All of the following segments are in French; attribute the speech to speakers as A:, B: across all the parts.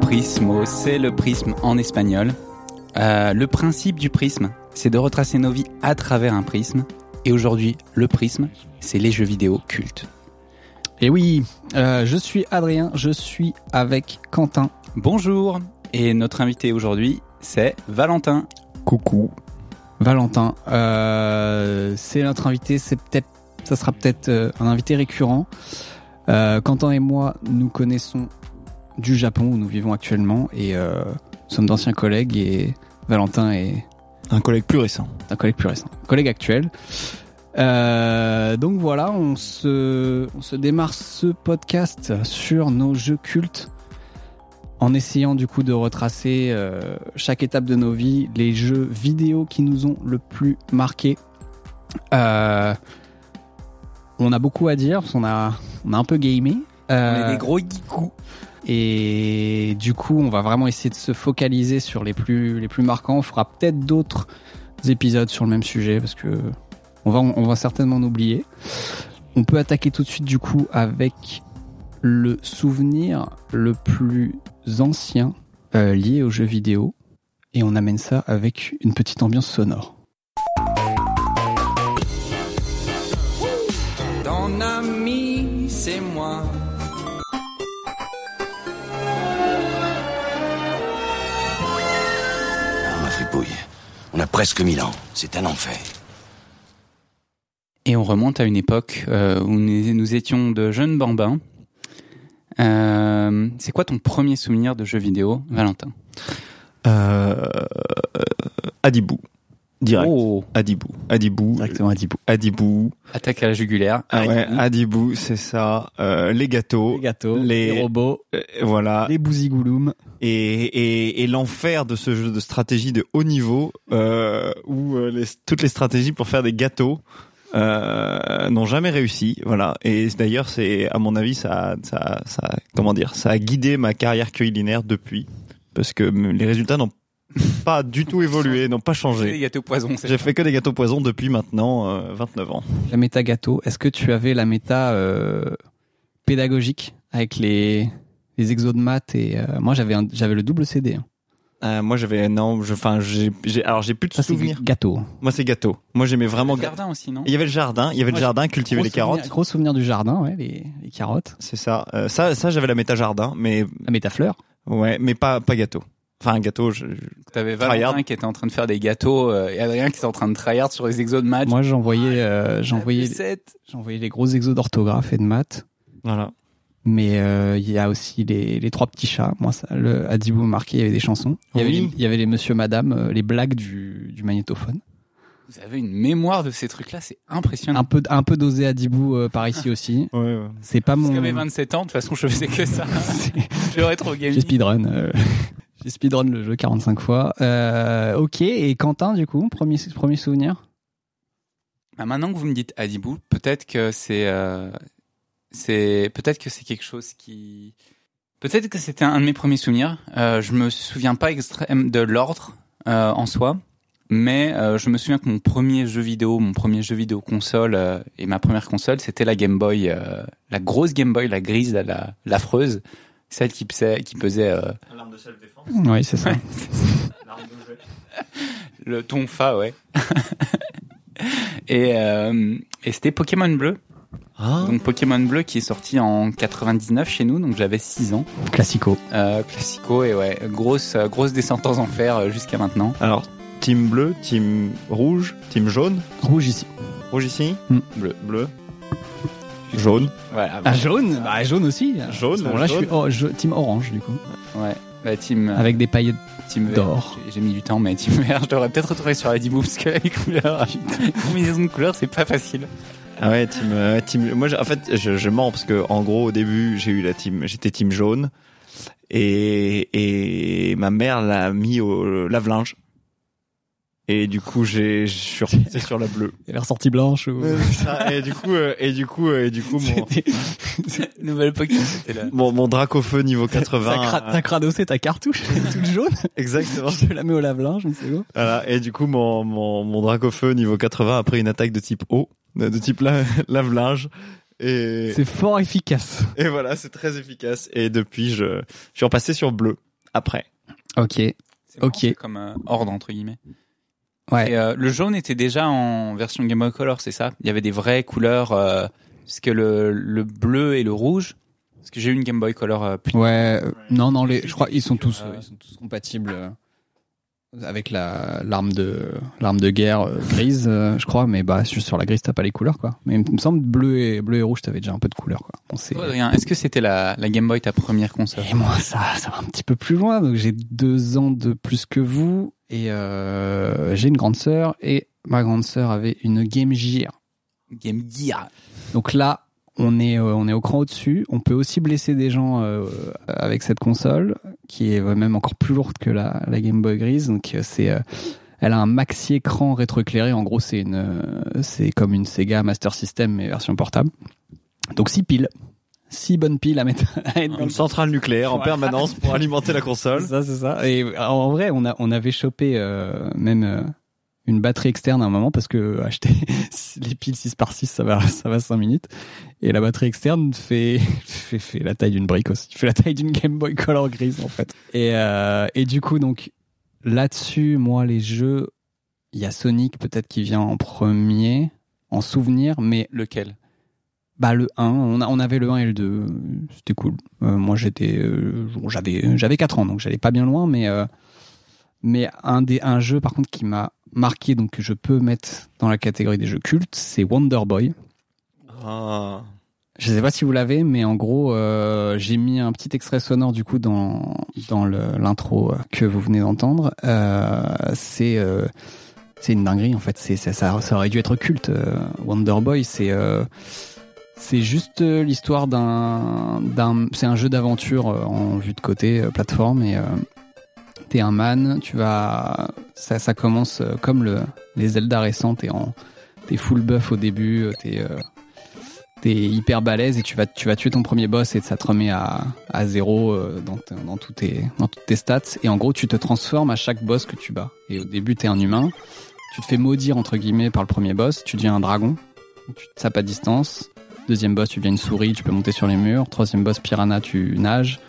A: Prismo, c'est le prisme en espagnol. Euh, le principe du prisme, c'est de retracer nos vies à travers un prisme. Et aujourd'hui, le prisme, c'est les jeux vidéo cultes.
B: Et Eh oui, euh, je suis Adrien, je suis avec Quentin.
A: Bonjour Et notre invité aujourd'hui, c'est Valentin.
C: Coucou.
B: Valentin, euh, c'est notre invité, c'est peut-être, ça sera peut-être euh, un invité récurrent. Euh, Quentin et moi, nous connaissons du Japon où nous vivons actuellement et euh, nous sommes d'anciens collègues et Valentin est
C: Un collègue plus récent.
B: un collègue plus récent, un collègue actuel. Euh, donc voilà, on se, on se démarre ce podcast sur nos jeux cultes en essayant du coup de retracer euh, chaque étape de nos vies, les jeux vidéo qui nous ont le plus marqué. Euh, on a beaucoup à dire, parce qu'on a, on a un peu gamé.
A: On
B: Euh,
A: est des gros geekous.
B: et du coup, on va vraiment essayer de se focaliser sur les plus, les plus marquants. On fera peut-être d'autres épisodes sur le même sujet parce que on va, on va certainement en oublier. On peut attaquer tout de suite du coup avec le souvenir le plus ancien euh, lié aux jeux vidéo et on amène ça avec une petite ambiance sonore.
A: Ton ami, c'est moi.
D: Ah, ma fripouille. On a presque mille ans. C'est un enfer.
A: Et on remonte à une époque euh, où nous nous étions de jeunes bambins. Euh, c'est quoi ton premier souvenir de jeu vidéo, Valentin
C: Euh, Adibou. Direct.
A: Oh
C: Adibou. Adibou.
B: Directement à Dibou.
C: Adibou.
A: Attaque à la jugulaire.
C: Ah ouais, Adibou, c'est ça. Euh, les gâteaux.
B: Les gâteaux,
C: Les-
B: les, Ah. robots,
C: Euh, voilà.
B: les bousigouloums.
C: Et, et, et l'enfer de ce jeu de stratégie de haut niveau, euh, où euh, les- toutes les stratégies pour faire des gâteaux euh, n'ont jamais réussi. Voilà. Et d'ailleurs, c'est à mon avis, ça, ça, ça, comment dire, ça a guidé ma carrière culinaire depuis, parce que mm, les résultats n'ont pas du tout évolué, n'ont pas changé.
A: Les gâteaux poison, c'est
C: J'ai fait que des gâteaux poison depuis maintenant euh, 29 ans.
B: La méta gâteau, est-ce que tu avais la méta euh, pédagogique avec les, les exos de maths et euh, moi j'avais un- j'avais le double CD. hein.
C: Euh, moi j'avais non, je- enfin j'ai, j'ai- alors j'ai plus de
B: Ça c'est
C: souvenirs.
B: gâteau.
C: Moi c'est gâteau. Moi j'aimais vraiment.
A: le
C: gâteau.
A: jardin aussi, non
C: Il y avait le jardin, il y avait
A: Moi,
C: le
A: j'ai-
C: jardin, cultiver
B: Gros
C: les
B: souvenir-
C: carottes.
B: Gros souvenir du jardin, ouais, les, les carottes.
C: C'est ça. Euh, ça, ça j'avais la méta jardin, mais
B: La méta fleur.
C: ouais, mais pas pas gâteau. Enfin gâteau. Je... je-
A: T'avais
C: Tryhard.
A: Valentin qui était en train de faire des gâteaux euh, et Adrien qui était en train de tryhard sur les exos de match.
B: Moi j'envoyais euh,
A: La
B: j'envoyais
A: pucette.
B: j'envoyais les gros exos d'orthographe et de maths.
C: Voilà.
B: Mais euh, il y a aussi les, les trois petits chats. Moi, ça, le Adibou marqué, il y avait des chansons. Il y avait,
C: Oui.
B: les, il y avait les Monsieur Madame, euh, les blagues du, du magnétophone.
A: Vous avez une mémoire de ces trucs-là, c'est impressionnant.
B: Un peu un peu dosé Adibou euh, par ici aussi.
C: Ouais, ouais.
B: C'est pas Ah, mon.
A: Parce j'avais 27 ans, de toute façon, je faisais que ça.
B: C'est-
A: je rétro gaming.
B: J'ai speedrun. euh, J'ai speedrun le jeu 45 fois. Euh, ok, et Quentin, du coup, premier, premier souvenir
A: Bah, maintenant que vous me dites Adibou, peut-être que c'est, euh, c'est, peut-être que c'est quelque chose qui, peut-être que c'était un de mes premiers souvenirs. Euh, je me souviens pas extrême de l'ordre euh, en soi, mais euh, je me souviens que mon premier jeu vidéo, mon premier jeu vidéo console euh, et ma première console, c'était la Game Boy, euh, la grosse Game Boy, la grise, la- la, l'affreuse, celle qui pesait, qui pesait euh,
C: de self défense.
B: Oui, c'est ça.
A: le tonfa, ouais. et euh, et c'était Pokémon bleu.
C: Ah.
A: Donc Pokémon Bleu qui est sorti en 99 chez nous, donc j'avais 6 ans.
B: Classico.
A: Euh, classico et ouais, grosse euh, grosse descente en enfer euh, jusqu'à maintenant.
C: Alors team bleu, team rouge, team jaune.
B: Rouge ici.
C: Rouge ici.
B: Hmm.
C: Bleu, bleu. Jaune.
A: Voilà.
B: Ah, jaune Bah, jaune aussi.
C: Jaune,
B: Bon, là, je
C: jaune.
B: suis oh, je- team orange, du coup.
A: Ouais. Bah, team euh,
B: Avec des paillettes.
A: team vert.
B: d'or.
A: J'ai- J'ai mis du temps mais team vert, je devrais peut-être retrouver sur la Dibou parce que les couleurs, combinaison de couleurs, c'est pas facile.
C: Ah ouais, team, euh, team. Moi, j'ai- en fait, je, je mens parce que, en gros, au début, j'ai eu la team, j'étais team jaune, et et ma mère l'a mis au lave-linge, et du coup, j'ai, je suis reparti sur la bleue.
B: Elle est ressortie blanche. Ou...
C: Ça, et du coup, euh, et du coup, euh, et du coup, mon,
B: C'était-
A: Nouvelle Pokémon, c'était là.
C: mon, mon drac au feu niveau
B: T'as
C: 80.
B: cra-
C: euh,
B: t'as cradossé ta cartouche, elle est toute jaune.
C: exactement.
B: Je te la mets au lave-linge, mais c'est beau.
C: Voilà. Et du coup, mon, mon, mon drac au feu niveau 80 après une attaque de type eau, de de type la- lave-linge. Et,
B: C'est fort efficace.
C: et voilà, c'est très efficace. Et depuis, je, je suis repassé sur bleu. après.
B: Ok.
A: C'est marrant,
B: Ok.
A: c'est Comme euh, ordre entre guillemets.
B: Ouais.
A: Et, euh, le jaune était déjà en version Game Boy Color, c'est ça Il y avait des vraies couleurs, euh, parce que le, le bleu et le rouge. Parce que j'ai eu une Game Boy Color euh, plus
B: Ouais. euh, Non, non, les, je crois ils sont tous, euh,
A: Ah ouais.
B: ils sont tous compatibles euh, avec la l'arme de l'arme de guerre euh, grise, euh, je crois. Mais bah sur sur la grise, t'as pas les couleurs quoi. Mais il me semble bleu et bleu et rouge, t'avais déjà un peu de couleurs quoi. Bon, c'est-
A: Toi, Adrien, est-ce que c'était la, la Game Boy ta première console
B: Et moi, ça, ça va un petit peu plus loin. Donc, j'ai deux ans de plus que vous et euh, j'ai une grande sœur et ma grande sœur avait une Game Gear.
A: Game Gear.
B: Donc là, on est, euh, on est au cran au-dessus. On peut aussi blesser des gens euh, avec cette console qui est même encore plus lourde que la, la Game Boy grise. Donc, euh, c'est, euh, elle a un maxi écran rétroéclairé. En gros, c'est une, euh, c'est comme une Sega Master System mais version portable. Donc, six piles. Six bonnes piles à mettre, à être dans
C: Une centrale nucléaire en
B: Ouais.
C: permanence pour alimenter la console.
B: c'est ça, c'est ça. Et euh, en vrai, on, a, on avait chopé euh, même euh, une batterie externe à un moment parce que euh, acheter les piles 6 par 6 ça va, ça va 5 minutes. Et la batterie externe fait, fait, fait la taille d'une brique aussi. Fait la taille d'une Game Boy Color grise, en fait. Et, euh, et du coup, donc, là-dessus, moi, les jeux, il y a Sonic peut-être qui vient en premier, en souvenir, mais
A: Lequel
B: bah le 1, on, a, on avait le 1 et le 2, euh, c'était cool. Euh, moi j'étais euh, bon, j'avais j'avais 4 ans donc j'allais pas bien loin mais euh, mais un des un jeu par contre qui m'a marqué donc que je peux mettre dans la catégorie des jeux cultes, c'est Wonder Boy.
C: Ah.
B: Je sais pas si vous l'avez mais en gros euh, j'ai mis un petit extrait sonore du coup dans dans le- l'intro euh, que vous venez d'entendre. Euh, c'est euh, c'est une dinguerie en fait. C'est ça, ça, ça aurait dû être culte. euh, Wonder Boy, c'est euh, c'est juste euh, l'histoire d'un d'un c'est un jeu d'aventure euh, en vue de côté euh, plateforme et euh, t'es un man. Tu vas ça ça commence euh, comme le les Zelda récents. T'es en t'es full buff au début. euh, T'es euh, T'es hyper balèze et tu vas, tu vas tuer ton premier boss et ça te remet à, à zéro euh, dans, t- dans, tous tes, dans toutes tes stats. Et en gros, tu te transformes à chaque boss que tu bats. Et au début, t'es un humain tu te fais maudire entre guillemets par le premier boss, tu deviens un dragon, tu te sapes à distance. Deuxième boss, tu deviens une souris, tu peux monter sur les murs. Troisième boss, piranha, tu nages.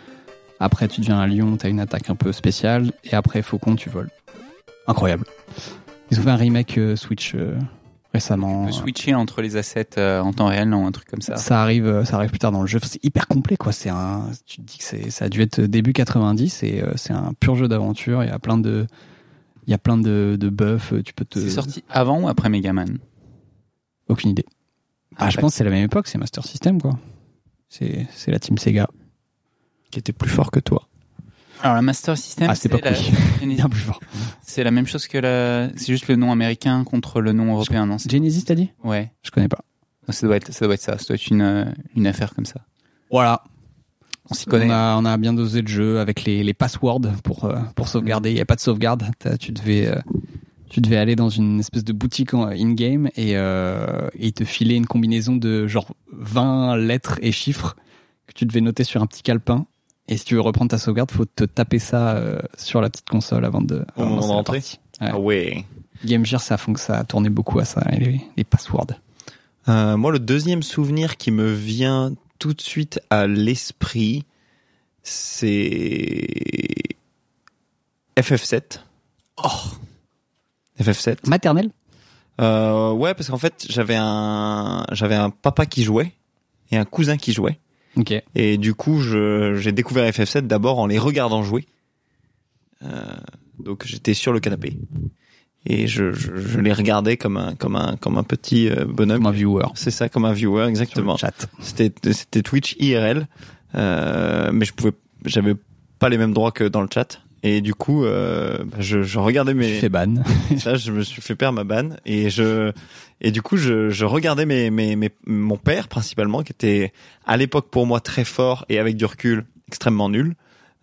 B: Après, tu deviens un lion, t'as une attaque un peu spéciale. Et après, faucon, tu voles. Incroyable. Ils ont fait un remake euh, Switch euh, récemment.
A: On peut switcher entre les assets euh, en temps réel, non Un truc comme ça.
B: Ça arrive, euh, ça arrive plus tard dans le jeu. C'est hyper complet, quoi. C'est un, tu te dis que c'est, ça a dû être début 90 et euh, c'est un pur jeu d'aventure. Il y a plein de, il y a plein de, de buffs. euh, Tu peux te.
A: C'est sorti Euh, avant ou après Megaman
B: Aucune idée. Ah, je
A: Après.
B: pense que c'est la même époque, c'est Master System, quoi. C'est c'est la team Sega.
C: Qui était plus fort que toi.
A: Alors la Master System,
B: Ah, c'est
A: c'est
B: pas
A: la...
B: cool. Bien plus fort.
A: c'est la même chose que la. C'est juste le nom américain contre le nom européen, non c'est-
B: Genesis, t'as dit
A: Ouais.
B: Je connais pas.
A: Ça doit être ça, doit être ça. Ça doit être une euh, une affaire comme ça.
B: Voilà.
A: On s'y connaît.
B: On a, on a bien dosé le jeu avec les, les passwords pour, euh, pour sauvegarder. Il n'y a pas de sauvegarde. T'as- Tu devais, euh, tu devais aller dans une espèce de boutique en- in-game et, euh, et ils te filer une combinaison de genre 20 lettres et chiffres que tu devais noter sur un petit calepin. Et si tu veux reprendre ta sauvegarde, faut te taper ça euh, sur la petite console avant de,
C: Au
B: avant de
C: moment
B: lancer la
C: d'entrer.
B: partie. Ouais.
C: Ah ouais.
B: Game Gear, ça, fon- ça a tourné beaucoup à ça, les, les passwords.
C: Euh, moi, le deuxième souvenir qui me vient tout de suite à l'esprit, c'est FF7. Oh. FF7.
B: Maternelle
C: Euh, ouais, parce qu'en fait, j'avais un, j'avais un papa qui jouait et un cousin qui jouait.
B: Ok.
C: Et du coup, je- j'ai découvert FF7 d'abord en les regardant jouer. Euh, donc j'étais sur le canapé et je, je, je les regardais comme un comme un comme un petit euh, bonhomme.
B: Comme un viewer.
C: C'est ça, comme un viewer
B: Sur le
C: exactement.
B: chat.
C: C'était c'était Twitch IRL, euh, mais je pouvais, j'avais pas les mêmes droits que dans le chat. Et du coup, euh, bah, je, je regardais
B: Tu
C: mes
B: fais ban.
C: ça, je me suis fait perdre ma banne et je et du coup je, je regardais mes, mes, mes- mon père principalement qui était à l'époque pour moi très fort et avec du recul extrêmement nul.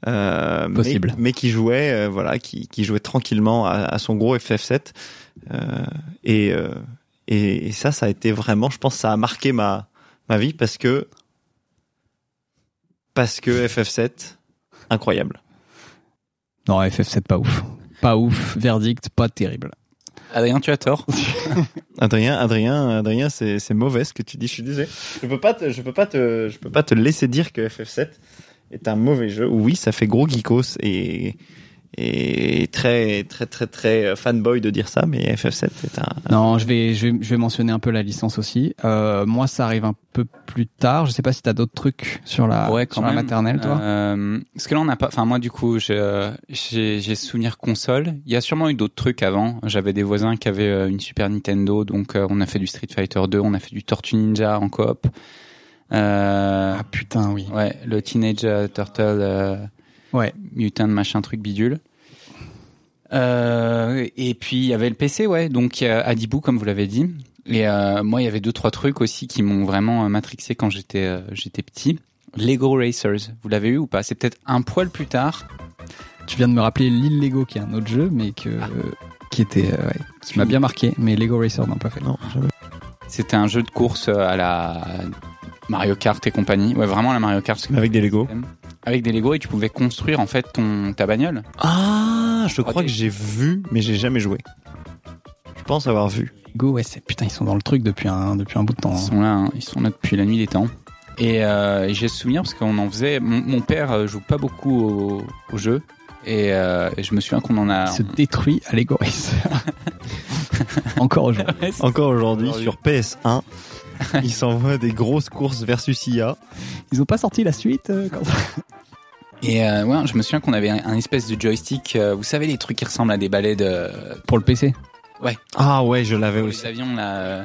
C: Euh, mais-
B: Possible.
C: Mais, qui jouait euh, voilà qui, qui jouait tranquillement à, à son gros FF7 euh, et, euh, et et ça ça a été vraiment je pense ça a marqué ma ma vie parce que parce que FF7 incroyable.
B: Non, FF7, pas ouf. Pas ouf. Verdict, pas terrible.
A: Adrien, tu as tort.
C: Adrien, Adrien, Adrien, c'est c'est mauvais ce que tu dis. Je suis désolé. Je peux pas, te, je peux pas te, je peux pas te laisser dire que FF7 est un mauvais jeu. Oui, ça fait gros geekos et et très très très très fanboy de dire ça, mais FF7 est un.
B: Non, je vais, je vais, je vais mentionner un peu la licence aussi. Euh, moi, ça arrive un peu plus tard. Je sais pas si t'as d'autres trucs sur la,
A: Ouais, quand
B: sur
A: même.
B: la maternelle, toi.
A: Euh, parce que là, on n'a pas. Enfin, moi, du coup, j'ai euh, j'ai- j'ai souvenir console. Il y a sûrement eu d'autres trucs avant. J'avais des voisins qui avaient euh, une Super Nintendo, donc euh, on a fait du Street Fighter 2, on a fait du Tortue Ninja en coop. Euh,
B: Ah putain, oui.
A: ouais, le Teenage euh, Turtle euh,
B: Ouais.
A: Mutant machin truc bidule. Euh, et puis il y avait le PC, ouais. Donc euh, Adibou, comme vous l'avez dit. Et euh, moi, il y avait deux trois trucs aussi qui m'ont vraiment euh, matrixé quand j'étais euh, j'étais petit. Lego Racers, vous l'avez eu ou pas C'est peut-être un poil plus tard.
B: Tu viens de me rappeler Lille Lego, qui est un autre jeu, mais que euh, qui était, euh, ouais, qui m'a bien marqué. Mais Lego Racer, non, pas fait.
C: Non, jamais.
A: C'était un jeu de course euh, à la Mario Kart et compagnie. Ouais, vraiment la Mario Kart.
C: Mais avec des Lego.
A: Avec des Lego et tu pouvais construire en fait ton ta bagnole.
C: Ah, je
A: Ok.
C: crois que j'ai vu, mais j'ai jamais joué. Je pense avoir vu.
B: Lego, ouais, c'est putain, ils sont dans le truc depuis un, depuis un bout de temps.
A: Ils
B: hein.
A: sont là, hein. ils sont là depuis la nuit des temps. Et euh, et j'ai ce souvenir parce qu'on en faisait. Mon, mon père euh, joue pas beaucoup au, au jeu et, euh, et je me souviens qu'on en a.
B: Il se détruit à Lego Racer. Encore aujourd'hui.
C: Encore aujourd'hui,
A: Aujourd'hui.
C: sur PS1, ils s'envoient des grosses courses versus IA.
B: Ils ont pas sorti la suite. euh, quand-
A: Et euh, ouais, je me souviens qu'on avait un, un espèce de joystick. euh, vous savez les trucs qui ressemblent à des balais de
B: Pour le PC.
C: Ah ouais, je l'avais
A: pour
C: aussi.
A: les avions là euh,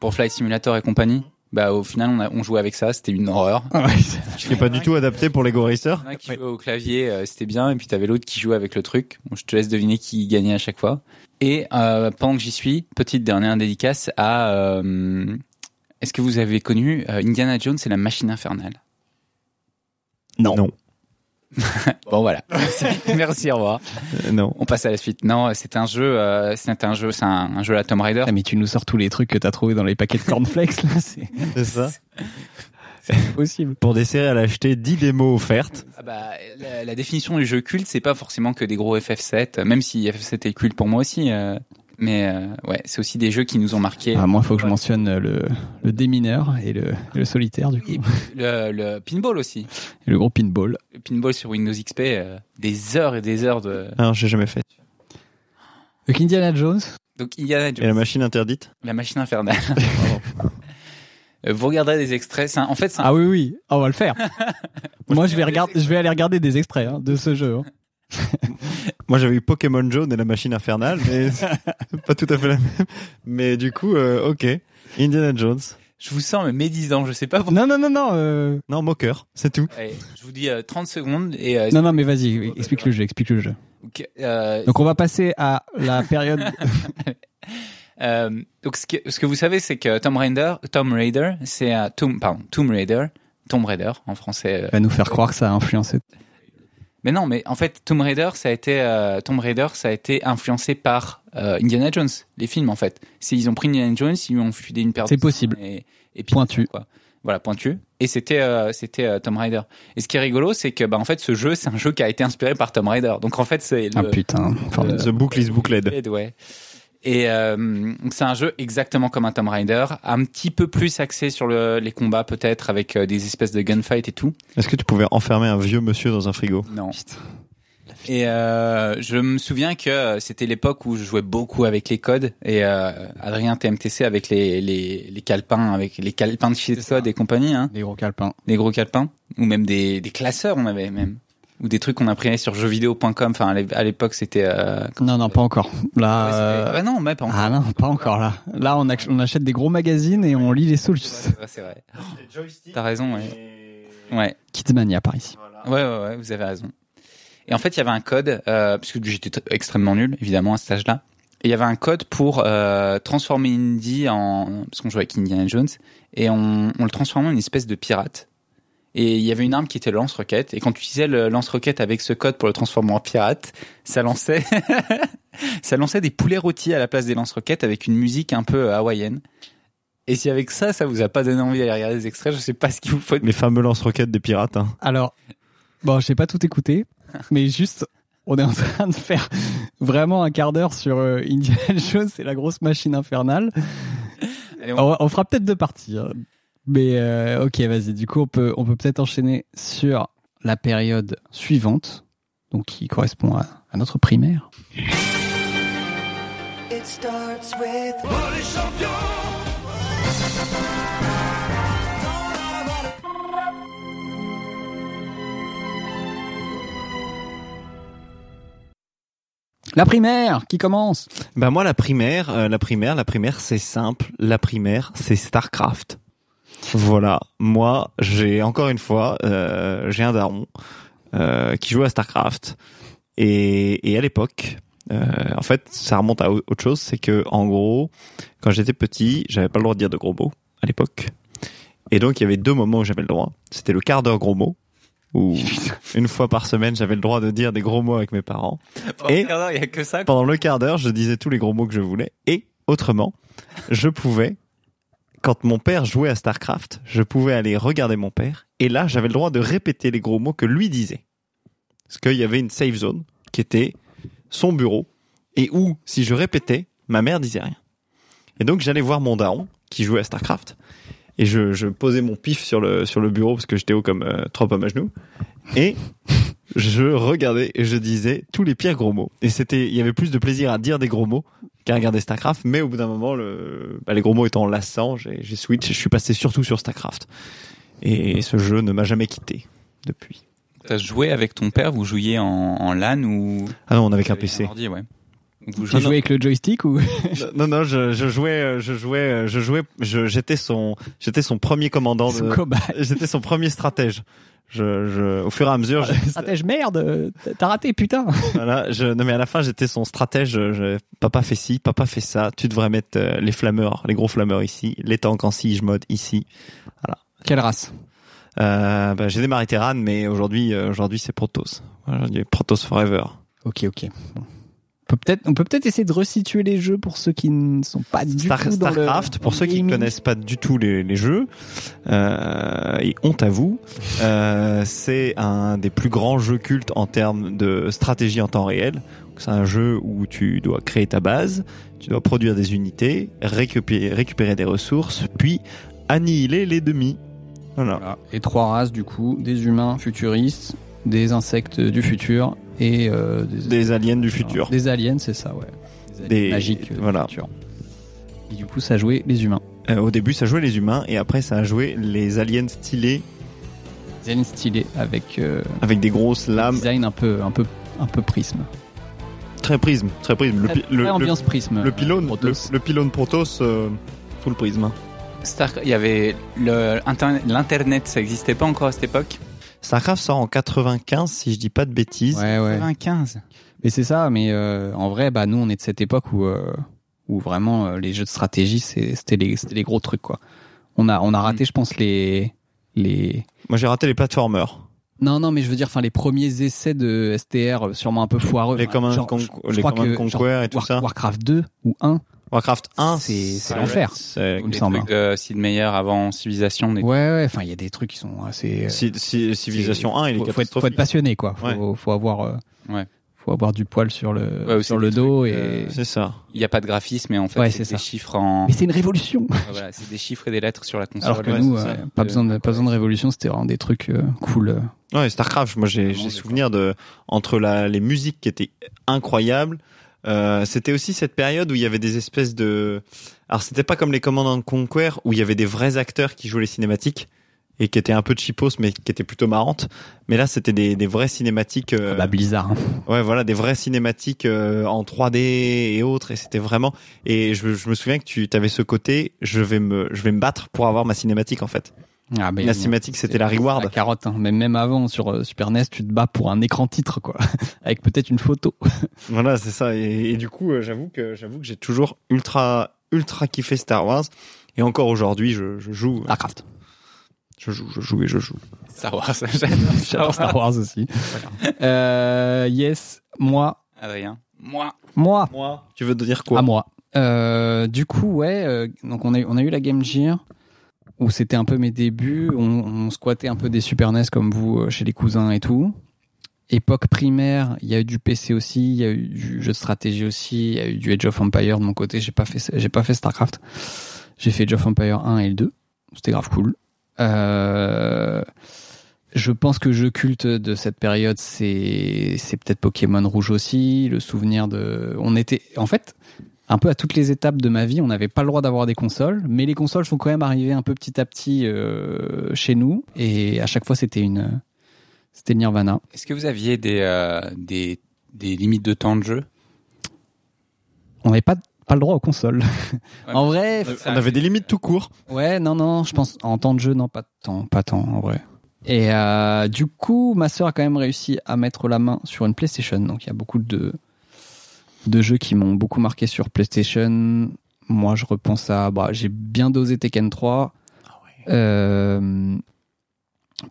A: pour Flight Simulator et compagnie. Bah au final on, a- on jouait avec ça, c'était une horreur.
B: Ah ouais, c'est-
C: Qui n'est pas du tout adapté pour Lego Racer.
A: Il y en a qui jouait au clavier, euh, c'était bien, et puis t'avais l'autre qui jouait avec le truc. Bon, je te laisse deviner qui gagnait à chaque fois. Et euh, pendant que j'y suis, petite dernière dédicace à. euh, Est-ce que vous avez connu euh, Indiana Jones et la machine infernale
C: Non. Non.
A: Bon voilà. Merci, au revoir.
C: Euh, non.
A: On passe à la suite. Non, c'est un jeu, euh, c'est un jeu, c'est un, un jeu à la Tomb Raider.
B: Ah, mais tu nous sors tous les trucs que t'as trouvé dans les paquets de cornflakes là, c'est
C: C'est ça.
B: impossible.
C: Pour des séries, elle a acheté 10 démos offertes.
A: Ah bah, la, la définition du jeu culte, c'est pas forcément que des gros FF7, euh, même si FF7 est culte pour moi aussi. euh, mais euh, ouais, c'est aussi des jeux qui nous ont marqués.
B: Ah, moi, faut que je mentionne euh, le, le démineur et le, et le solitaire du coup.
A: Et le, le pinball aussi.
B: Et le gros pinball.
A: Le pinball sur Windows XP, euh, des heures et des heures de.
C: Ah, j'ai jamais fait.
B: Donc Indiana Jones.
A: Donc Indiana
C: Et la
A: Jones,
C: machine interdite
A: la machine infernale. Euh, Vous regarderez des extraits. c'est un- en fait, c'est un-
B: Ah oui oui, on va le faire. moi, je vais regarder, je vais aller regarder des extraits hein, de ce jeu. hein.
C: Moi, j'avais eu Pokémon Jaune et la machine infernale, mais c'est pas tout à fait la même. Mais du coup, euh, ok. Indiana Jones.
A: je vous sens mais médisant. Je sais pas. pourquoi.
B: Non non non non. euh,
C: Non, moqueur, c'est tout.
A: Allez, je vous dis euh, 30 secondes et euh,
B: Non non, mais vas-y, explique le jeu, explique le jeu.
A: donc, euh,
B: Donc on va passer à la période.
A: euh, donc, ce, que, ce que vous savez, c'est que Tomb Raider, Tomb Raider, c'est un Tomb, pardon, Tomb Raider, Tomb Raider en français. euh.
B: Tu vas nous faire croire que ça a influencé.
A: Mais non, mais en fait, Tomb Raider, ça a été euh, Tomb Raider, ça a été influencé par euh, Indiana Jones, les films en fait. C'est ils ont pris Indiana Jones, ils lui ont fusé une paire. de
B: C'est possible.
A: Et, et puis,
B: Pointu.
A: quoi. Voilà, pointu. Et c'était euh, c'était euh, Tomb Raider. Et ce qui est rigolo, c'est que bah en fait ce jeu, c'est un jeu qui a été inspiré par Tomb Raider. Donc en fait, c'est
B: Ah
A: le
B: putain. formidable.
C: The Book is Booklet.
A: ouais. Et euh, donc, c'est un jeu exactement comme un Tomb Raider, un petit peu plus axé sur le, les combats peut-être avec euh, des espèces de gunfight et tout.
C: Est-ce que tu pouvais enfermer un vieux monsieur dans un frigo
A: Non. Et euh, je me souviens que euh, c'était l'époque où je jouais beaucoup avec les codes et euh, Adrien TMTC avec les les, les calepins avec les calepins de chez
B: C'est ça.
A: Code et compagnie. Hein.
B: Les gros calepins.
A: des gros calepins ou même des, des classeurs on avait même ou des trucs qu'on imprimait sur jeuxvideo.com enfin à l'é- à l'époque c'était euh,
B: Non, non, pas encore.
A: ouais, c'était-
B: Là, euh,
A: ah non mais pas encore.
B: ah non, pas encore là. Là, on, ac- on achète des gros magazines et on lit les Souls.
A: c'est vrai, c'est vrai. T'as raison, ouais. Ouais.
B: Kidsmania par ici.
A: ouais, ouais, ouais, vous avez raison. Et en fait, il y avait un code, euh, parce que j'étais t- extrêmement nul, évidemment, à cet âge-là. Et il y avait un code pour euh, transformer Indy en... Parce qu'on jouait avec Indiana Jones. Et on, on le transformait en une espèce de pirate. Et il y avait une arme qui était le lance-roquette. Et quand tu utilisais le lance-roquette avec ce code pour le transformer en pirate, ça lançait... ça lançait des poulets rôtis à la place des lance-roquettes avec une musique un peu euh, hawaïenne. Et si avec ça, ça vous a pas donné envie d'aller regarder des extraits, je sais pas ce qu'il vous faut.
C: Les fameux lance-roquettes des pirates. Hein.
B: Alors, bon, j'ai pas tout écouté, mais juste, on est en train de faire vraiment un quart d'heure sur euh, Indiana Jones et la grosse machine infernale.
A: Allez, on-
B: On, on fera peut-être deux parties. hein. Mais euh, ok, vas-y. Du coup, on peut on peut peut-être enchaîner sur la période suivante, donc qui correspond à, à notre primaire.
E: It starts with
B: La primaire qui commence
C: Bah moi la primaire, euh, la primaire, la primaire c'est simple, la primaire c'est Starcraft. Voilà, moi j'ai encore une fois, euh, j'ai un daron euh, qui joue à Starcraft et, et à l'époque, euh, en fait ça remonte à au- autre chose, c'est que en gros quand j'étais petit j'avais pas le droit de dire de gros mots à l'époque et donc il y avait deux moments où j'avais le droit, c'était le quart d'heure gros mots où une fois par semaine j'avais le droit de dire des gros mots avec mes parents Et-
A: Et il y a que ça. quoi.
C: pendant le quart d'heure, je disais tous les gros mots que je voulais. Et autrement, je pouvais, quand mon père jouait à StarCraft, je pouvais aller regarder mon père. Et là, j'avais le droit de répéter les gros mots que lui disait. Parce qu'il y avait une safe zone qui était son bureau. Et où, si je répétais, ma mère disait rien. Et donc, j'allais voir mon daron qui jouait à StarCraft. Et je, je posais mon pif sur le, sur le bureau parce que j'étais haut comme euh, trois pommes à genoux. Et je regardais et je disais tous les pires gros mots. Et c'était, il y avait plus de plaisir à dire des gros mots qu'à regarder Starcraft. Mais au bout d'un moment, le, bah, les gros mots étant lassants, j'ai, j'ai switch. Je suis passé surtout sur Starcraft. Et ce jeu ne m'a jamais quitté depuis.
A: T'as joué avec ton père, vous jouiez en, en LAN ou
C: Ah non, on avait qu'un
A: Avec un
C: PC.
A: ordi, ouais. Vous
B: J'ai
A: jouez
B: joué avec le joystick ou
C: Non, non, je, je jouais, euh, je jouais, euh, je jouais, je- j'étais son, j'étais son premier commandant
B: son
C: de,
B: cobaye
C: j'étais son premier stratège. Je, je, au fur et à mesure,
B: Ah,
C: j'ai-
B: Stratège merde, euh, t'as raté putain
C: Voilà, je, non mais à la fin j'étais son stratège. je- je- papa fait ci, papa fait ça. Tu devrais mettre euh, les flammeurs, les gros flammeurs ici, les tanks en siege mode ici.
B: Quelle race
C: Euh, bah, j'ai démarré Terran, mais aujourd'hui, euh, aujourd'hui c'est Protoss. Voilà, Aujourd'hui Protoss forever.
B: Ok, ok. Bon. On peut peut-être, on peut peut-être essayer de resituer les jeux pour ceux qui ne sont pas du
C: Star-
B: tout dans le-
C: Starcraft, pour ceux qui ne connaissent pas du tout les, les jeux, euh, et honte à vous, euh, c'est un des plus grands jeux cultes en termes de stratégie en temps réel. Donc, C'est un jeu où tu dois créer ta base, tu dois produire des unités, récupérer, récupérer des ressources, puis annihiler les demi. Voilà.
B: Voilà. Et trois races du coup, des humains futuristes, des insectes du futur et euh, des...
C: Des aliens du futur.
B: Des aliens, c'est ça, ouais. Des, aliens
C: Des-
B: magiques euh, du
C: voilà.
B: futur. Et du coup, ça jouait les humains.
C: Euh, au début, ça jouait les humains et après, ça a joué les aliens stylés
B: Des aliens stylés avec euh,
C: avec des grosses
B: un
C: lames.
B: design un peu, un peu, un peu prisme.
C: Très prisme, très prisme. Le,
B: Très-
C: pi-
B: très
C: le- le-
B: ambiance prisme.
C: Le
B: euh,
C: pylône, le,
B: Protoss.
C: le pylône Protoss euh, sous le prisme.
A: Starcraft- il y avait le- interne- l'internet, ça n'existait pas encore à cette époque.
C: Starcraft sort en 95, si je dis pas de bêtises.
B: Ouais, ouais.
A: 95.
B: Mais c'est ça, mais euh, en vrai, bah, nous, on est de cette époque où, euh, où vraiment euh, les jeux de stratégie, c'est- c'était les, c'était les gros trucs, quoi. On a, on a raté, je pense, les, les.
C: Moi, j'ai raté les platformers.
B: Non, non, mais je veux dire, enfin, les premiers essais de STR, euh, sûrement un peu foireux.
C: Les
B: Enfin,
C: Command
B: genre,
C: Con-
B: je- je
C: les
B: crois
C: Command
B: que,
C: Conquer
B: genre,
C: et tout
B: War-
C: ça. Ah,
B: Warcraft 2 ou 1.
C: Warcraft 1,
B: C'est- c'est
C: ouais,
B: l'enfer.
C: c'est-
B: Il me
A: Les
B: semble. hein.
A: trucs de Sid Meier avant Civilisation. des-
B: Ouais, ouais, enfin, il y a des trucs qui sont assez. euh,
C: Si- si- Civilisation 1, il est
B: faut, faut être, faut être
C: catastrophique.
B: passionné, quoi. Faut,
C: Ouais.
B: faut avoir. euh,
A: Ouais.
B: Faut avoir du poil sur le,
A: Ouais, ou
B: sur
A: c'est
B: le
A: des
B: dos
A: trucs,
B: et.
A: euh,
C: C'est ça.
A: Il n'y a pas de graphisme, mais en fait,
B: Ouais, c'est
A: c'est
B: ça.
A: des chiffres en.
B: Mais c'est une révolution!
A: Voilà, c'est des chiffres et des lettres sur la console.
B: Alors que
C: Ouais,
B: nous,
C: c'est ça.
B: euh, pas, besoin de, pas besoin de révolution, c'était vraiment des trucs euh, cool. euh.
C: Ouais, Starcraft, moi, j'ai
A: Vraiment,
C: j'ai
A: d'accord.
C: souvenir de, entre la, les musiques qui étaient incroyables, euh, c'était aussi cette période où il y avait des espèces de, alors c'était pas comme les Command Conquer où il y avait des vrais acteurs qui jouaient les cinématiques et qui étaient un peu cheapos mais qui étaient plutôt marrantes. Mais là, c'était des, des vraies cinématiques, euh,
B: Ah bah Blizzard. hein.
C: Ouais, voilà, des vraies cinématiques euh, en 3D et autres, et c'était vraiment. Et je, je me souviens que tu avais ce côté, je vais me, je vais me battre pour avoir ma cinématique en fait.
B: Ah, mais,
C: la cinématique, c'était la
B: La
C: reward.
B: carotte, hein. mais même avant sur euh, Super NES, tu te bats pour un écran titre, quoi, avec peut-être une photo.
C: Voilà, c'est ça. Et, et du coup, euh, j'avoue que j'avoue que j'ai toujours ultra, ultra kiffé Star Wars. Et encore aujourd'hui, je, je joue,
B: Starcraft.
C: je joue, je joue et je joue.
A: Star Wars, j'adore Star
B: J'adore
A: Wars.
B: Star Wars aussi. Euh, yes, moi,
A: Adrien. Moi.
B: moi,
C: Ah, Moi, tu veux te dire quoi
B: à moi. Euh, du coup, ouais, euh, donc on a, eu- on a eu la Game Gear où c'était un peu mes débuts. On, on squattait un peu des Super NES comme vous euh, chez les cousins et tout. Époque primaire, il y a eu du PC aussi, il y a eu du jeu de stratégie aussi, il y a eu du Age of Empire de mon côté. J'ai pas fait, j'ai pas fait Starcraft. J'ai fait Age of Empire 1 et le 2. C'était grave cool. Euh, Je pense que jeu culte de cette période, c'est c'est peut-être Pokémon Rouge aussi. Le souvenir de, on était, en fait, un peu à toutes les étapes de ma vie, on n'avait pas le droit d'avoir des consoles, mais les consoles sont quand même arrivées un peu petit à petit euh, chez nous, et à chaque fois c'était une, c'était le Nirvana.
A: Est-ce que vous aviez des, euh, des, des limites de temps de jeu
B: On n'avait pas pas le droit aux consoles.
A: Ouais,
B: en vrai,
A: Ça
C: On avait des limites tout court.
B: Ouais, non, non, je pense en temps de jeu, non, pas de temps, pas tant en vrai. Et euh, du coup, ma sœur a quand même réussi à mettre la main sur une PlayStation, donc il y a beaucoup de de jeux qui m'ont beaucoup marqué sur PlayStation. Moi, je repense à, bah, j'ai bien dosé Tekken 3.
C: Ah
B: Euh,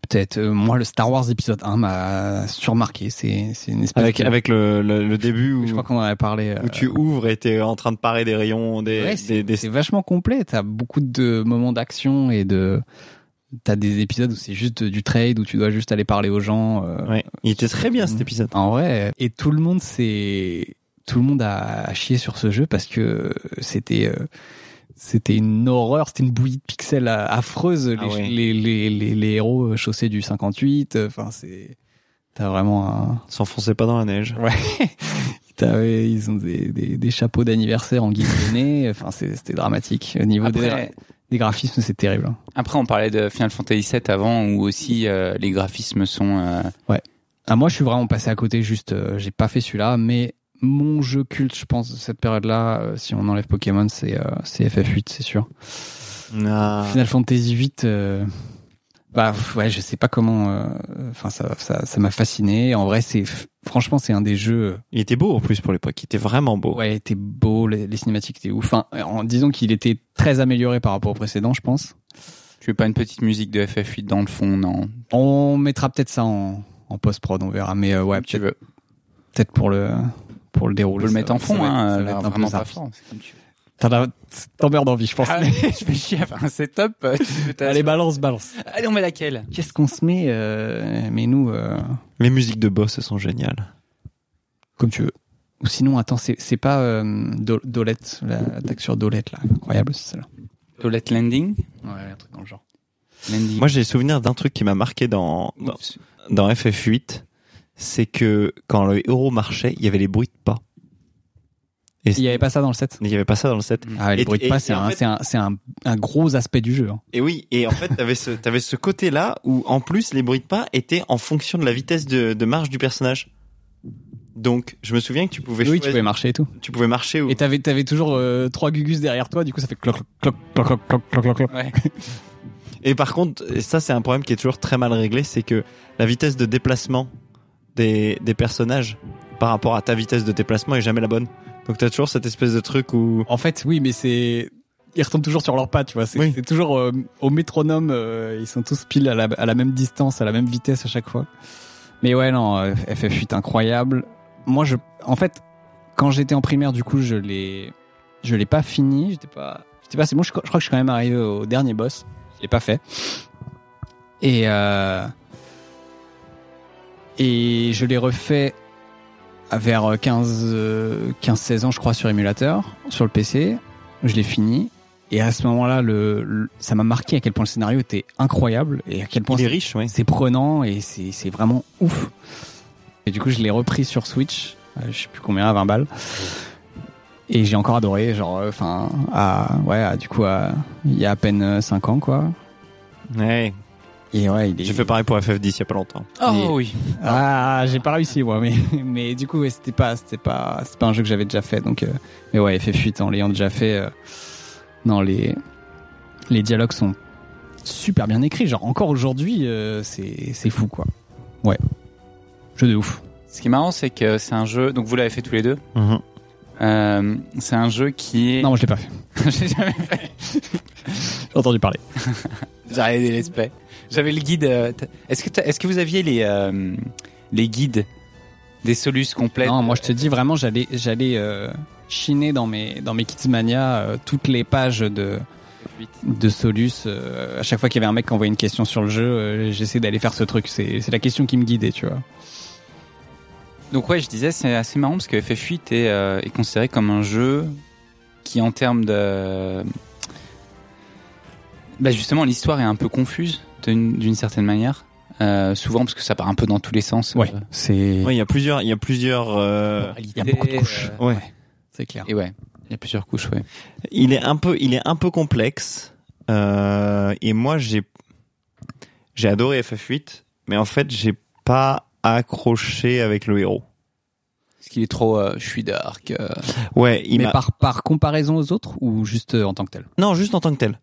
B: Peut-être, euh, moi, le Star Wars épisode 1 m'a surmarqué. C'est c'est une espèce
C: Avec,
B: de-
C: avec le, le, le début où,
B: Ah, Je crois qu'on en avait parlé.
C: où
B: euh,
C: tu ouvres et t'es en train de parer des rayons, des,
B: Ouais,
C: des, des-
B: C'est vachement complet. T'as beaucoup de moments d'action et de. T'as des épisodes où c'est juste du trade, où tu dois juste aller parler aux gens. euh,
C: Ouais. Il était très bien cet épisode.
B: En vrai. Et tout le monde c'est Tout le monde a a chié sur ce jeu parce que c'était. euh, C'était une horreur, c'était une bouillie de pixels a- affreuse, les,
C: Ah ouais.
B: les, les, les, les héros chaussés du 58. euh, Enfin, c'est. T'as vraiment un.
C: S'enfoncer Hein. pas dans la neige.
B: T'avais, ils ont des, des, des chapeaux d'anniversaire en guise de nez. Enfin, c'est- c'était dramatique. Au niveau des,
A: Après,
B: des graphismes, c'est terrible. hein.
A: après, on parlait de Final Fantasy VII avant, où aussi euh, les graphismes sont. euh,
B: Ah, moi, je suis vraiment passé à côté. Juste, euh, j'ai pas fait celui-là, mais mon jeu culte, je pense, de cette période-là, euh, si on enlève Pokémon, c'est euh, c'est FF8, c'est sûr.
C: Ah.
B: Final Fantasy 8 bah pff, ouais je sais pas comment euh, enfin ça ça ça m'a fasciné en vrai c'est franchement c'est un des jeux euh,
C: Il était beau en plus pour l'époque. Il était vraiment beau.
B: ouais était beau les, les cinématiques étaient ouf enfin en disons qu'il était très amélioré par rapport au précédent je pense
A: Tu veux pas une petite musique de FF8 dans le fond, non
B: on mettra peut-être ça en en post prod on verra mais euh, ouais
A: Tu
B: peut-être
A: veux
B: peut-être pour le pour
A: On
B: le dérouler
A: peut le
B: ça-
A: mettre en
B: ça
A: fond,
B: va être- ça
A: hein,
B: va être
A: euh,
B: un peu
A: vraiment pas
B: zarbi.
A: fort. c'est comme tu veux.
B: T'en as- T'emmerdes envie, je pense.
A: Ah, je vais chier à faire un setup. euh, tu veux ta-
B: Allez, balance, balance.
A: Allez, on met laquelle
B: Qu'est-ce qu'on se met euh, Mais nous, euh,
C: Les musiques de boss elles sont géniales.
B: comme tu veux. Ou sinon, attends, c'est c'est pas euh, Do- Dolette, l'attaque sur Dolette, là. Incroyable, c'est celle-là.
A: Toilette Landing
B: Ouais, un truc dans le genre.
A: Landing.
C: Moi, j'ai le souvenir d'un truc qui m'a marqué dans, dans,
A: Oups.
C: dans FF8. C'est que quand le héros marchait, il y avait les bruits de pas. Et
B: Il y avait pas ça dans le set
C: il y avait pas ça dans le set.
B: Ah, ouais, les
C: Et-
B: bruits de
C: et-
B: pas,
C: et
B: c'est
C: en
B: un,
C: fait-
B: c'est un, c'est un, un gros aspect du jeu. hein.
C: Et oui, et en fait, t'avais ce, t'avais ce côté-là où, en plus, les bruits de pas étaient en fonction de la vitesse de, de marche du personnage. Donc, je me souviens que tu pouvais,
B: Oui, tu
C: choisir-
B: pouvais marcher et tout.
C: tu pouvais marcher ou...
B: Et t'avais avais toujours euh, trois gugus derrière toi, du coup, ça fait cloc, cloc, cloc, cloc, cloc, cloc, cloc, cloc.
A: Ouais.
C: Et par contre, et ça, c'est un problème qui est toujours très mal réglé, c'est que la vitesse de déplacement des, des personnages par rapport à ta vitesse de déplacement est jamais la bonne. Donc, t'as toujours cette espèce de truc où...
B: En fait, oui, mais c'est. Ils retombent toujours sur leurs pas, tu vois. C'est
C: Oui.
B: c'est toujours euh, au métronome, euh, ils sont tous pile à la, à la même distance, à la même vitesse à chaque fois. Mais ouais, non, euh, FF8 incroyable. Moi, je. En fait, quand j'étais en primaire, du coup, je l'ai. Je l'ai pas fini, j'étais pas. J'étais pas assez bon, je, je crois que je suis quand même arrivé au dernier boss. Je l'ai pas fait. Et. Euh... Et je l'ai refait à vers 15, euh, 15, 16 ans, je crois, sur émulateur, sur le PC. Je l'ai fini. Et à ce moment-là, le, le- ça m'a marqué à quel point le scénario était incroyable et à quel point
C: Il est
B: c'est-
C: riche, oui.
B: c'est prenant et c'est c'est vraiment ouf. Et du coup, je l'ai repris sur Switch, euh, je sais plus combien, à 20 balles. Et j'ai encore adoré, genre, euh, enfin, à, ouais, à- du coup, à- il y a à peine 5 ans, quoi.
C: Ouais.
B: Et ouais, il est.
C: J'ai fait pareil pour FF10 il y a pas longtemps.
A: Oh oui.
B: Ah, j'ai pas réussi moi, mais mais du coup, ouais, c'était pas c'était pas c'est pas un jeu que j'avais déjà fait donc euh, mais ouais, FF8 en l'ayant déjà fait euh, non les les dialogues sont super bien écrits, genre encore aujourd'hui, euh, c'est c'est fou quoi. Ouais. Jeu de ouf.
A: Ce qui est marrant, c'est que c'est un jeu. Donc vous l'avez fait tous les deux.
C: Mhm.
A: Euh, c'est un jeu qui est.
B: Non, moi je l'ai pas fait.
A: J'ai jamais fait.
B: J'ai entendu parler.
A: J'avais des respects. J'avais le guide. euh, t- Est-ce que t'as- est-ce que vous aviez les euh, les guides des solus complètes
B: Non, moi je te dis vraiment j'allais j'allais euh, chiner dans mes dans mes Kidsmania euh, toutes les pages de de Solus. euh, à chaque fois qu'il y avait un mec qui envoyait une question sur le jeu, euh, j'essaie d'aller faire ce truc. C'est c'est la question qui me guidait, tu vois.
A: Donc ouais, je disais, c'est assez marrant parce que FF8 est, euh, est considéré comme un jeu qui, en termes de... Bah justement, l'histoire est un peu confuse d'une d'une certaine manière. euh, souvent parce que ça part un peu dans tous les sens.
B: Ouais,
A: euh,
B: c'est.
C: Ouais, il y a plusieurs, il y a plusieurs. euh,
B: Il y a beaucoup de couches.
A: euh,
C: ouais.
B: C'est clair.
A: Et ouais, il y a plusieurs couches, ouais.
C: Il est un peu, il est un peu complexe. Euh, et moi, j'ai, j'ai adoré FF8, mais en fait, j'ai pas accroché avec le héros.
A: Parce qu'il est trop, euh, je suis dark. euh,
C: Ouais, il
B: Mais
C: m'a-
B: par, par comparaison aux autres ou juste euh, en tant que tel
C: Non, juste en tant que tel.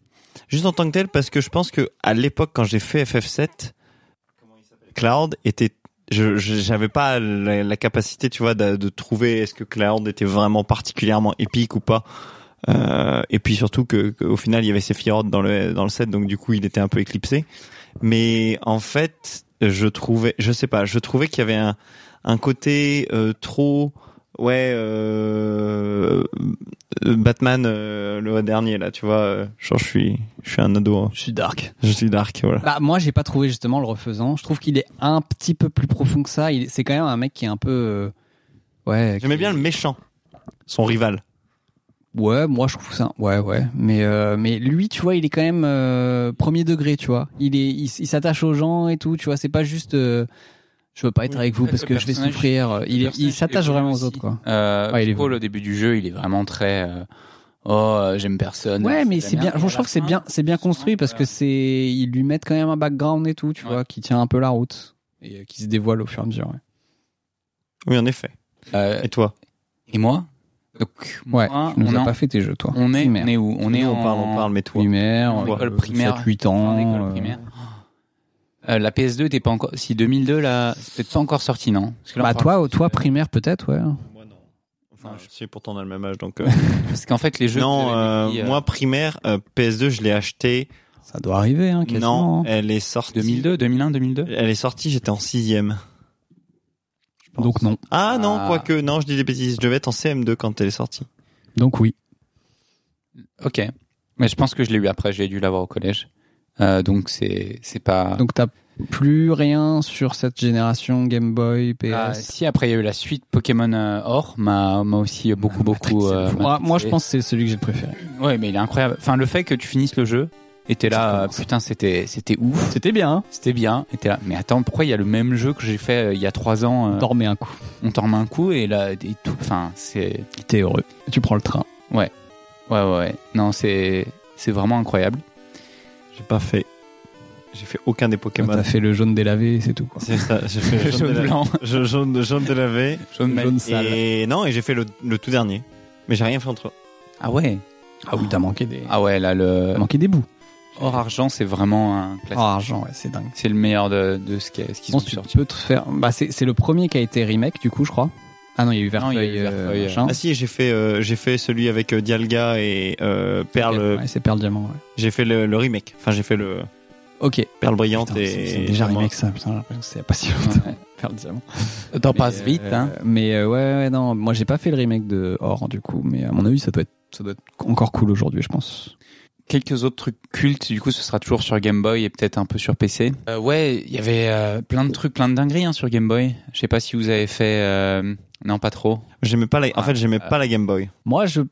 C: Juste en tant que tel, parce que je pense que à l'époque, quand j'ai fait FF7, Cloud était, je, je- j'avais pas la, la capacité, tu vois, de, de trouver est-ce que Cloud était vraiment particulièrement épique ou pas. Euh, et puis surtout que, que au final, il y avait Sephiroth dans le dans le set, donc du coup, il était un peu éclipsé. Mais en fait, je trouvais, je sais pas, je trouvais qu'il y avait un un côté euh, trop ouais euh, euh, Batman euh, le dernier là tu vois euh, genre je suis je suis un ado hein.
B: Je suis dark.
C: je suis dark voilà
B: Bah, moi, j'ai pas trouvé justement le refaisant. Je trouve qu'il est un petit peu plus profond que ça. Il- C'est quand même un mec qui est un peu. euh, Ouais.
C: j'aimais
B: qui-
C: bien le méchant son rival
B: Ouais, moi je trouve ça. Ouais, ouais. Mais euh, mais lui, tu vois, il est quand même euh, premier degré, tu vois. Il est, il, s- il s'attache aux gens et tout, tu vois. C'est pas juste. euh, je veux pas être
A: Oui,
B: avec vous
A: peut-être
B: parce
A: le
B: que je vais
A: personnage-
B: souffrir. Il, est-
A: personnage
B: il s'attache
A: évolue
B: vraiment aux
A: aussi.
B: autres, quoi.
A: Euh,
B: Ouais, il est
A: Paul,
B: bon.
A: au début du jeu, il est vraiment très. euh, oh, euh, j'aime personne.
B: Ouais, mais
A: de la
B: c'est bien.
A: merde.
B: Je
A: Et à
B: trouve
A: la
B: que c'est
A: fin,
B: bien, c'est bien
A: tu sens
B: construit parce que
A: euh,
B: c'est, ils lui mettent quand même un background et tout, tu
A: Ouais.
B: vois, qui tient un peu la route et euh, qui se dévoile au fur et à mesure. ouais.
C: oui en effet
A: euh,
C: et toi
A: et moi Donc,
B: Ouais.
A: moi,
B: tu nous
A: on,
B: as
A: en-
B: pas fait tes jeux, toi.
A: on est,
B: Primaire.
A: on est où On est
C: Nous,
A: en
C: on parle on parle mais toi
B: primaire,
A: en
B: euh,
A: école primaire.
B: 7-8
A: en
B: ans.
A: école
B: euh,
A: primaire. Euh, la PS2 était pas encore. Si 2002 là, c'est peut-être pas encore sorti, non Parce que là, on
B: Bah
A: parle-
B: toi, toi primaire peut-être, ouais.
C: moi non
A: Enfin,
C: enfin
A: je-
C: je sais pourtant on a le même âge donc euh,
A: Parce qu'en fait, les jeux.
C: non
A: que vous avez
C: euh,
A: dit, euh,
C: moi primaire euh, PS2 je l'ai acheté
B: Ça doit arriver, hein, quasiment.
C: non
B: hein.
C: elle est sortie
A: 2002, 2001, 2002.
C: elle est sortie j'étais en sixième Je pense.
B: Donc non.
C: ah non
A: Ah.
C: quoique non je dis des bêtises je devais être en CM2 quand elle est sortie
B: Donc oui.
A: Ok. Mais je pense que je l'ai eu après. J'ai dû l'avoir au collège. Euh, donc c'est c'est pas.
B: Donc t'as plus rien sur cette génération Game Boy, PS.
A: Ah, si après il y a eu la suite Pokémon euh, Or m'a m'a aussi beaucoup beaucoup.
B: Matrix,
A: euh,
B: c'est le fou. Ah, moi, je
A: matrixé.
B: pense que c'est celui que j'ai préféré.
A: Ouais mais il est incroyable. Enfin le fait que tu finisses le jeu et t'es là euh, putain c'était c'était ouf
B: C'était bien. Hein
A: c'était bien et t'es là mais attends pourquoi il y a le même jeu que j'ai fait euh, il y a trois ans euh,
B: Dormez un coup.
A: on t'en remet un coup et là et tout enfin c'est
B: T'es heureux. Tu prends le train.
A: ouais ouais, ouais. non c'est c'est vraiment incroyable.
C: j'ai pas fait j'ai fait aucun des Pokémon
B: Ah, T'as fait le jaune délavé, c'est tout. Quoi.
C: C'est ça, j'ai fait le jaune,
A: Jaune
C: déla-
A: blanc
C: Je- jaune, jaune délavé.
A: jaune
B: jaune
A: mal-
B: sale.
C: Et non, et j'ai fait le, le tout dernier. Mais j'ai rien fait entre eux.
A: Ah ouais
B: Ah oui, t'as manqué des.
A: ah ouais là le
B: T'as manqué des bouts.
A: Or argent c'est vraiment un
B: Oh,
A: classique.
B: argent, ouais, c'est dingue.
A: C'est le meilleur de de ce qu'est- ce
B: Je
A: qu'ils ont
B: pense que tu
A: sorti.
B: peux te faire. Bah, c'est c'est le premier qui a été remake, du coup, je crois. Ah non, il y a eu
A: Non,
B: Verfeuille.
A: il y a eu
B: euh,
A: Verfeuille,
B: machin.
C: Ah si, j'ai fait, euh, j'ai fait celui avec euh, Dialga et euh, Perle.
B: Ouais, c'est Perle Diamant, ouais.
C: J'ai fait le, le remake. Enfin, j'ai fait le
B: Ok.
C: Perle brillante
B: Putain, c'est-
C: et.
B: c'est déjà
C: Charmant.
B: remake, ça. Putain, j'ai l'impression que c'est pas si longtemps.
A: Ouais.
B: Perle Diamant.
A: T'en
B: Mais,
A: passes
B: euh,
A: vite hein.
B: Mais euh, ouais, ouais, non. Moi, j'ai pas fait le remake de Or, du coup. Mais à mon avis, ça doit être, ça doit être encore cool aujourd'hui, je pense.
A: quelques autres trucs cultes. Du coup, ce sera toujours sur Game Boy et peut-être un peu sur PC. Euh, ouais, il y avait euh, plein de trucs, plein de dingueries hein, sur Game Boy. Je sais pas si vous avez fait. euh, Non, pas trop.
C: J'aimais pas la. En fait, j'aimais
A: Ah.
C: pas la Game Boy.
B: Moi, je.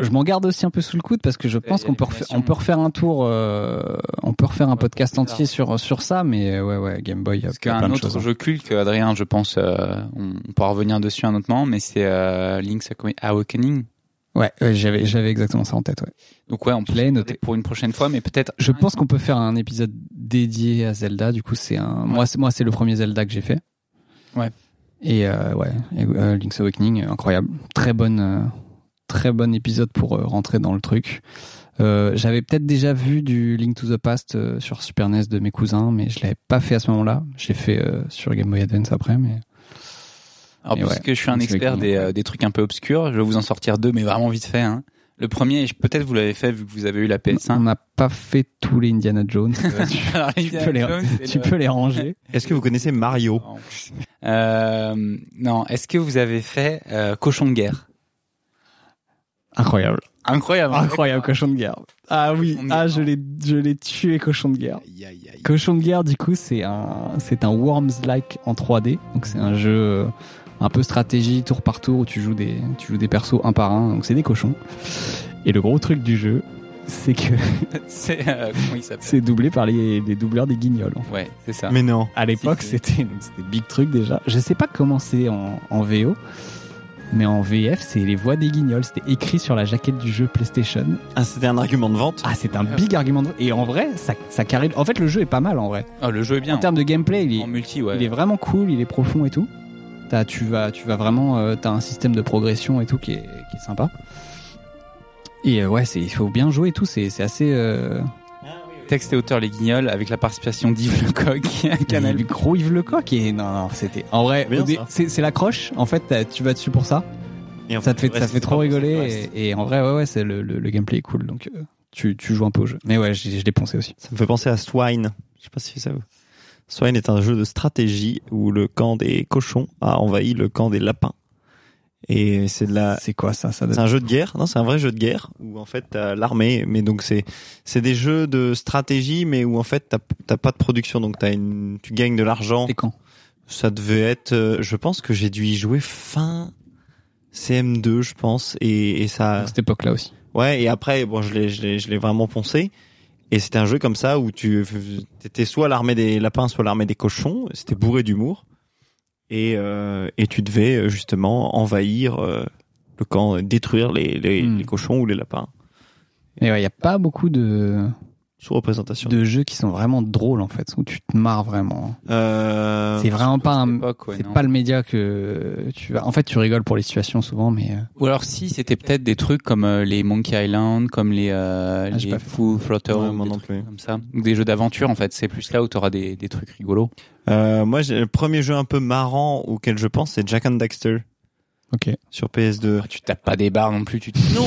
B: Je m'en garde aussi un peu sous le coude parce que je pense
A: y a
B: qu'on peut,
A: l'animation.
B: refaire- on peut refaire un tour, euh, on peut refaire un podcast
A: plus tard.
B: entier sur, sur ça, mais euh, ouais, ouais, Game Boy, il y a
A: Parce
B: plein
A: qu'un
B: de
A: autre
B: choses. hein.
A: jeu culte que Adrien, je pense, euh, on, on pourra revenir dessus un autre moment, mais c'est euh, Link's Awakening.
B: Ouais, ouais, j'avais, j'avais exactement ça en tête, ouais.
A: Donc ouais, on peut
B: Je l'ai
A: se
B: noté.
A: garder pour une prochaine fois, mais peut-être.
B: Je pense qu'on peut faire un épisode dédié à Zelda. Du coup, c'est un. Moi, c'est moi, c'est le premier Zelda que j'ai fait.
A: Ouais.
B: Et euh, ouais, et, euh, Link's Awakening, euh, incroyable, très bonne, euh, très bon épisode pour euh, rentrer dans le truc. Euh, J'avais peut-être déjà vu du Link to the Past euh, sur Super NES de mes cousins, mais je l'avais pas fait à ce moment-là. J'ai fait euh, sur Game Boy Advance après, mais
A: Alors,
B: Mais ouais,
A: puisque je suis un
B: Link's
A: expert
B: Awakening.
A: des, euh, des trucs un peu obscurs, je vais vous en sortir deux, mais vraiment vite fait. Hein. Le premier, je- peut-être vous l'avez fait vu que vous avez eu la
B: on
A: PS1.
B: n'a pas fait tous les Indiana Jones. Euh, tu
A: Alors, Indiana
B: peux les-
A: Jones, c'est
B: tu
A: le-
B: peux les ranger.
C: Est-ce que vous connaissez Mario
A: Euh, non, est-ce que vous avez fait euh, Cochon de guerre
B: Incroyable,
A: Incroyable.
B: incroyable cochon de guerre. Ah oui,
A: Cochon de
B: ah
A: guerre.
B: je l'ai, je l'ai tué cochon de guerre.
A: Aïe, aïe, aïe.
B: Cochon de guerre, du coup, c'est un, c'est un Worms-like en 3D. Donc, c'est un jeu euh, un peu stratégie, tour par tour, où tu joues des, tu joues des persos un par un. Donc, c'est des cochons. Et le gros truc du jeu, c'est que
A: C'est euh, comment il s'appelle
B: c'est doublé par les, les doubleurs des guignols. en fait.
A: Ouais, c'est ça.
C: Mais non.
B: À l'époque,
A: Si, si.
B: c'était donc c'était big truc déjà. Je sais pas comment c'est en, en VO, mais en VF, c'est les voix des guignols. C'était écrit sur la jaquette du jeu PlayStation.
C: Ah, c'était un argument de vente.
B: Ah, c'est un big argument. de- Et en vrai, ça, ça carré. En fait, le jeu est pas mal en vrai.
A: Oh, le jeu est bien.
B: En termes de gameplay, il est,
A: En multi, ouais.
B: il est vraiment cool, il est profond et tout. T'as- tu vas, tu vas vraiment, euh, t'as un système de progression et tout qui est, qui est sympa. Et euh, ouais, c'est, il faut bien jouer et tout. C'est, c'est assez. Euh,
A: Texte et auteur Les Guignols avec la participation d'Yves Lecoq, Canal.
B: il- Gros Yves Lecoq et non, non, c'était. En vrai,
C: Bien,
B: au dé-
C: ça.
B: c'est, c'est l'accroche. En fait, t'as- tu vas dessus pour ça.
C: Et en
B: Ça te fait,
C: le
B: ça
C: reste,
B: fait
C: c'est pas
B: trop
C: pour ça que le
B: rigoler
C: reste.
B: et, et en vrai, ouais, ouais, c'est le, le- le gameplay est cool. Donc, euh, tu, tu joues un peu au jeu. Mais ouais, je, je l'ai poncé aussi.
C: Ça me fait penser à Swine. Je sais pas si ça vous. Swine est un jeu de stratégie où le camp des cochons a envahi le camp des lapins. Et c'est de la,
B: C'est quoi ça, ça doit-
C: C'est un jeu de guerre, non C'est un vrai jeu de guerre où en fait t'as l'armée, mais donc c'est c'est des jeux de stratégie, mais où en fait t'as t'as pas de production, donc t'as une tu gagnes de l'argent.
B: C'est quand
C: Ça devait être, euh, je pense que j'ai dû y jouer fin CM2, je pense, et, et ça.
B: À cette époque-là aussi.
C: Ouais, et après, bon, je l'ai, je l'ai, je l'ai vraiment poncé. Et c'était un jeu comme ça où tu étais soit l'armée des lapins, soit l'armée des cochons. C'était bourré d'humour. Et, euh, et tu devais euh, justement envahir euh, le camp, euh, détruire les, les,
B: Hmm.
C: les cochons ou les lapins.
B: Mais ouais, il n'y a pas beaucoup de,
C: Sous-représentation.
B: de jeux qui sont vraiment drôles en fait, où tu te marres vraiment.
C: Euh,
B: Ah, c'est vraiment pas un-
A: Époque, ouais,
B: c'est
A: non.
B: pas le média que tu vas. En fait, tu rigoles pour les situations souvent, mais euh,
A: Ou alors si, c'était peut-être des trucs comme euh, les Monkey Island, comme les, euh,
B: Ah, j'ai
A: les
B: pas fait.
A: Foo Flutter,
C: Ouais, moi
A: des
C: non
A: trucs
C: plus.
A: comme ça. Ou des jeux d'aventure en fait, c'est plus là où t'auras des, des trucs rigolos.
C: euh, moi, j'ai- le premier jeu un peu marrant auquel je pense, c'est Jack and Daxter
B: ok.
C: sur PS2.
A: Tu tapes pas des barres non plus, tu te...
C: Non,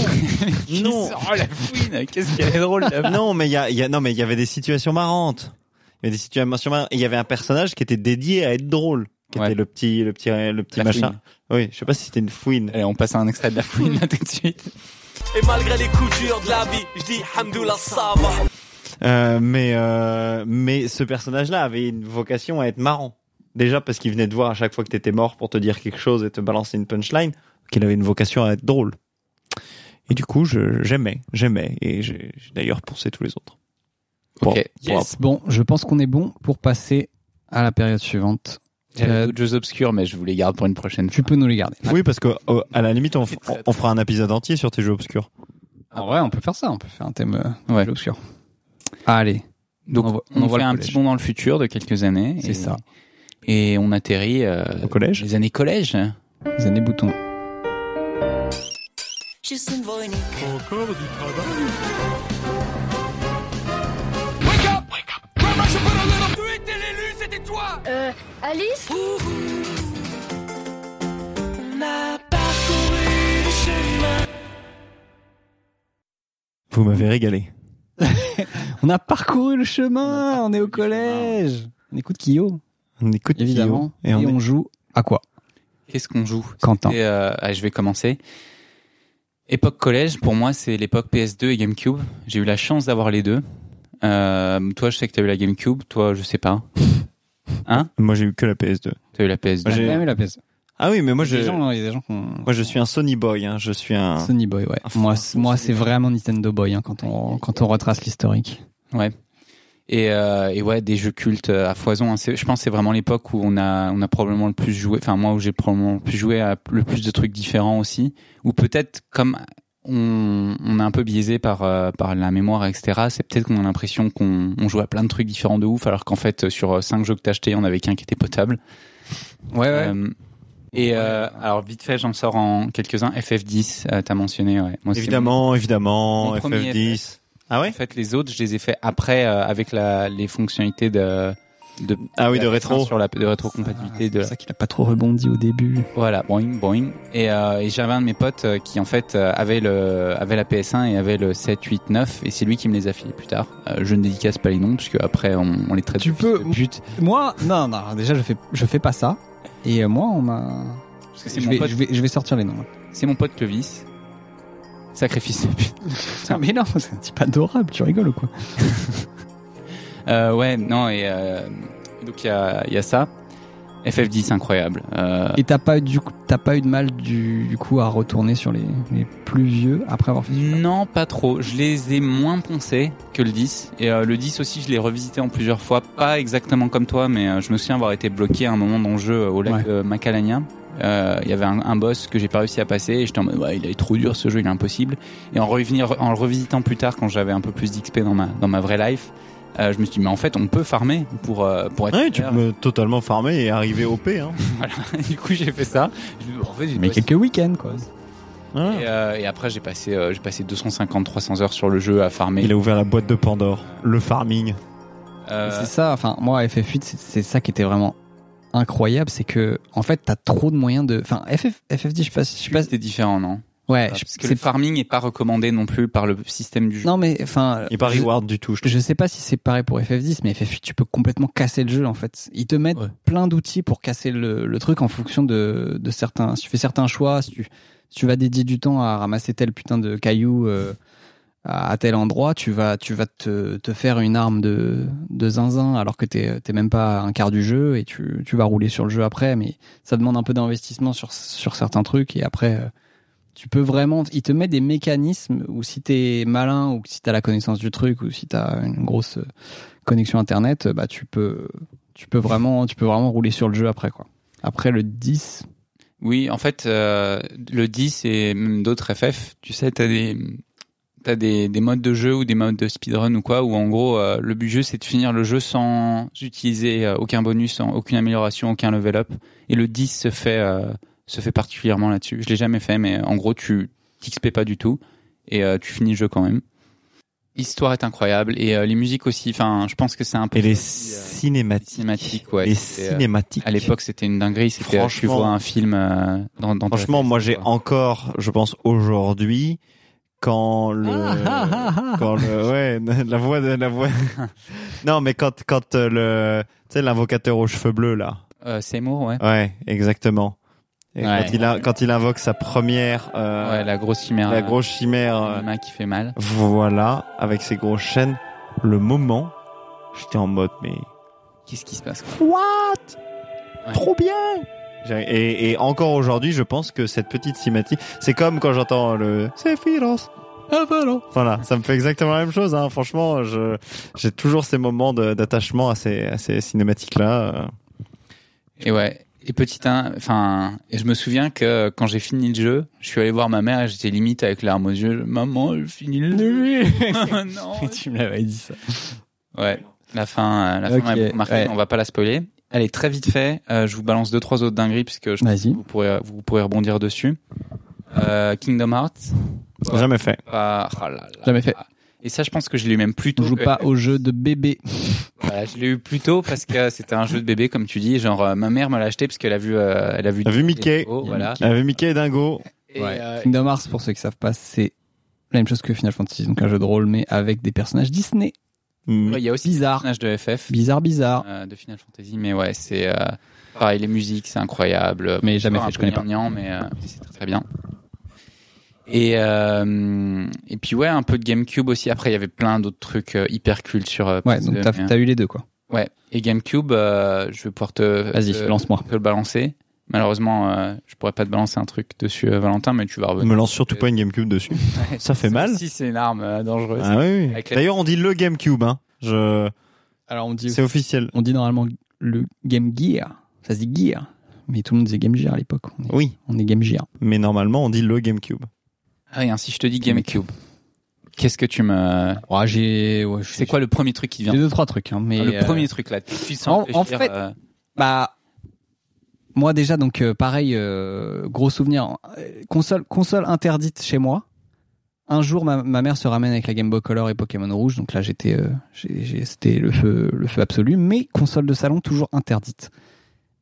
A: Qu'est-ce-
C: non.
A: Oh la fouine, qu'est-ce qu'elle est drôle la
C: non, mais il y a, il y a- non, mais il y avait des situations marrantes. Il y avait des situations marrantes. Et Il y avait un personnage qui était dédié à être drôle, qui
A: Ouais.
C: était le petit, le petit, le petit
A: La
C: machin.
A: fouine.
C: Oui, je sais pas si c'était une fouine.
A: Allez, on passe à un extrait de la fouine là tout de suite.
F: Et malgré les coups durs de la vie, je dis Hamdoullah ça va.
C: Euh, mais, euh, mais ce personnage-là avait une vocation à être marrant. Déjà parce qu'il venait te voir à chaque fois que t'étais mort pour te dire quelque chose et te balancer une punchline, qu'il avait une vocation à être drôle. Et du coup, je- j'aimais, j'aimais, et j'ai j'ai d'ailleurs poussé tous les autres. Pour-
A: Ok.
C: pour-
B: Bon, je pense qu'on est bon pour passer à la période suivante.
A: J'avais
B: Euh,
A: d'autres jeux obscurs, mais je vous les garde pour une prochaine
B: Tu
A: fois.
B: peux nous les garder.
C: Oui, parce que euh, à la limite, on, f-
A: très, très-
C: on fera un épisode entier sur tes jeux obscurs.
B: Ah, En vrai, on peut faire ça. On peut faire un thème euh,
A: Ouais.
B: jeu obscur. Allez,
A: Donc
B: On voit-
A: on,
B: on voit
A: fait
B: le
A: un
B: collège.
A: petit bond dans le futur de quelques années.
B: C'est
A: et-
B: ça.
A: Et on atterrit euh,
C: Au collège
A: les années collège.
B: les années boutons.
E: Tschüssen, Voynich.
G: Euh, Alice
C: Vous m'avez régalé.
B: On a parcouru le chemin.
C: On a
B: On, est au
C: parcouru le chemin,
B: collège. On écoute Kyo,
C: On écoute Kyo
B: évidemment,
C: et on, est-
B: joue à quoi
A: Qu'est-ce qu'on joue
B: Quentin.
A: C'était, euh, ah, Je vais commencer. Époque collège, pour moi, c'est l'époque PS2 et GameCube. J'ai eu la chance d'avoir les deux. Euh, toi, je sais que t'as eu la GameCube. Toi, je sais pas. Hein
C: Moi j'ai eu que la PS2.
A: T'as eu la PS2.
C: Moi, j'ai-
B: Jamais la PS.
C: Ah oui, mais moi
B: Il y a
C: je,
B: des gens, hein, il y a des gens qui ont-
C: moi je suis un Sony boy. Hein. Je suis un.
B: Sony Boy, ouais.
C: Ah,
B: moi,
C: franchement,
B: c'est- moi,
C: Sony
B: c'est vraiment Nintendo Boy hein, quand on quand on retrace l'historique.
A: Et, euh, et ouais, des jeux cultes euh, à foison. hein. C'est- Je pense que c'est vraiment l'époque où on a, on a probablement le plus joué, enfin moi où j'ai probablement le plus joué à le plus de trucs différents aussi. Ou peut-être comme on, on est un peu biaisé par, euh, par la mémoire, etc. C'est peut-être qu'on a l'impression qu'on on joue à plein de trucs différents de ouf, alors qu'en fait sur euh, cinq jeux que t'as acheté, il y en avait qu'un qui était potable.
B: Ouais,
A: Euh, et euh, alors vite fait, j'en sors en quelques-uns. FF10, euh, t'as mentionné, ouais. Moi, c'est
C: Évidemment, évidemment,
A: Mon premier
C: FF10. Ah
A: En
C: ouais
A: fait, les autres, je les ai fait après euh, avec la, les fonctionnalités de, de
C: Ah oui, de
A: la
C: rétro.
A: PS1 sur la de rétrocompatibilité
B: Ah, C'est
A: de
B: pour ça qu'il a pas trop rebondi au début.
A: voilà boing boing et, euh, et j'avais un de mes potes euh, qui en fait euh, avait le avait la PS1 et avait le 7 8 9 et c'est lui qui me les a filés plus tard. Euh, je ne dédicace pas les noms puisque après on, on les traite
B: Tu
A: de fils de
B: peux-
A: pute
B: Moi, non, non. Déjà, je fais je fais pas ça. Et euh, moi, on m'a.
A: parce que c'est
B: Je
A: mon
B: vais,
A: pote
B: je vais je vais sortir les noms. hein.
A: c'est mon pote Clovis. Sacrifice de pute.
B: Putain, mais non, c'est un type adorable. Tu rigoles ou quoi
A: Euh, ouais non et euh, donc il y a il y a ça. FF10, incroyable. Euh,
B: Et t'as pas, eu du coup- t'as pas eu de mal du, du coup à retourner sur les, les plus vieux après avoir fait celui-là
A: Non, pas trop. Je les ai moins poncés que le 10. Et euh, le 10 aussi, je l'ai revisité en plusieurs fois. Pas exactement comme toi, mais euh, je me souviens avoir été bloqué à un moment dans le jeu euh, au lac
B: Ouais.
A: de Macalania. Euh, Il y avait un, un boss que j'ai pas réussi à passer et j'étais en mode ouais, il est trop dur ce jeu, il est impossible. Et en revenir, en le revisitant plus tard quand j'avais un peu plus d'XP dans ma dans ma vraie life, euh, je me suis dit mais en fait on peut farmer pour euh, pour être
C: Ah Ouais, tu
A: meilleur.
C: peux me totalement farmer et arriver OP. Hein.
A: du coup j'ai fait ça. Je me- en fait, j'ai
B: Mais
A: bossé.
B: quelques week-ends quoi.
C: Voilà.
A: Et, euh, et après j'ai passé euh, j'ai passé 250 300 heures sur le jeu à farmer.
C: Il a ouvert la boîte de Pandore. Le farming.
A: Euh,
B: C'est ça, enfin, moi, FF8, c'est- c'est ça qui était vraiment incroyable, c'est que, en fait, t'as trop de moyens de. Enfin, FF, FF10, je sais pas. Je sais pas
A: C'était différent, non
B: ouais, Eh, je-
A: Ah, Parce que
B: c'est
A: le farming est pas recommandé non plus par le système du jeu.
B: Non, mais, enfin.
C: Et pas
B: je-
C: reward du tout. je
B: Je sais pas si c'est pareil pour FF10, mais FF8, tu peux complètement casser le jeu, en fait. Ils te mettent
A: Ouais.
B: plein d'outils pour casser le, le truc en fonction de, de certains. Si tu fais certains choix, si tu, si tu vas dédier du temps à ramasser tel putain de caillou euh, à, à tel endroit, tu vas, tu vas te, te faire une arme de, de zinzin alors que t'es t'es même pas à un quart du jeu et tu, tu vas rouler sur le jeu après, mais ça demande un peu d'investissement sur, sur certains trucs et après. euh, tu peux vraiment, il te met des mécanismes où si t'es malin ou si t'as la connaissance du truc ou si t'as une grosse euh, connexion internet, euh, bah tu peux, tu peux vraiment, tu peux vraiment rouler sur le jeu après quoi. Après le 10,
A: Oui, en fait, euh, le 10 et même d'autres FF, tu sais, t'as des t'as des, des modes de jeu ou des modes de speedrun ou quoi, où en gros euh, le but du jeu c'est de finir le jeu sans utiliser euh, aucun bonus, sans aucune amélioration, aucun level up. Et le 10 se fait euh, se fait particulièrement là-dessus. Je l'ai jamais fait, mais euh, en gros tu t'XP pas du tout et euh, tu finis le jeu quand même. L'histoire est incroyable et euh, les musiques aussi. Enfin, je pense que c'est un peu
C: Et les
A: aussi, euh,
C: cinématiques.
A: cinématiques, ouais,
C: les
A: c'était, euh,
C: cinématiques.
A: À l'époque, c'était une dinguerie. C'était euh, tu
C: Franchement.
A: vois un film euh, dans, dans ta
C: Franchement,
A: tête,
C: moi, j'ai
A: quoi.
C: encore, je pense, aujourd'hui, quand le,
A: Ah,
C: quand le, ouais, la voix de la voix. non, mais quand, quand euh, le, tu sais, l'invocateur aux cheveux bleus, là.
A: Euh, Seymour, ouais.
C: Ouais, exactement. Et
A: Ouais.
C: quand il a, quand il invoque sa première, euh,
A: ouais, la grosse chimère. là.
C: la grosse chimère, euh,
A: Anima qui fait mal.
C: voilà, avec ses grosses chaînes, le moment, j'étais en mode, mais,
A: Qu'est-ce qui se passe quoi
C: what?
A: Ouais.
C: Trop bien! J'ai- Et, et encore aujourd'hui, je pense que cette petite cinématique, c'est comme quand j'entends le Sephiroth.
B: Ah, bah
C: Voilà, ça me fait exactement la même chose. Hein. Franchement, je j'ai toujours ces moments de- d'attachement à ces, à ces cinématiques-là. euh,
A: Et ouais. Et petit un, enfin, et je me souviens que euh, quand j'ai fini le jeu, je suis allé voir ma mère et j'étais limite avec larmes aux yeux. Maman, je finis le jeu. non.
B: tu me l'avais dit ça.
A: Ouais. La fin, euh, la fin
B: Ok,
A: m'a beaucoup marqué,
B: ouais.
A: mais on va pas la spoiler. Elle est très vite fait. Euh, je vous balance deux, trois autres dingueries puisque je pense que
B: Vas-y.
A: vous pourrez, vous pourrez rebondir dessus. Euh, Kingdom Hearts.
C: euh, Jamais fait.
A: Ah,
B: Oh
A: ah là là.
B: Jamais fait.
A: Et ça, je pense que je l'ai eu même plus
B: On
A: tôt.
B: joue
A: que-
B: pas au jeu de bébé.
A: Voilà, je l'ai eu plus tôt parce que c'était un jeu de bébé, comme tu dis. Genre, euh, ma mère me l'a acheté parce qu'elle a vu, euh, elle a vu,
C: Elle a vu Mickey.
A: Oh,
B: Il y a
A: voilà.
B: Mickey.
C: Avec Euh, Mickey et Dingo,
A: Et,
B: Ouais.
A: euh,
B: Kingdom Hearts, pour ceux qui savent pas, c'est la même chose que Final Fantasy, donc un jeu de rôle mais avec des personnages Disney.
C: mm,
A: ouais, il y a aussi
B: Bizarre.
A: personnage de FF,
B: Bizarre, bizarre.
A: euh, de Final Fantasy, mais ouais, c'est euh, pareil, les musiques, c'est incroyable.
B: Mais jamais
A: Encore
B: fait,
A: un
B: je
A: peu
B: connais pas.
A: gnangnan, mais euh, c'est très, très bien. Et euh, et puis ouais, un peu de GameCube aussi. Après, il y avait plein d'autres trucs euh, hyper cool sur. euh,
B: Ouais,
A: PS2,
B: donc t'as
A: mais, euh,
B: t'as eu les deux quoi.
A: ouais. Et GameCube, euh, je vais pouvoir te. euh,
B: Vas-y,
A: te-
B: lance-moi.
A: te le balancer. Malheureusement, euh, je pourrais pas te balancer un truc dessus, euh, Valentin, mais tu vas
C: me
A: revenir.
C: lance surtout pas une GameCube dessus. Ça fait mal.
A: Si c'est une arme euh, dangereuse.
C: Ah oui, oui.
A: Avec la-
C: D'ailleurs, on dit le GameCube. Hein. Je...
B: Alors on dit
C: C'est officiel.
B: On dit normalement le Game Gear. Ça se dit Gear. Mais tout le monde disait Game Gear à l'époque. On est,
A: Oh.
C: Oui,
B: on est Game Gear.
C: mais normalement, on dit le GameCube.
A: Ah, et ainsi, je te dis GameCube. Qu'est-ce que tu me.
B: Ouais, j'ai. ouais, je-
A: C'est quoi le premier truc qui te
B: J'ai
A: vient
B: deux, trois trucs. hein, mais
A: Le
B: euh,
A: premier truc là. tout de suite,
B: en-
A: sans
B: en
A: réfléchir,
B: fait-
A: euh,
B: Bah. Moi déjà, donc euh, pareil, euh, gros souvenir. Euh, Console, console interdite chez moi. Un jour, ma, ma mère se ramène avec la Game Boy Color et Pokémon Rouge. Donc là, j'étais, euh, j'ai- j'ai- c'était le feu, le feu absolu. Mais console de salon toujours interdite.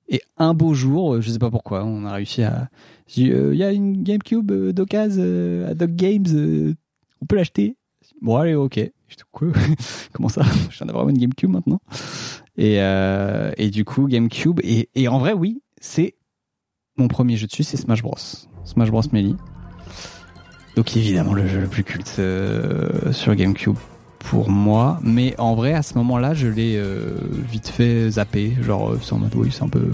B: Et un beau jour, euh, je sais pas pourquoi, on a réussi à. Il y a une GameCube euh, d'occasion euh, à Doc Games. euh, on peut l'acheter. Bon allez, ok. J'étais, Quoi Comment ça Je viens d'avoir une GameCube maintenant. Et, euh, et du coup, GameCube. Et, et en vrai, oui, c'est mon premier jeu dessus, c'est Smash Bros. Smash Bros Melee. Donc évidemment, le jeu le plus culte euh, sur GameCube pour moi. Mais en vrai, à ce moment-là, je l'ai euh, vite fait zappé. Genre, euh, c'est en mode, oui, c'est un peu.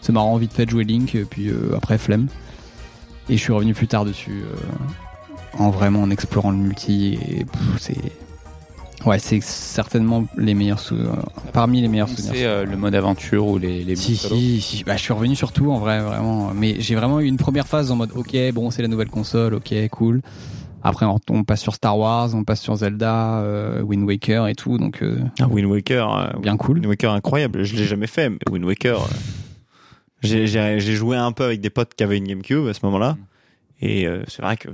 B: c'est marrant, vite fait de jouer Link, et puis euh, après flemme. Et je suis revenu plus tard dessus, euh, en vraiment en explorant le multi, et pff, c'est. Ouais, c'est certainement les meilleurs sou- euh, parmi les meilleurs souvenirs.
A: C'est euh, le mode aventure ou les, les
B: Si,
A: modes solo.
B: si, si. Bah, je suis revenu sur tout en vrai, vraiment. Mais j'ai vraiment eu une première phase en mode ok, bon, c'est la nouvelle console, ok, cool. Après, on, on passe sur Star Wars, on passe sur Zelda, euh, Wind Waker et tout, donc euh,
C: Ah, Wind Waker. euh,
B: bien cool.
C: Wind Waker incroyable. Je l'ai jamais fait, mais Wind Waker. euh, j'ai- J'ai j'ai joué un peu avec des potes qui avaient une GameCube à ce moment-là. Et euh, c'est vrai que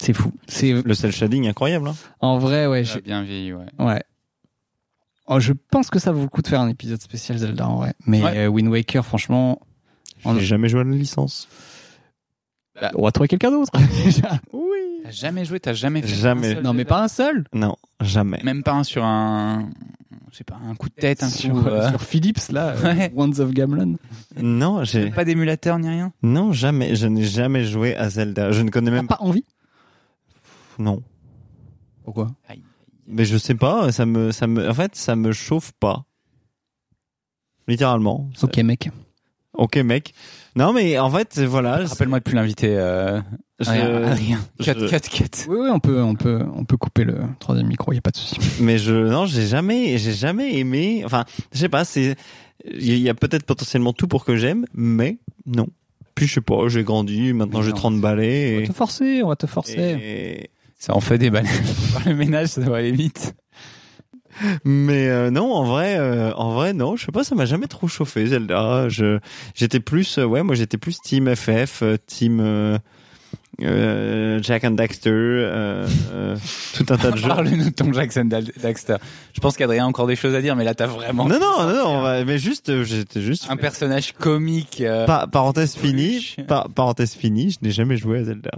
B: C'est fou. C'est
C: le cel shading incroyable. hein.
B: en vrai, ouais,
A: Ça a
B: j'ai-
A: Ah, bien vieilli, ouais.
B: ouais. Oh, je pense que ça vaut le coup de faire un épisode spécial Zelda en vrai. Mais
A: Ouais.
B: euh, Wind Waker, franchement, On-
C: J'ai jamais joué à la licence.
B: on va trouver quelqu'un d'autre.
C: Oui.
A: T'as jamais joué, t'as jamais fait.
C: Jamais.
A: un seul
B: non, mais
A: Zelda
B: pas un seul.
C: Non, jamais.
A: Même pas un sur un. Je sais pas, un coup de tête, un
B: sur,
A: coup. euh,
B: sur Philips là, euh,
A: Ouais.
B: Wands of Gamelon.
C: Non, j'ai
A: Pas d'émulateur ni rien.
C: non jamais. Je n'ai jamais joué à Zelda. Je ne connais
B: T'as
C: même
B: pas envie
C: Non.
B: Pourquoi
C: Mais je sais pas. Ça me ça me en fait ça me chauffe pas. Littéralement. Ça-
B: Ok, mec.
C: Ok mec. Non mais en fait voilà.
A: Rappelle-moi de plus l'inviter. Euh...
C: je-
A: Rien, rien. Cut,
C: je-
A: cut, cut.
B: Oui, oui, on peut, on peut, on peut couper le troisième micro, il n'y a pas de souci.
C: mais je non j'ai jamais j'ai jamais aimé enfin je sais pas c'est il y a- il y a peut-être potentiellement tout pour que j'aime mais non puis je sais pas j'ai grandi maintenant
B: Mais
C: j'ai
B: non.
C: 30
B: On va
C: balais
B: te forcer, on va te
C: et,
B: forcer.
C: et-
A: Ça en fait des balles. Par le ménage, ça doit aller vite.
C: mais euh, non en vrai euh, en vrai non je sais pas ça m'a jamais trop chauffé Zelda je j'étais plus euh, ouais moi j'étais plus team FF euh, team euh, euh, Jack and Daxter euh, euh, tout un tas de jeux
A: Parle-nous de ton Jackson Dal- Daxter. Je pense qu'Adrien a encore des choses à dire, mais là, t'as vraiment
C: non non non, non on va- mais juste euh, j'étais juste
A: un personnage comique. euh,
C: Pa- parenthèse finie,
A: Peluche.
C: pa- parenthèse finie, je n'ai jamais joué à Zelda.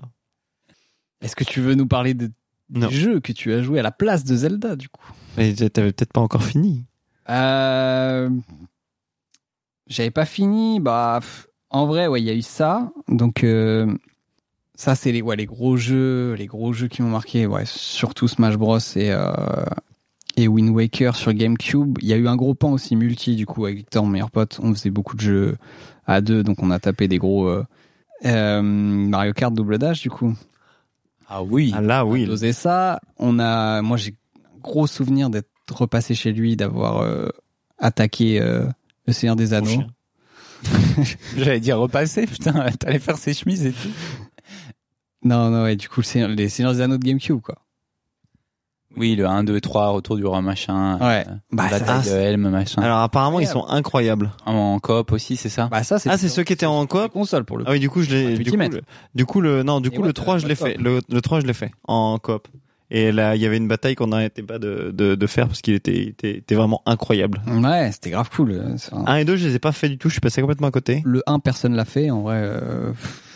B: Est-ce que tu veux nous parler de
C: Non.
B: du jeu que tu as joué à la place de Zelda, du coup
C: Mais t'avais peut-être pas encore fini.
B: euh... J'avais pas fini. Bah, pff, en vrai, ouais, il y a eu ça. Donc, euh, ça, c'est les, ouais, les gros jeux, les gros jeux qui m'ont marqué. Ouais, surtout Smash Bros et euh, et Wind Waker sur GameCube. Il y a eu un gros pan aussi multi, du coup, avec Victor, mon meilleur pote. On faisait beaucoup de jeux à deux, donc on a tapé des gros euh, euh, Mario Kart double dash, du coup.
A: Ah oui.
C: Ah là, oui.
B: Doser ça. On a, moi, j'ai un gros souvenir d'être repassé chez lui, d'avoir euh, attaqué euh, le Seigneur des Anneaux.
C: chien.
A: J'allais dire repasser, putain, t'allais faire ses chemises et tout.
B: Non, non, ouais, du coup, le Seigneur- les Seigneurs des Anneaux de GameCube, quoi.
A: Oui, le 1, 2, 3, retour du roi machin.
B: Ouais.
A: euh,
B: Bah, ça-
A: bataille de Helm machin. Ah,
C: Alors apparemment, ils sont incroyables.
A: en coop aussi, c'est ça
B: Bah, ça, c'est
C: Ah, c'est ceux qui étaient en coop
B: console pour le coup.
C: Ah oui, du coup, je
B: Ah,
C: l'ai
B: tu
C: du
B: t'y
C: coup,
B: mets.
C: le, du coup le non, du
B: Et
C: coup
B: ouais,
C: le 3, je l'ai
B: pas de
C: fait. Le, le 3, je l'ai fait en coop. Et là, il y avait une bataille qu'on n'arrêtait pas de, de, de faire parce qu'il était, il était, il était vraiment incroyable.
B: Ouais, c'était grave cool. euh, c'est un-
C: 1 et 2, je les ai pas fait du tout, je suis passé complètement à côté.
B: Le 1, personne l'a fait, en vrai. euh,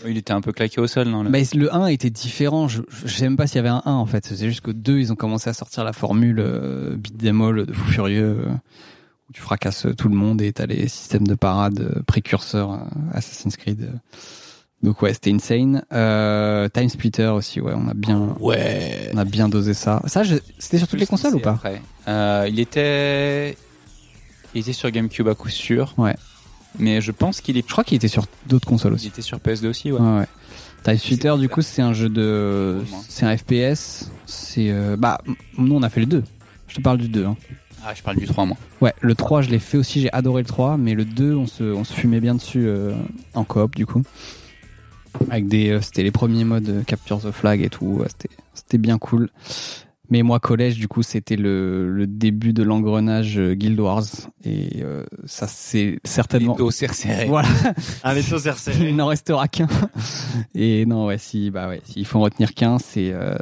A: Il était un peu claqué au sol, non le-
B: Mais le 1 était différent. Je, je sais même pas s'il y avait un 1 en fait. C'est juste que 2, ils ont commencé à sortir la formule euh, beat them all de fou furieux euh, où tu fracasses euh, tout le monde et t'as les systèmes de parade euh, précurseurs euh, Assassin's Creed. euh. Donc ouais, c'était insane. Euh, Time Splitter aussi, ouais, on a bien,
A: Ouais.
B: on a bien dosé ça. Ça, je- c'était sur toutes les consoles ou pas
A: Après. Euh, il était. Il était sur GameCube à coup sûr.
B: Ouais.
A: Mais je pense qu'il est.
B: Je crois qu'il était sur d'autres consoles aussi.
A: Il était sur PS2 aussi, ouais.
B: Ouais, ouais. Time Splitter, du
A: bizarre.
B: coup, c'est un jeu de,
A: Au moins.
B: c'est un FPS. C'est, euh, bah, m- nous on a fait le 2. Je te parle du 2. Hein.
A: Ah, je parle du 3, moi.
B: Ouais, le 3, je l'ai fait aussi, j'ai adoré le 3, mais le 2, on se, on se fumait bien dessus euh, en coop, du coup. Avec des, euh, c'était les premiers modes euh, Capture the Flag et tout, ouais, c'était, c'était bien cool. Mais moi, collège, du coup, c'était le, le début de l'engrenage euh, Guild Wars, et euh, ça, c'est certainement...
A: Les dos serrés.
B: Voilà,
C: Ah, les choses
B: il n'en restera qu'un. Et non, ouais, si, bah ouais, s'il faut en retenir qu'un, c'est euh,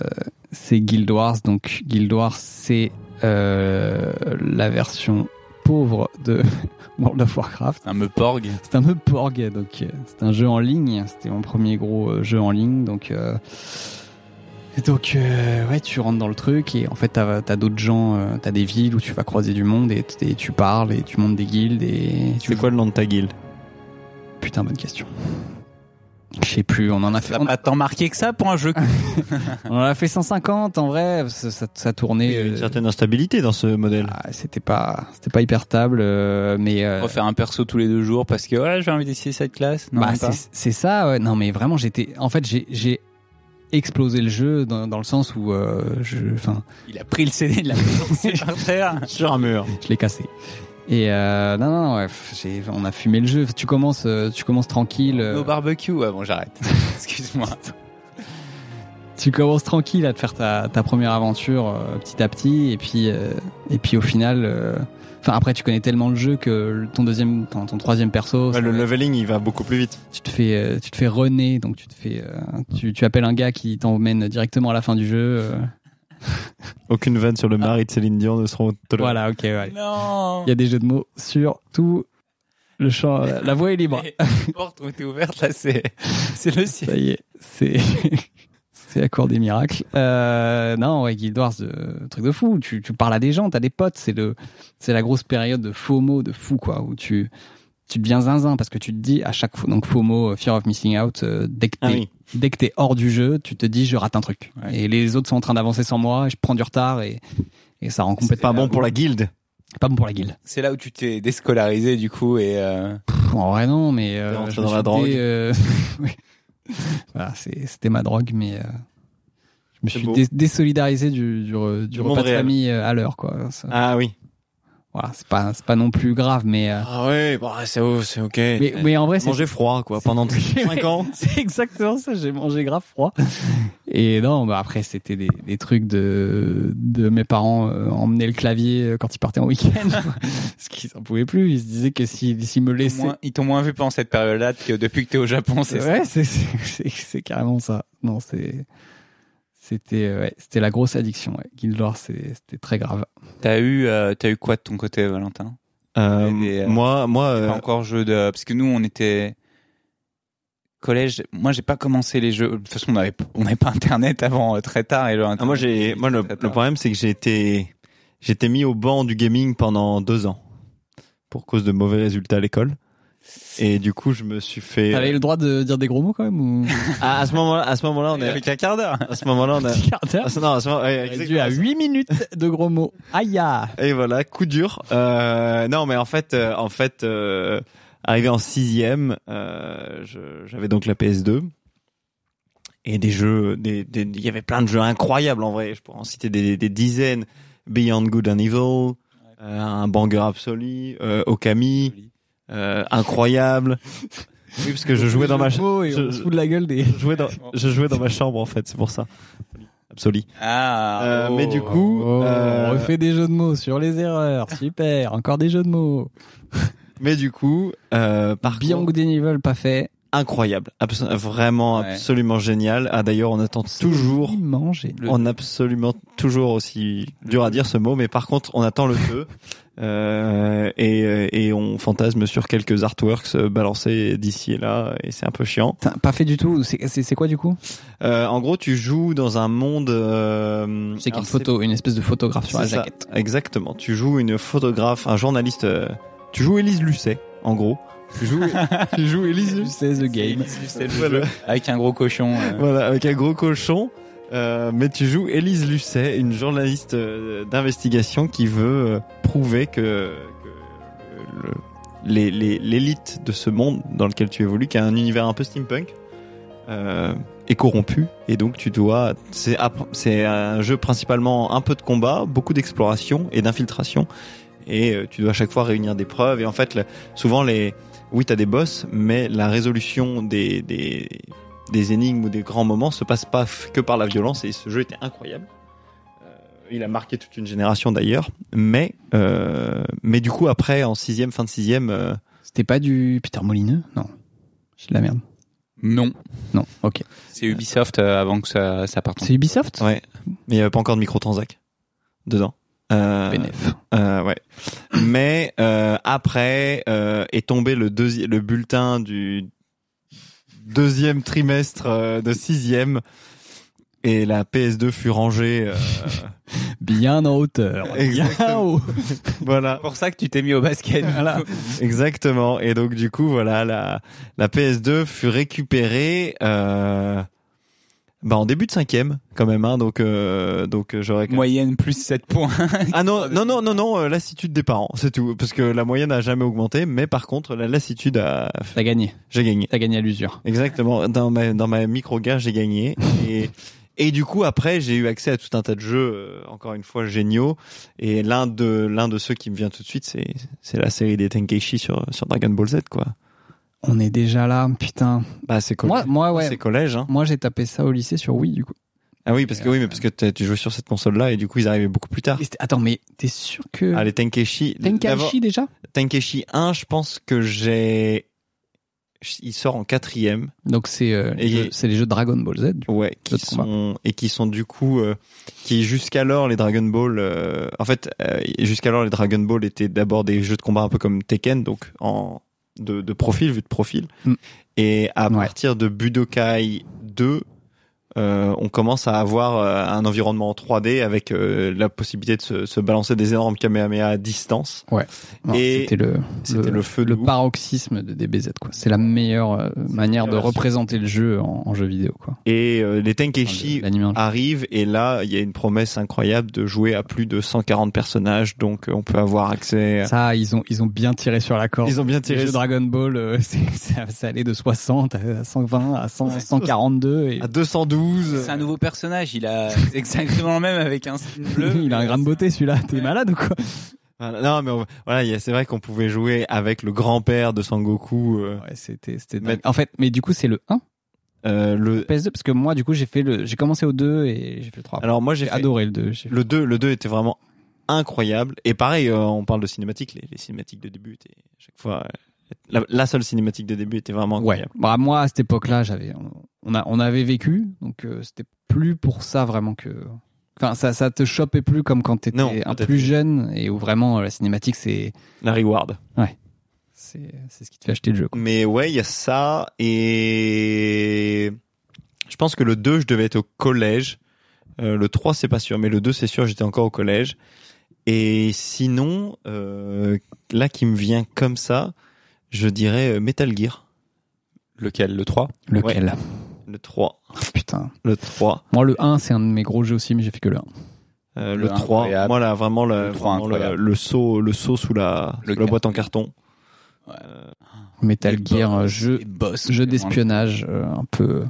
B: c'est Guild Wars. Donc Guild Wars, c'est euh, la version pauvre de World of Warcraft.
A: Un me porg.
B: C'est un peu porg, donc euh, c'est un jeu en ligne. C'était mon premier gros euh, jeu en ligne, donc. euh, et donc euh, ouais, tu rentres dans le truc et en fait t'as as, d'autres gens, euh, t'as des villes où tu vas croiser du monde et, t- et tu parles et tu montes des guildes et tu
C: C'est quoi le nom de ta guilde
B: Putain, bonne question. Je sais plus, on en a fait, on,
A: Pas tant marqué que ça pour un jeu.
B: on en a fait 150 en vrai, parce que ça, ça tournait.
C: Il y a
B: euh,
C: une certaine instabilité dans ce modèle.
B: ah, c'était pas, c'était pas hyper stable, euh, mais. euh,
A: Refaire un perso tous les deux jours parce que ouais, j'ai envie d'essayer cette classe. Non,
B: bah,
A: même pas.
B: c'est c'est ça, ouais. Non, mais vraiment, j'étais. En fait, j'ai- j'ai explosé le jeu dans, dans le sens où euh, je, enfin,
A: Il a pris le CD de la lancé par terre.
C: Sur un mur.
B: je l'ai cassé. Et euh, non, non, ouais, pff, j'ai- on a fumé le jeu. Tu commences, euh, tu commences tranquille. euh,
A: Au barbecue, ouais, bon, j'arrête. Excuse-moi.
B: tu commences tranquille à te faire ta, ta première aventure euh, petit à petit et puis euh, et puis au final euh, enfin après tu connais tellement le jeu que le- ton deuxième ton, ton troisième perso ça
C: le
B: va être-
C: leveling, il va beaucoup plus vite.
B: tu te fais euh, tu te fais runner donc tu te fais euh, tu, tu appelles un gars qui t'emmène directement à la fin du jeu euh,
C: Aucune vanne sur le mari de Céline Dion ne seront tolérées.
B: voilà OK ouais.
A: Non.
B: il y a des jeux de mots sur tout le champ euh, la voie est libre
A: Les portes ont été ouvertes, là, c'est, c'est le ciel.
B: Ça y est, c'est c'est la cour des miracles. Euh, non, ouais, Guild Wars, euh, truc de fou. Tu, tu parles à des gens, t'as des potes. C'est le c'est la grosse période de FOMO de fou quoi, où tu tu deviens zinzin parce que tu te dis à chaque fois donc FOMO, euh, fear of missing out. euh, dès que t'es
C: Ah oui.
B: dès que t'es hors du jeu, tu te dis je rate un truc.
A: Ouais.
B: Et les autres sont en train d'avancer sans moi, je prends du retard et et ça rend
C: C'est
B: complètement
C: pas bon pour la guilde.
B: pas bon pour la guilde.
A: C'est là où tu t'es déscolarisé, du coup, et euh,
B: Pff, En vrai, non, mais.
C: T'es
B: Euh,
C: rentré
B: je me
C: dans la
B: suis
C: drogue.
B: dé- euh, oui. Voilà, c'est- c'était ma drogue, mais. euh, Je me
C: C'est
B: suis
C: beau.
B: dé- désolidarisé du, du, re- du
C: Du monde
B: repas de
C: réel.
B: famille euh, à l'heure, quoi. Ça-
C: Ah oui.
B: Voilà, c'est pas, c'est pas non plus grave, mais. euh,
C: Ah oui, bon, c'est oh, c'est ok.
B: mais, mais en vrai, c'est.
C: Manger froid, quoi, pendant 5 ans.
B: C'est exactement ça, j'ai mangé grave froid. Et non, bah après, c'était des, des trucs de, de mes parents euh, emmenaient le clavier euh, quand ils partaient en week-end. parce qu'ils n'en pouvaient plus. Ils se disaient que s'ils s'ils me
A: ils
B: laissaient.
A: t'ont moins- ils t'ont moins vu pendant cette période-là que depuis que t'es au Japon, c'est ça.
B: ouais, c'est- c'est- c'est c'est carrément ça. Non, c'est c'était euh, ouais, c'était la grosse addiction. Ouais. Guild Wars, c'est- c'était très grave.
A: T'as eu, euh, t'as eu quoi de ton côté, Valentin?
C: Euh,
A: Des, euh,
C: moi, moi,
A: Pas
C: euh,
A: encore jeu de, parce que nous, on était collège. Moi, j'ai pas commencé les jeux. De toute façon, on avait, on n'avait pas internet avant euh, très tard. Et genre,
C: ah, moi, j'ai, moi, le,
A: Très
C: le
A: tard.
C: problème, c'est que j'ai été, j'étais mis au banc du gaming pendant deux ans pour cause de mauvais résultats à l'école. Et du coup, je me suis fait.
B: T'avais le droit de dire des gros mots quand même ou
C: Ah, à ce moment-là, à ce moment-là, on
A: on est
C: est,
A: avec un quart d'heure.
C: à ce moment-là, on a,
B: Petit quart d'heure,
C: à ce- non, à ce moment, ouais,
B: dû
C: bah, ah, exactement.
B: à 8 minutes de gros mots. Aïe ah.
C: Et voilà, coup dur. Euh, non, mais en fait, euh, en fait, euh, arrivé en sixième, euh, je- j'avais donc la PS2 et des jeux, des, des- il y avait plein de jeux incroyables en vrai. Je pourrais en citer des, des dizaines. Beyond Good and Evil, euh, un banger absolu, euh, Okami, euh, incroyable. Oui, parce que je jouais dans ma
B: Jeux de
C: chambre.
B: mots et
C: je-
B: on se fout de la gueule des.
C: Je jouais dans, je jouais dans ma chambre en fait, c'est pour ça. Absolu.
A: Ah.
C: Euh, mais du coup,
B: Oh,
C: euh,
B: On refait des jeux de mots sur les erreurs. Super, encore des jeux de mots.
C: mais du coup, euh, par
B: Beyond
C: contre-
B: Good and Evil, pas fait.
C: incroyable, Abso- vraiment
A: Ouais.
C: absolument génial. Ah d'ailleurs, on attend toujours,
B: Il mangeait.
A: Le-
C: on absolument toujours aussi dur à dire ce mot, mais par contre, on attend le 2 euh, et, et on fantasme sur quelques artworks euh, balancés d'ici et là, et c'est un peu chiant.
B: Pas fait du tout. C'est- C'est c'est quoi du coup
C: Euh, en gros, tu joues dans un monde. euh,
B: C'est qu'une
C: alors,
B: photo, une espèce de photographe sur la
C: c'est ça,
B: jaquette.
C: Exactement. Tu joues une photographe, un journaliste. euh, tu joues Élise Lucet, en gros. Tu joues, tu joues Élise Lucet.
B: C'est the game.
A: C'est le
C: Voilà.
A: jeu. Avec un gros cochon. euh.
C: Voilà, avec un gros cochon. Euh, mais tu joues Élise Lucet, une journaliste euh, d'investigation qui veut euh, prouver que, que le- les- les- l'élite de ce monde dans lequel tu évolues, qui a un univers un peu steampunk, euh, est corrompu. Et donc tu dois... C'est app- c'est un jeu principalement un peu de combat, beaucoup d'exploration et d'infiltration. Et euh, tu dois à chaque fois réunir des preuves. Et en fait, le- souvent, les... oui, tu as des boss, mais la résolution des- des, des énigmes ou des grands moments se passent pas f- que par la violence et ce jeu était incroyable. Euh, Il a marqué toute une génération d'ailleurs, mais euh, mais du coup après en sixième fin de sixième, euh,
B: C'était pas du Peter Molineux Non. J'ai de la merde.
A: Non.
B: Non, ok.
A: C'est Ubisoft euh, avant que ça, ça parte. en-
B: C'est Ubisoft
C: ouais, mais il y avait pas encore de microtransac dedans. Euh,
B: Bénef.
C: euh, ouais. Mais euh, après euh, est tombé le deuxi- le bulletin du deuxième trimestre euh, de sixième et la PS2 fut rangée. euh,
B: bien en hauteur. Bien
C: Exactement.
B: haut.
C: euh, Voilà.
A: pour ça que tu t'es mis au basket.
B: Voilà.
C: Exactement. Et donc du coup, voilà, la, la PS2 fut récupérée euh, bah, en début de cinquième, quand même. Hein, donc euh, donc euh, j'aurais.
A: Moyenne plus 7 points.
C: Ah non non non non non euh, lassitude des parents, c'est tout. Parce que la moyenne a jamais augmenté, mais par contre la lassitude a.
B: T'as gagné.
C: J'ai gagné.
B: T'as gagné à l'usure.
C: Exactement. Dans ma dans ma micro guerre, j'ai gagné. Et et du coup après, j'ai eu accès à tout un tas de jeux, euh, encore une fois géniaux. Et l'un de l'un de ceux qui me vient tout de suite, c'est c'est la série des Tenkaichi sur sur Dragon Ball Z quoi.
B: On est déjà là, putain.
C: Bah c'est cool.
B: Moi, moi,
C: C'est
B: ouais.
C: collège, hein.
B: Moi, j'ai tapé ça au lycée sur Wii, du coup.
C: Ah oui, parce que oui, mais parce que t'as- tu jouais sur cette console-là et du coup ils arrivaient beaucoup plus tard.
B: Et euh, c'était- Attends, mais t'es sûr que.
C: Ah les Tenkaichi. d'abord,
B: Tenkaichi déjà
C: Tenkaichi 1, je pense que j'ai. Il sort en quatrième.
B: Donc, c'est euh, les
C: Et-
B: jeux- c'est les jeux Dragon Ball Z. du coup.
C: Ouais. Qui
B: D'autres
C: sont et qui sont du coup euh, qui jusqu'alors les Dragon Ball. euh, en fait, euh, jusqu'alors les Dragon Ball étaient d'abord des jeux de combat un peu comme Tekken, donc en de, de profil vu de profil.
B: Mm.
C: Et à
B: Ouais.
C: partir de Budokai 2, euh, on commence à avoir euh, un environnement en 3D avec euh, la possibilité de se, se balancer des énormes kamehameha à distance.
B: Non,
C: Et
B: C'était le,
C: C'était le feu de
B: le
C: ouf.
B: paroxysme de DBZ, quoi. C'est la meilleure euh, manière de
C: meilleure version.
B: représenter le jeu en, en jeu vidéo, quoi.
C: Et Ah, euh, les
B: Enfin,
C: Tenkaichi
B: l'anime en jeu.
C: arrive et là il y a une promesse incroyable de jouer à plus de 140 personnages donc euh, on peut avoir accès à...
B: Ça, ils ont, ils ont bien tiré sur la corde.
C: ils ont bien
B: Les
C: tiré
B: jeux Dragon Ball, euh, c'est- ça, ça allait de 60 à 120 à 100, 142 et
C: à 212
A: C'est un nouveau personnage. Il a exactement le même avec un skin bleu.
B: il a un grain de beauté celui-là. T'es
A: Ouais.
B: malade ou quoi
C: Voilà. non mais on- voilà il y a- c'est vrai qu'on pouvait jouer avec le grand-père de Sangoku euh,
B: Ouais, c'était, c'était
C: Mais-
B: dingue. En fait, mais du coup, c'est le 1
C: euh, le
B: PS2 parce que moi, du coup, j'ai fait le, j'ai commencé au 2 et j'ai fait le 3.
C: alors moi j'ai
B: j'ai
C: fait-
B: adoré le 2. j'ai-
C: le 2 le 2 était vraiment incroyable et pareil euh, on parle de cinématiques les, les cinématiques de début étaient à chaque fois euh, la, la seule cinématique de début était vraiment
B: Ouais.
C: incroyable
B: Bah, moi, à cette époque-là, j'avais, on- on a, on avait vécu, donc euh, c'était plus pour ça vraiment que. Enfin, ça, ça te chopait plus comme quand t'étais
C: Non,
B: un
C: peut-être.
B: plus jeune et où vraiment euh, la cinématique, c'est,
C: la reward
B: c'est, c'est ce qui te fait acheter le jeu. quoi.
C: Mais ouais, il y a ça et je pense que le 2, je devais être au collège. Euh, le 3, c'est pas sûr, mais le 2, c'est sûr, j'étais encore au collège. Et sinon, euh, là qui me vient comme ça, je dirais euh, Metal Gear. Lequel Le 3
B: Lequel Oh,
C: Le 3.
B: Putain.
C: Le 3.
B: Moi, le 1, c'est un de mes gros jeux aussi, mais j'ai fait que le 1.
C: Euh,
A: Le
C: le 3.
A: incroyable.
C: Voilà, vraiment le,
A: Le trois
C: vraiment le-
A: incroyable.
C: le saut, le saut sous la,
A: Le
C: sous la
A: quatre.
C: boîte en carton.
B: Metal
A: Les
B: Gear,
A: boss,
B: euh, jeu,
A: les boss,
B: jeu
A: vraiment.
B: d'espionnage, euh, un peu.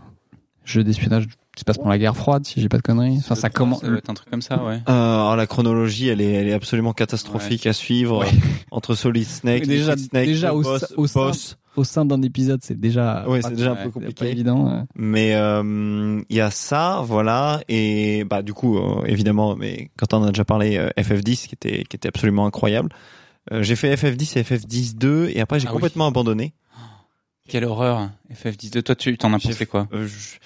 B: Jeu d'espionnage qui se passe pendant la guerre froide, si j'ai pas de conneries. Enfin, ça
A: Le
B: commence.
A: trace, ça doit être un truc comme ça, ouais.
C: Euh, alors la chronologie, elle est, elle est absolument catastrophique à suivre. euh,
A: Ouais.
C: Entre Solid Snake,
B: Et déjà-
C: Liquid Snake,
B: déjà
C: le
B: au
C: boss,
B: sa- au sein-
C: boss.
B: Au sein d'un épisode, c'est déjà.
C: Ouais,
B: pas-
C: c'est déjà un
A: ouais,
C: peu
A: c'est
B: pas
C: compliqué.
B: évident. euh.
C: Mais euh, il y a ça, voilà, et bah du coup, euh, évidemment, mais quand on en a déjà parlé, euh, FF10 qui était qui était absolument incroyable. Euh, j'ai fait FF10 et FF10-2 et après j'ai
A: Ah oui.
C: complètement abandonné.
A: Quelle horreur. FF12. Toi, tu t'en as
C: J'ai-
A: pensé quoi
C: Euh, je-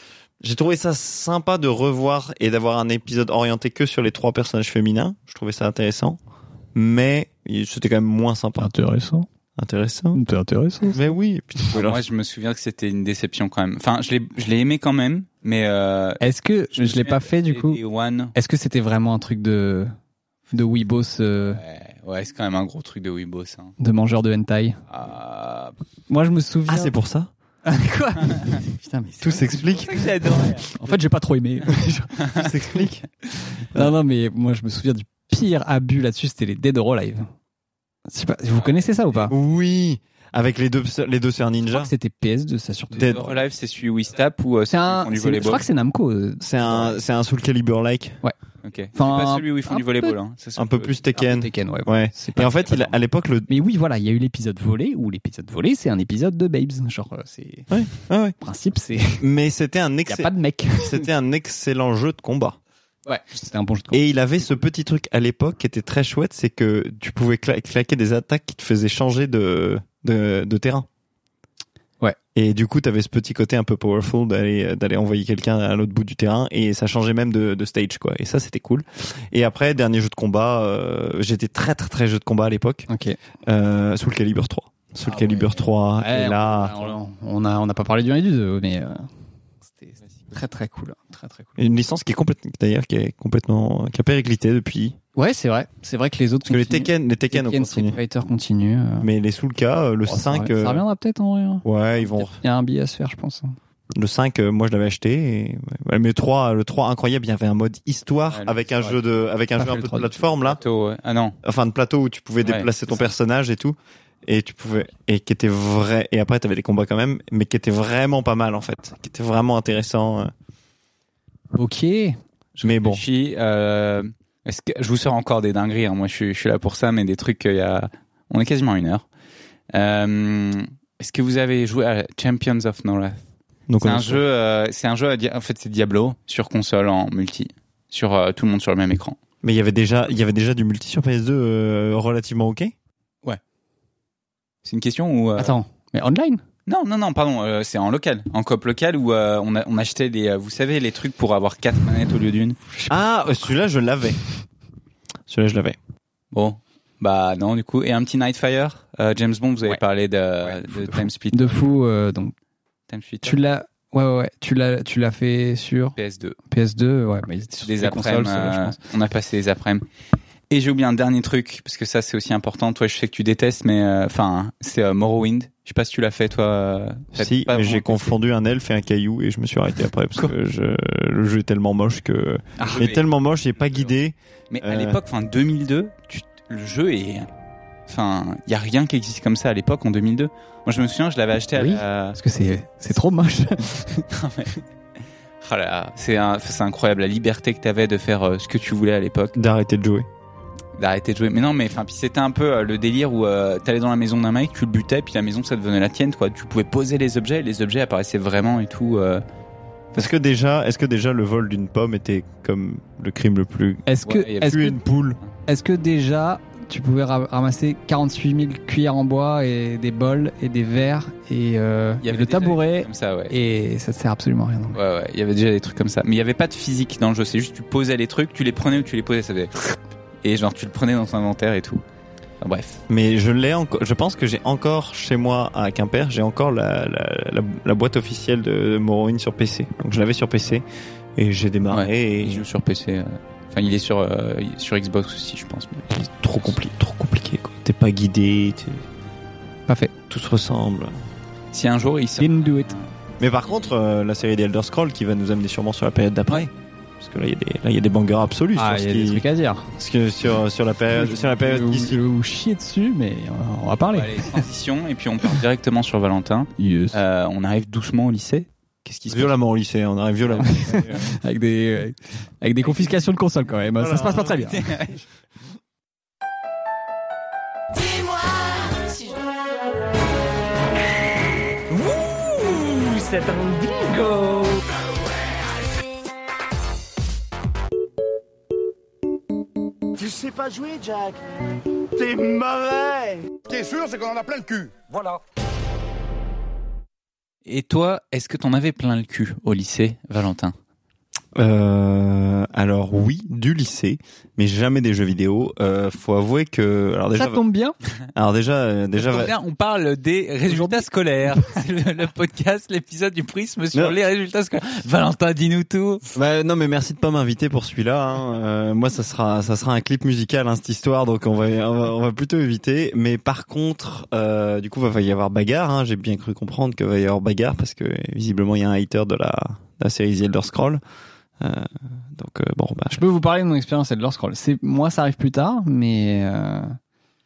C: j'ai trouvé ça sympa de revoir et d'avoir un épisode orienté que sur les trois personnages féminins. Je trouvais ça intéressant, mais c'était quand même moins sympa.
B: Intéressant.
C: Intéressant.
B: C'est intéressant.
C: Mais oui. putain, voilà.
A: Moi, je me souviens que c'était une déception quand même. Enfin, je l'ai, je l'ai aimé quand même, mais euh,
B: Est-ce que je,
A: me
B: l'ai
A: souviens
B: pas fait du
A: des-
B: coup
A: des One.
B: Est-ce que c'était vraiment un truc de de weebos euh,
A: Ouais, ouais, c'est quand même un gros truc de Weebos. Hein.
B: de mangeur de hentai
A: Ah,
B: Moi je me souviens.
C: Ah, c'est pour ça
B: quoi Putain mais c'est-
C: Tout s'explique
B: En fait j'ai pas trop aimé.
C: Tout s'explique
B: non non mais moi je me souviens du pire abus là-dessus c'était les Dead or Alive. Je sais pas, vous connaissez ça ou pas
C: Oui Avec les deux, les deux sœurs
B: Je crois
C: ninja.
B: que c'était PS de ça surtout.
C: Dead.
A: Dead or Alive, c'est celui où ils se tapent ou euh,
B: C'est
A: celui où ils
B: un,
A: font du
B: c'est- je crois
A: volleyball
B: que c'est Namco. euh,
C: C'est un, c'est un Soul Calibur-like,
A: Ok. C'est
B: Enfin,
A: pas celui où ils font
B: un
A: du
B: peu-
A: volleyball. Hein. Ça, c'est
C: un peu plus
B: un
C: Tekken.
B: Tekken, ouais.
C: Ouais.
B: C'est pas-
C: Et en fait,
B: c'est pas
C: il, a-
B: normal.
C: à l'époque, le.
B: Mais oui, voilà, il y a eu l'épisode volé, où l'épisode volé, c'est un épisode de Babes. Genre, euh, c'est.
C: Ouais, ouais.
B: Le principe, c'est.
C: Mais c'était un,
B: Y a
C: excellent
B: pas de mec.
C: c'était un excellent jeu de combat.
B: Ouais. C'était un bon jeu de
C: Et il avait ce petit truc à l'époque qui était très chouette, c'est que tu pouvais cla- claquer des attaques qui te faisaient changer de, de, de terrain.
B: Ouais.
C: Et du coup, t'avais ce petit côté un peu powerful d'aller d'aller envoyer quelqu'un à l'autre bout du terrain et ça changeait même de, de stage quoi. Et ça, c'était cool. Et après, dernier jeu de combat, euh, j'étais très très très jeu de combat à l'époque,
B: Ok.
C: euh, sous le calibre 3. Sous le
B: Ah
C: calibre
B: ouais.
C: 3
B: Ouais,
C: et là.
B: on, on a on n'a pas parlé du 1 et du 2, mais euh, c'était- Très très cool, très très cool.
C: Une licence qui est complète, d'ailleurs, qui est complètement, qui a périclité depuis.
B: Ouais, c'est vrai. C'est vrai que les autres
C: Parce que les
B: continuent.
C: Tekken, les Tekken, ont
B: Street
C: continué.
B: Fighter continue. euh.
C: Mais les Soulka, euh, le
B: Oh, ça
C: 5,
B: reviendra-
C: euh,
B: ça reviendra peut-être en vrai. hein.
C: ouais, ils vont,
B: Il y a un billet à se faire, je pense. hein.
C: le 5, euh, moi je l'avais acheté. et- ouais, Mais le 3, le 3 incroyable, il y avait un mode histoire
A: Ouais, le
C: avec un
A: trois,
C: jeu de, avec un
B: pas
C: jeu
B: fait
C: un
B: le
C: peu de
B: trois du tout.
C: plateforme là.
A: Plateau, ouais. Ah non.
C: enfin de plateau où tu pouvais
A: Ouais,
C: déplacer ton
A: c'est ça.
C: personnage et tout et tu pouvais et qui était vrai et après t'avais des combats quand même mais qui étaient vraiment pas mal en fait qui étaient vraiment intéressants euh.
B: Ok.
C: mais bon
A: Chi, euh, est-ce que je vous sors encore des dingueries hein, Moi, je suis, je suis là pour ça, mais des trucs qu'il y a. On est quasiment à une heure. Euh, est-ce que vous avez joué à Champions of North
C: donc
A: C'est
C: on
A: un
C: est-
A: jeu. euh, c'est un jeu. à dia- En fait, c'est Diablo sur console en multi, sur euh, tout le monde sur le même écran.
C: mais il y avait déjà il y avait déjà du multi sur PS2 euh, relativement ok
A: C'est une question ou euh,
B: Attends, mais online
A: Non, non, non, pardon, euh, c'est en local, en coop local où euh, on, a- on achetait des, euh, vous savez, les trucs pour avoir quatre manettes au lieu d'une.
C: ah euh, celui-là je l'avais celui-là je l'avais
A: Bon, bah non, du coup, et un petit Nightfire. Euh, James Bond, vous avez
B: Ouais.
A: parlé de,
B: Ouais,
A: de Time Split.
B: De fou. euh, donc
A: Time Split,
B: tu l'as. Ouais ouais ouais. Tu l'as tu l'as fait sur
A: PS2.
B: PS2. Ouais. Mais ils étaient sur toutes
A: Des
B: les consoles,
A: après-midi,
B: ça, je
A: euh,
B: pense.
A: on a passé des après-midi. Et j'ai oublié un dernier truc parce que ça c'est aussi important. Toi, je sais que tu détestes, mais euh, enfin, c'est euh, Morrowind. Je sais pas si tu l'as fait toi. euh, t'as
C: si
A: pas vraiment
C: mais j'ai
A: testé.
C: confondu un elfe et un caillou et je me suis arrêté après parce que je- le jeu est tellement moche que
A: Ah,
C: il est
A: mais-
C: tellement moche il est pas guidé
A: Mais
C: Euh.
A: à l'époque, enfin 2002, tu- le jeu est, enfin, il y a rien qui existe comme ça à l'époque en 2002. Moi, je me souviens, je l'avais acheté. à
B: Oui.
A: la-
B: Parce que c'est c'est trop moche.
A: Oh là là, c'est un- c'est incroyable la liberté que t'avais de faire euh, ce que tu voulais à l'époque,
C: d'arrêter de jouer
A: d'arrêter de jouer. Mais non, mais enfin, puis c'était un peu euh, le délire où euh, t'allais dans la maison d'un mec, tu le butais, puis la maison ça devenait la tienne, quoi. Tu pouvais poser les objets, et les objets apparaissaient vraiment et tout. euh.
C: est-ce que déjà est-ce que déjà le vol d'une pomme était comme le crime le plus
B: Est-ce que
A: Ouais, il y a
B: est-ce
C: tuer
B: que
C: une poule
B: Est-ce que déjà tu pouvais ra- ramasser 48 000 cuillères en bois et des bols et des verres et, euh,
A: Il y
B: et
A: avait
B: le
A: déjà des trucs
B: tabouret
A: comme ça, ouais.
B: et ça te sert absolument à rien. donc.
A: Ouais, ouais, il y avait déjà des trucs comme ça. Mais il y avait pas de physique dans le jeu, c'est juste tu posais les trucs, tu les prenais ou tu les posais, ça faisait. Et genre tu le prenais dans ton inventaire et tout. Enfin, bref.
C: Mais je l'ai encore. Je pense que j'ai encore chez moi à Quimper, j'ai encore la, la, la, la boîte officielle de Morrowind sur PC. Donc je l'avais sur PC et j'ai démarré.
A: Ouais.
C: et
A: Il joue sur PC. euh. Enfin, il est sur, euh, sur Xbox aussi, je pense. mais-
C: Trop compliqué, trop compliqué. quoi. T'es pas guidé, t'es-
B: Pas fait.
C: tout se ressemble.
A: Si un jour il sort.
B: Didn't do it.
C: Mais par contre, euh, la série des Elder Scrolls qui va nous amener sûrement sur la période d'après. Parce que là, il y a des- là, il y a des bangers absolus
B: Ah,
C: sur,
B: il
C: ce
B: y a des
C: qui-
B: trucs à dire.
C: parce que sur, sur la
A: Euh,
C: période, sur la
B: Je
C: période
B: vais vous-
C: d'ici.
B: je vais vous chier dessus, mais euh, on va parler.
A: Allez, transition, et puis on part directement sur Valentin.
B: Yes.
A: Euh, on arrive doucement au lycée. Qu'est-ce qui se passe
C: Violemment au lycée, on arrive violemment.
B: Avec des, euh, avec des confiscations de consoles quand même.
C: Voilà.
B: Ça se passe pas très bien.
E: Dis-moi si je
H: Tu sais pas jouer, Jack T'es mauvais
A: Et toi, est-ce que t'en avais plein le cul au lycée, Valentin
C: Euh, alors oui, du lycée, mais jamais des jeux vidéo. Euh, faut avouer que alors déjà,
B: Ça tombe bien.
C: alors déjà, euh, déjà,
A: Donc là, on parle des résultats scolaires. C'est le, le podcast, l'épisode du prisme sur
C: Non.
A: les résultats scolaires. Valentin, dis-nous tout.
C: Bah, non mais merci de pas m'inviter pour celui-là. hein. Euh, moi, ça sera, ça sera un clip musical hein, cette histoire, donc on va, on va, on va plutôt éviter. Mais par contre, euh, du coup, va y avoir bagarre. hein. J'ai bien cru comprendre que va y avoir bagarre parce que visiblement, il y a un hater de la, de la série The Elder Scroll. Euh, donc euh, bon, bah,
B: Je peux vous parler de mon expérience Elder Scrolls. C'est moi, ça arrive plus tard, mais euh,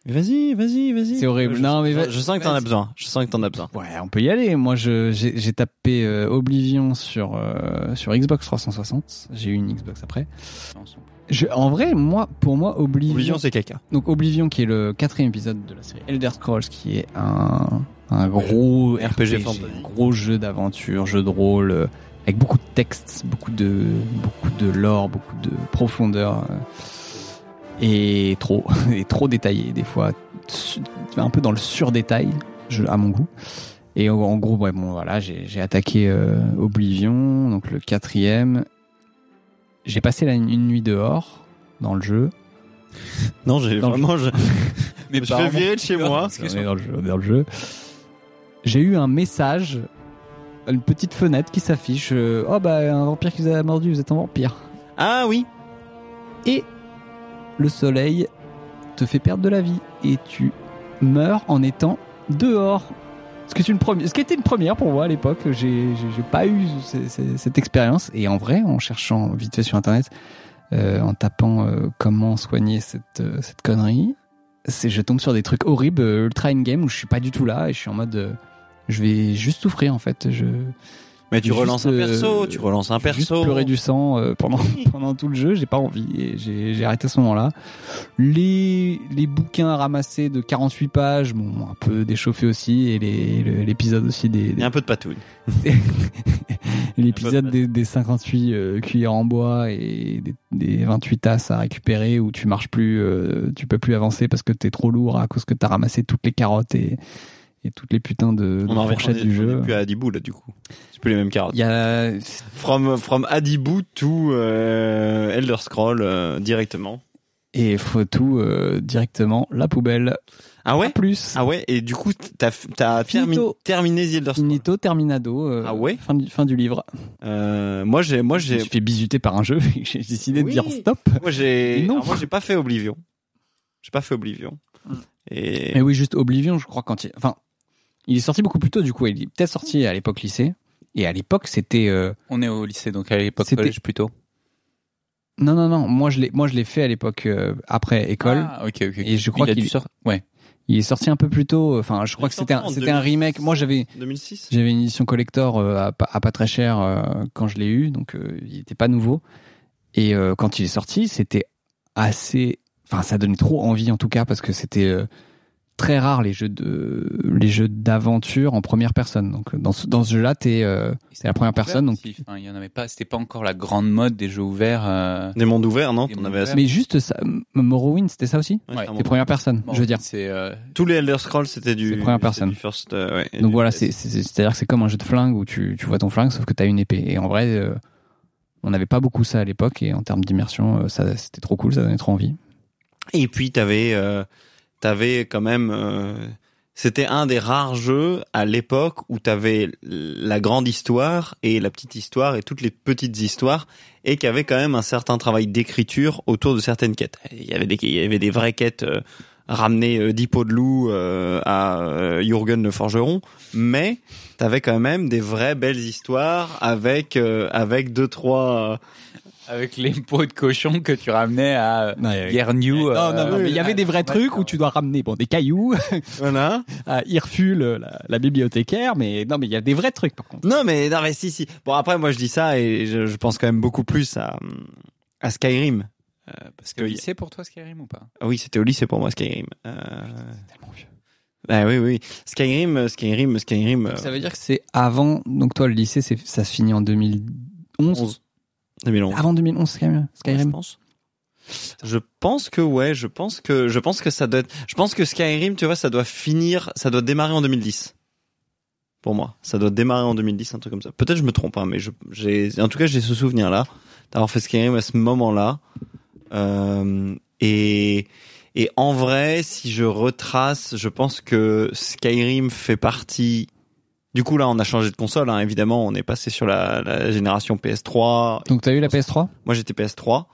C: vas-y, vas-y, vas-y.
B: c'est horrible.
C: Je-
B: non, mais va-
C: je sens que t'en as besoin. Je sens que t'en as besoin.
B: Ouais, on peut y aller. Moi, je- j'ai j'ai tapé euh, Oblivion sur, euh, sur Xbox 360. J'ai eu une Xbox après. Je, en vrai, moi, pour moi, Oblivion.
C: Vision, c'est caca.
B: donc Oblivion, qui est le quatrième épisode de la série Elder Scrolls, qui est un, un gros
C: RPG
B: RPG,
C: fantasy.
B: un gros jeu d'aventure, jeu de rôle, euh, avec beaucoup de textes, beaucoup de, beaucoup de lore, beaucoup de profondeur. euh, et trop, et trop détaillé, des fois su- un peu dans le surdétail, je- à mon goût. Et en, en gros, ouais, bon, voilà, j'ai j'ai attaqué euh, Oblivion, donc le quatrième. J'ai passé la- une nuit dehors dans le jeu.
C: Non, j'ai
B: Dans le-
C: vraiment. Je,
A: Mes
C: je
A: parents-
C: vais virer de chez moi.
A: Parce que-
B: dans le jeu. dans le jeu. J'ai eu un message une petite fenêtre qui s'affiche. euh, oh bah un vampire qui vous a mordu, vous êtes un vampire.
C: Ah oui.
B: Et le soleil te fait perdre de la vie et tu meurs en étant dehors. Ce, que tu une première, ce qui était une première pour moi à l'époque, j'ai j'ai- j'ai pas eu ce- ce- cette expérience. Et en vrai, en cherchant vite fait sur internet, euh, en tapant euh, comment soigner cette, euh, cette connerie, c'est je tombe sur des trucs horribles, euh, ultra in-game, où je suis pas du tout là et je suis en mode euh, je vais juste souffrir en fait. Je,
C: Mais tu
B: Juste,
C: relances un perso,
B: euh,
C: tu relances un
B: j'ai juste
C: perso.
B: pleurer du sang euh, pendant pendant tout le jeu j'ai pas envie et j'ai j'ai arrêté à ce moment-là les les bouquins ramassés de 48 pages m'ont un peu déchauffé aussi et les le- l'épisode aussi des,
C: Il y a un peu de patouille.
B: des- l'épisode des, des 58 euh, cuillères en bois et des, des 28 tasses à récupérer où tu marches plus euh, tu peux plus avancer parce que t'es trop lourd à cause que t'as ramassé toutes les carottes et et toutes les putains de, de
C: en revient-
B: fourchettes
C: on est-
B: du
C: On est
B: jeu
C: plus à Adibou là du coup. C'est plus les mêmes carottes.
B: il y a
C: From from Adibou to euh, Elder Scroll euh, directement.
B: et faut tout euh, directement la poubelle
C: Ah ouais.
B: À plus
C: Ah ouais. Et du coup t'as t'as termi-
B: Finito.
C: terminé The Elder Scroll.
B: Finito, Terminado. euh,
C: Ah ouais
B: fin du, fin du livre.
C: Euh, moi j'ai moi
B: Je me
C: j'ai
B: suis fait bisuter par un jeu et j'ai décidé
C: Oui.
B: de dire stop.
C: moi j'ai
B: Non.
C: alors, moi j'ai pas fait Oblivion. J'ai pas fait Oblivion. Et
B: Mais oui, juste Oblivion, je crois, quand il. Enfin, il est sorti beaucoup plus tôt, du coup. Il est peut-être sorti à l'époque lycée. Et à l'époque, c'était. euh,
A: On est au lycée, donc à l'époque
B: C'était-
A: collège plutôt.
B: Non, non, non. Moi, je l'ai moi, je l'ai fait à l'époque euh, après école.
A: Ah, ok, ok. ok.
B: Et je crois
A: il a
B: qu'il-
A: dû sortir. Ouais.
B: Il est sorti un peu plus tôt. euh, Enfin, je crois
C: Il
B: que c'était un,
C: sortait en
B: c'était un
C: 2006.
B: remake. Moi, j'avais.
C: 2006.
B: J'avais une édition collector euh, à, pas- à pas très cher euh, quand je l'ai eu, donc euh, il n'était pas nouveau. Et euh, quand il est sorti, c'était assez. Enfin, ça donnait trop envie en tout cas parce que c'était euh, très rare les jeux de les jeux d'aventure en première personne. Donc dans ce, dans ce jeu-là, t'es euh, c'est la première personne. Donc,
A: Aussi, enfin, hein. il y en avait pas. C'était pas encore la grande mode des jeux ouverts. euh,
C: Des mondes ouverts non
A: Des
C: T'en
A: mondes
C: avais assez.
B: mais juste ça, M- Morrowind, c'était ça aussi.
A: Ouais,
C: c'est un
B: T'es
C: monde
B: première personne,
A: bon,
B: je veux dire.
A: C'est euh,
C: Tous les Elder Scrolls, c'était du.
B: C'est première
C: c'était
B: personne.
C: du first, euh, ouais, et
B: Donc
C: du
B: voilà, c'est-
C: PS.
B: c'est- c'est- c'est-à-dire que c'est comme un jeu de flingue où tu, tu vois ton flingue, sauf que tu as une épée. Et en vrai, euh, on n'avait pas beaucoup ça à l'époque, et en termes d'immersion, euh, ça c'était trop cool, ça donnait trop envie.
C: Et puis t'avais, euh, t'avais quand même. euh, c'était un des rares jeux à l'époque où t'avais la grande histoire et la petite histoire et toutes les petites histoires et qui avait quand même un certain travail d'écriture autour de certaines quêtes. Il y avait des, il y avait des vraies quêtes. euh, ramener euh, 10 pots de loup euh, à euh, Jürgen le forgeron, mais t'avais quand même des vraies belles histoires avec euh, avec deux trois euh,
A: avec les pots de cochon que tu ramenais à euh, Guernew.
B: Non, non,
A: euh,
B: non, mais il y avait des vrais
A: ouais,
B: trucs où
A: ouais.
B: tu dois ramener bon, des cailloux
C: voilà
B: à Irful, euh, la, la bibliothécaire, mais non, mais il y a des vrais trucs par contre.
C: Non, mais non, mais si, si. Bon, après, moi, je dis ça et je, je pense quand même beaucoup plus à, à Skyrim. Euh, parce
A: C'était
C: que
A: au lycée pour toi Skyrim ou pas
C: Ah oui, c'était au lycée pour moi Skyrim. Euh, bah oui, oui. Skyrim, euh, Skyrim, Skyrim. euh,
B: Ça veut dire que c'est avant, donc toi le lycée, c'est- ça se finit en 2011
C: 11. 2011.
B: Avant 2011 Skyrim,
C: Je
B: Skyrim.
C: pense. Je pense que ouais, je pense que je pense que ça doit. être- Je pense que Skyrim, tu vois, ça doit finir, ça doit démarrer en 2010. Pour moi, ça doit démarrer en 2010, un truc comme ça. Peut-être je me trompe, hein, mais je- j'ai, en tout cas, j'ai ce souvenir-là d'avoir fait Skyrim à ce moment-là. Euh, et et en vrai, si je retrace, je pense que Skyrim fait partie. Du coup, là, on a changé de console. hein, évidemment, on est passé sur la, la génération PS3.
B: Donc t'as eu la PS3,
C: Moi, j'étais PS3.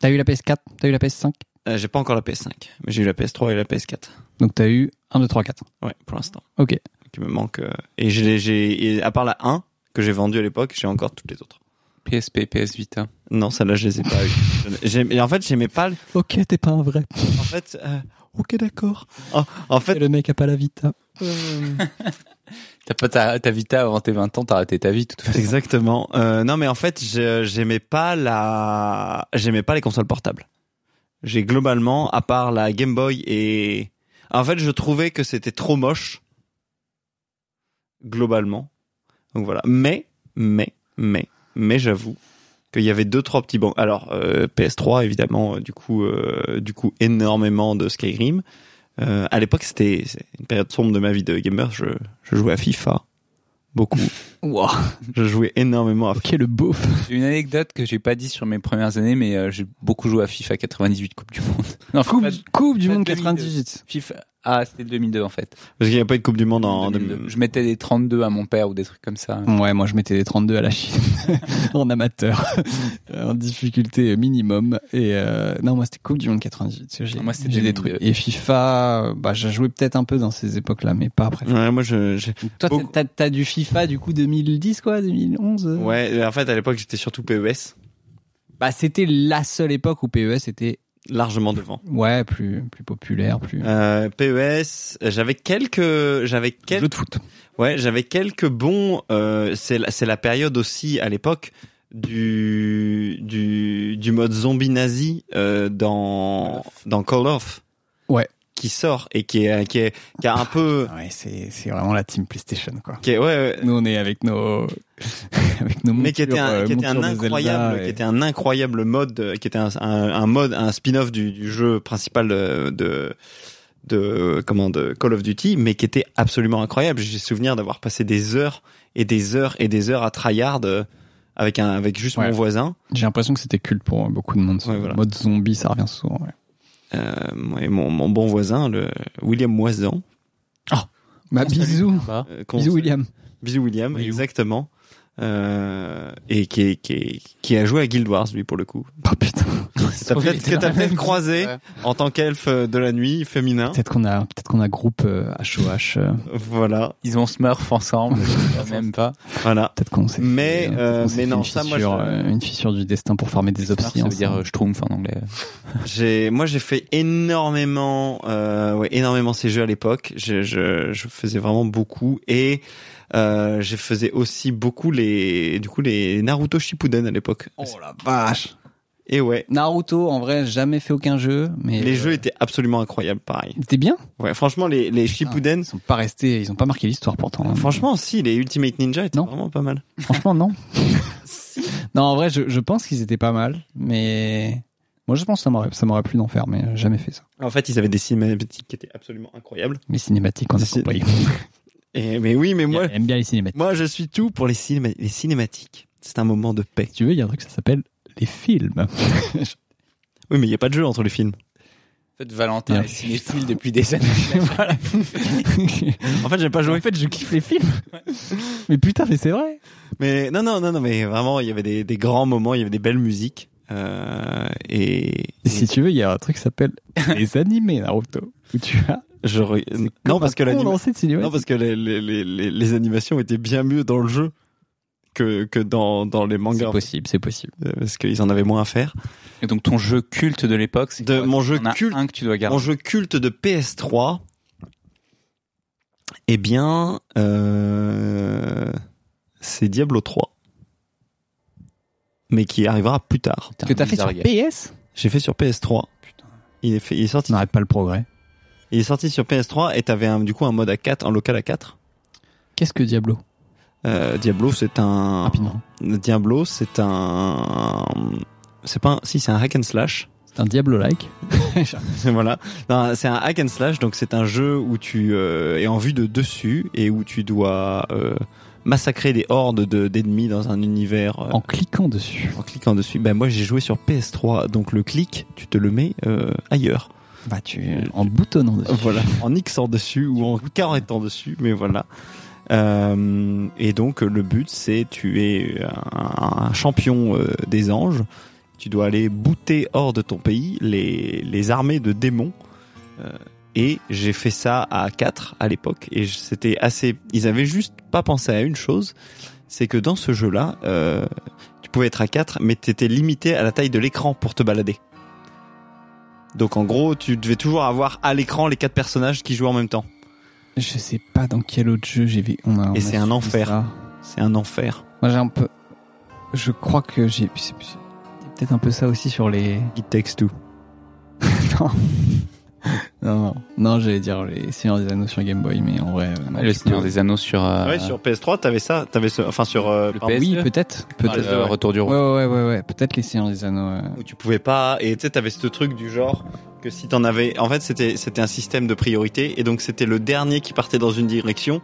B: t'as eu la PS4, t'as eu la PS5,
C: Euh, j'ai pas encore la PS5, mais j'ai eu la PS3 et la PS4.
B: donc t'as eu 1, 2, 3, 4.
C: Ouais, pour l'instant.
B: Ok.
C: Qui me manque. euh, Et je l'ai- j'ai, et à part la 1 que j'ai vendue à l'époque, j'ai encore toutes les autres.
A: PSP, PS Vita.
C: Non, celle-là, je les ai pas eues. J'aime- et en fait, j'aimais pas. le-
B: Ok, t'es pas un vrai.
C: En fait, euh, ok, d'accord. En, en fait,
B: le mec a pas la vita.
A: T'as pas ta, ta Vita avant tes 20 ans, t'as arrêté ta vie de toute façon.
C: Exactement. Euh, non, mais en fait, je- j'aimais pas la, j'aimais pas les consoles portables. J'ai globalement, à part la Game Boy et, en fait, je trouvais que c'était trop moche. Globalement. Donc voilà. Mais, mais, mais, mais j'avoue qu'il y avait deux trois petits bancs. Alors euh, PS3 évidemment, euh, du coup, euh, du coup, énormément de Skyrim. Euh, à l'époque, c'était c'est une période sombre de ma vie de gamer. Je, je jouais à FIFA beaucoup
B: Wow,
C: Je jouais énormément à
B: quel beauf.
A: J'ai une anecdote que j'ai pas dit sur mes premières années, mais euh, j'ai beaucoup joué à FIFA 98 Coupe du Monde. Non,
B: Coupe,
A: FIFA,
B: coupe du
A: faites
B: monde
A: le
B: 98.
A: FIFA. Ah, c'était le 2002 en fait.
C: Parce qu'il n'y a pas eu de Coupe du Monde en
A: 2002.
C: 2002.
A: Je mettais des 32 à mon père ou des trucs comme ça.
B: Ouais, moi je mettais des 32 à la Chine en amateur, en difficulté minimum. Et euh, non, moi c'était Coupe du Monde 98. parce que J'ai
A: Moi, c'était
B: j'ai des
A: 2002.
B: trucs. Et FIFA, euh, bah j'ai joué peut-être un peu dans ces époques-là, mais pas après.
C: Ouais, moi je, j'ai-
B: Donc, toi,
C: Beaucoup.
B: t'as t'as- t'as du FIFA du coup 2010 quoi, 2011. euh.
C: Ouais, en fait à l'époque j'étais surtout E PES,
B: Bah c'était la seule époque où PES était
C: largement devant.
B: ouais plus plus populaire, plus
C: Euh, PES, j'avais quelques, j'avais
B: jeu
C: quelques,
B: de foot.
C: ouais, j'avais quelques bons. Euh, c'est la, c'est la période aussi à l'époque du du du mode zombie nazi euh, dans dans Call of.
B: Ouais.
C: Qui sort et qui est qui est qui a un peu
B: Ouais, c'est c'est vraiment la team PlayStation quoi.
C: qui est, ouais, ouais,
B: Nous on est avec nos avec nos
C: mais qui était un,
B: montures,
C: qui était
B: euh,
C: un
B: montures de Zelda
C: incroyable,
B: et-
C: qui était un incroyable mode, euh, qui était un, un, un mode, un spin-off du, du jeu principal de, de de comment de Call of Duty, mais qui était absolument incroyable. J'ai souvenir d'avoir passé des heures et des heures et des heures à tryhard euh, avec un avec juste
B: Ouais.
C: mon voisin.
B: J'ai l'impression que c'était culte pour beaucoup de monde.
C: Ouais, voilà.
B: Mode zombie, ça revient souvent. ouais.
C: Euh, et mon, mon bon voisin, le William Moisan.
B: Bah, bisous.
C: euh, qu'on-
B: Bisous, William.
C: Bisous William,
A: Bisous.
C: exactement. Euh, et qui, est- qui, est- qui a joué à Guild Wars lui pour le coup.
B: Oh putain.
C: Que t'as peut-être que t'as hein peut-être croisé
A: Ouais.
C: en tant qu'elfe euh, de la nuit féminin.
B: Peut-être qu'on a, peut-être qu'on a groupe euh, HOH. euh,
C: Voilà,
A: Ils ont Smurf ensemble, même pas.
C: voilà.
B: peut-être qu'on s'est.
C: Mais,
B: fait, peut-être
C: euh,
B: qu'on s'est
C: mais
B: fait
C: non,
B: une
C: ça, moi,
B: fissure,
C: je-
B: euh, une fissure du destin pour former des
A: Smurf,
B: obsidiens.
A: ça veut dire euh, schtroumpf en anglais.
C: J'ai, moi, j'ai fait énormément, euh, ouais, énormément ces jeux à l'époque. Je, je, je faisais vraiment beaucoup et euh, je faisais aussi beaucoup les, du coup, les Naruto Shippuden à l'époque.
B: Oh, la vache.
C: Et ouais,
B: Naruto, en vrai, jamais fait aucun jeu, mais
C: les
B: euh,
C: jeux étaient absolument incroyables, pareil.
B: C'était bien. Ah,
C: Ouais, franchement, les, les Shippuden.
B: Ils sont pas restés, ils ont pas marqué l'histoire pourtant. hein.
C: Franchement, si, les Ultimate Ninja étaient
B: Non.
C: vraiment pas mal.
B: Franchement, non. non, en vrai, je, je pense qu'ils étaient pas mal, mais moi, je pense que ça m'aurait, ça m'aurait plu d'en faire, mais euh, jamais fait ça.
C: En fait, ils avaient des cinématiques qui étaient absolument incroyables.
B: Les cinématiques, on a
C: C'est-
B: compris.
C: Et, mais oui, mais moi,
B: J'aime bien les cinématiques.
C: Moi, je suis tout pour les, cinéma- les cinématiques. C'est un moment de paix.
B: Si tu veux, il y a un truc, ça s'appelle les films.
C: Oui, mais il n'y a pas de jeu entre les films.
A: En fait, Valentin
B: Bien.
A: est cinéphile depuis des années.
B: voilà.
C: En fait, j'ai pas joué.
B: en fait, je kiffe les films. mais putain, mais c'est vrai.
C: Mais non, non, non, non, mais vraiment, il y avait des, des grands moments, il y avait des belles musiques. Euh, et
B: Et si tu veux, il y a un truc qui s'appelle les animés Naruto. Où tu as.
C: je re- non parce que l'anima-
B: l'animation.
C: non parce que les, les, les, les- les animations étaient bien mieux dans le jeu que que dans dans les
B: C'est
C: mangas
B: possible, c'est possible.
C: Euh, parce qu'ils en avaient moins à faire.
A: Et donc ton jeu culte de l'époque, c'est
C: De
A: quoi
C: mon jeu
A: T'en as
C: culte-
A: un que tu dois garder.
C: Mon jeu culte de PS3. Eh bien, euh, c'est Diablo 3. Mais qui arrivera plus tard.
B: Que t'as fait sur
A: Bizarre,
B: PS
C: J'ai fait sur PS3.
B: Putain.
C: Il est, fait- il est sorti.
B: Tu n'arrêtes pas le progrès.
C: Il est sorti sur PS3 et t'avais un, du coup un mode à 4, en local à 4.
B: Qu'est-ce que Diablo
C: Euh, Diablo, c'est un.
B: Rapidement.
C: Diablo, c'est un. C'est pas un... Si, c'est un hack and slash.
B: C'est un Diablo-like.
C: voilà. Non, C'est un hack and slash, donc c'est un jeu où tu euh, es en vue de dessus et où tu dois euh, massacrer des hordes de- d'ennemis dans un univers euh,
B: En cliquant dessus.
C: en cliquant dessus. Ben moi j'ai joué sur PS3, donc le clic, tu te le mets euh, ailleurs.
B: Bah, tu. En boutonnant dessus.
C: Voilà, en Xant dessus ou en carrettant dessus, mais voilà. Euh, et donc le but c'est tu es un, un champion euh, des anges, tu dois aller bouter hors de ton pays les, les armées de démons. Euh, et j'ai fait ça à 4 à l'époque et je- c'était assez... Ils avaient juste pas pensé à une chose, c'est que dans ce jeu-là, euh, tu pouvais être à 4 mais t'étais limité à la taille de l'écran pour te balader. Donc en gros, tu devais toujours avoir à l'écran les quatre personnages qui jouent en même temps.
B: Je sais pas dans quel autre jeu j'ai vu. On a, on a
C: c'est un
B: suivi
C: enfer.
B: ça.
C: C'est un enfer.
B: Moi, j'ai un peu. Je crois que j'ai. c'est- c'est- il y a Peut-être un peu ça aussi sur les.
C: It takes two.
B: non. non, non. Non, j'allais dire les Seigneurs des Anneaux sur Game Boy, mais en vrai. euh, non.
A: Le Seigneur des Anneaux sur, euh,
C: Ouais, sur PS3, t'avais ça, t'avais ce, enfin sur euh,
A: Le
C: pardon,
A: PS,
B: Oui,
A: PS2.
B: peut-être.
A: euh,
B: Peut-être.
C: ouais.
A: Retour du
B: Ouais,
A: Roi.
B: ouais, ouais, ouais, ouais. Peut-être les Seigneurs des Anneaux. euh.
C: où tu pouvais pas, et tu sais, t'avais ce truc du genre que si t'en avais, en fait, c'était c'était un système de priorité, et donc c'était le dernier qui partait dans une direction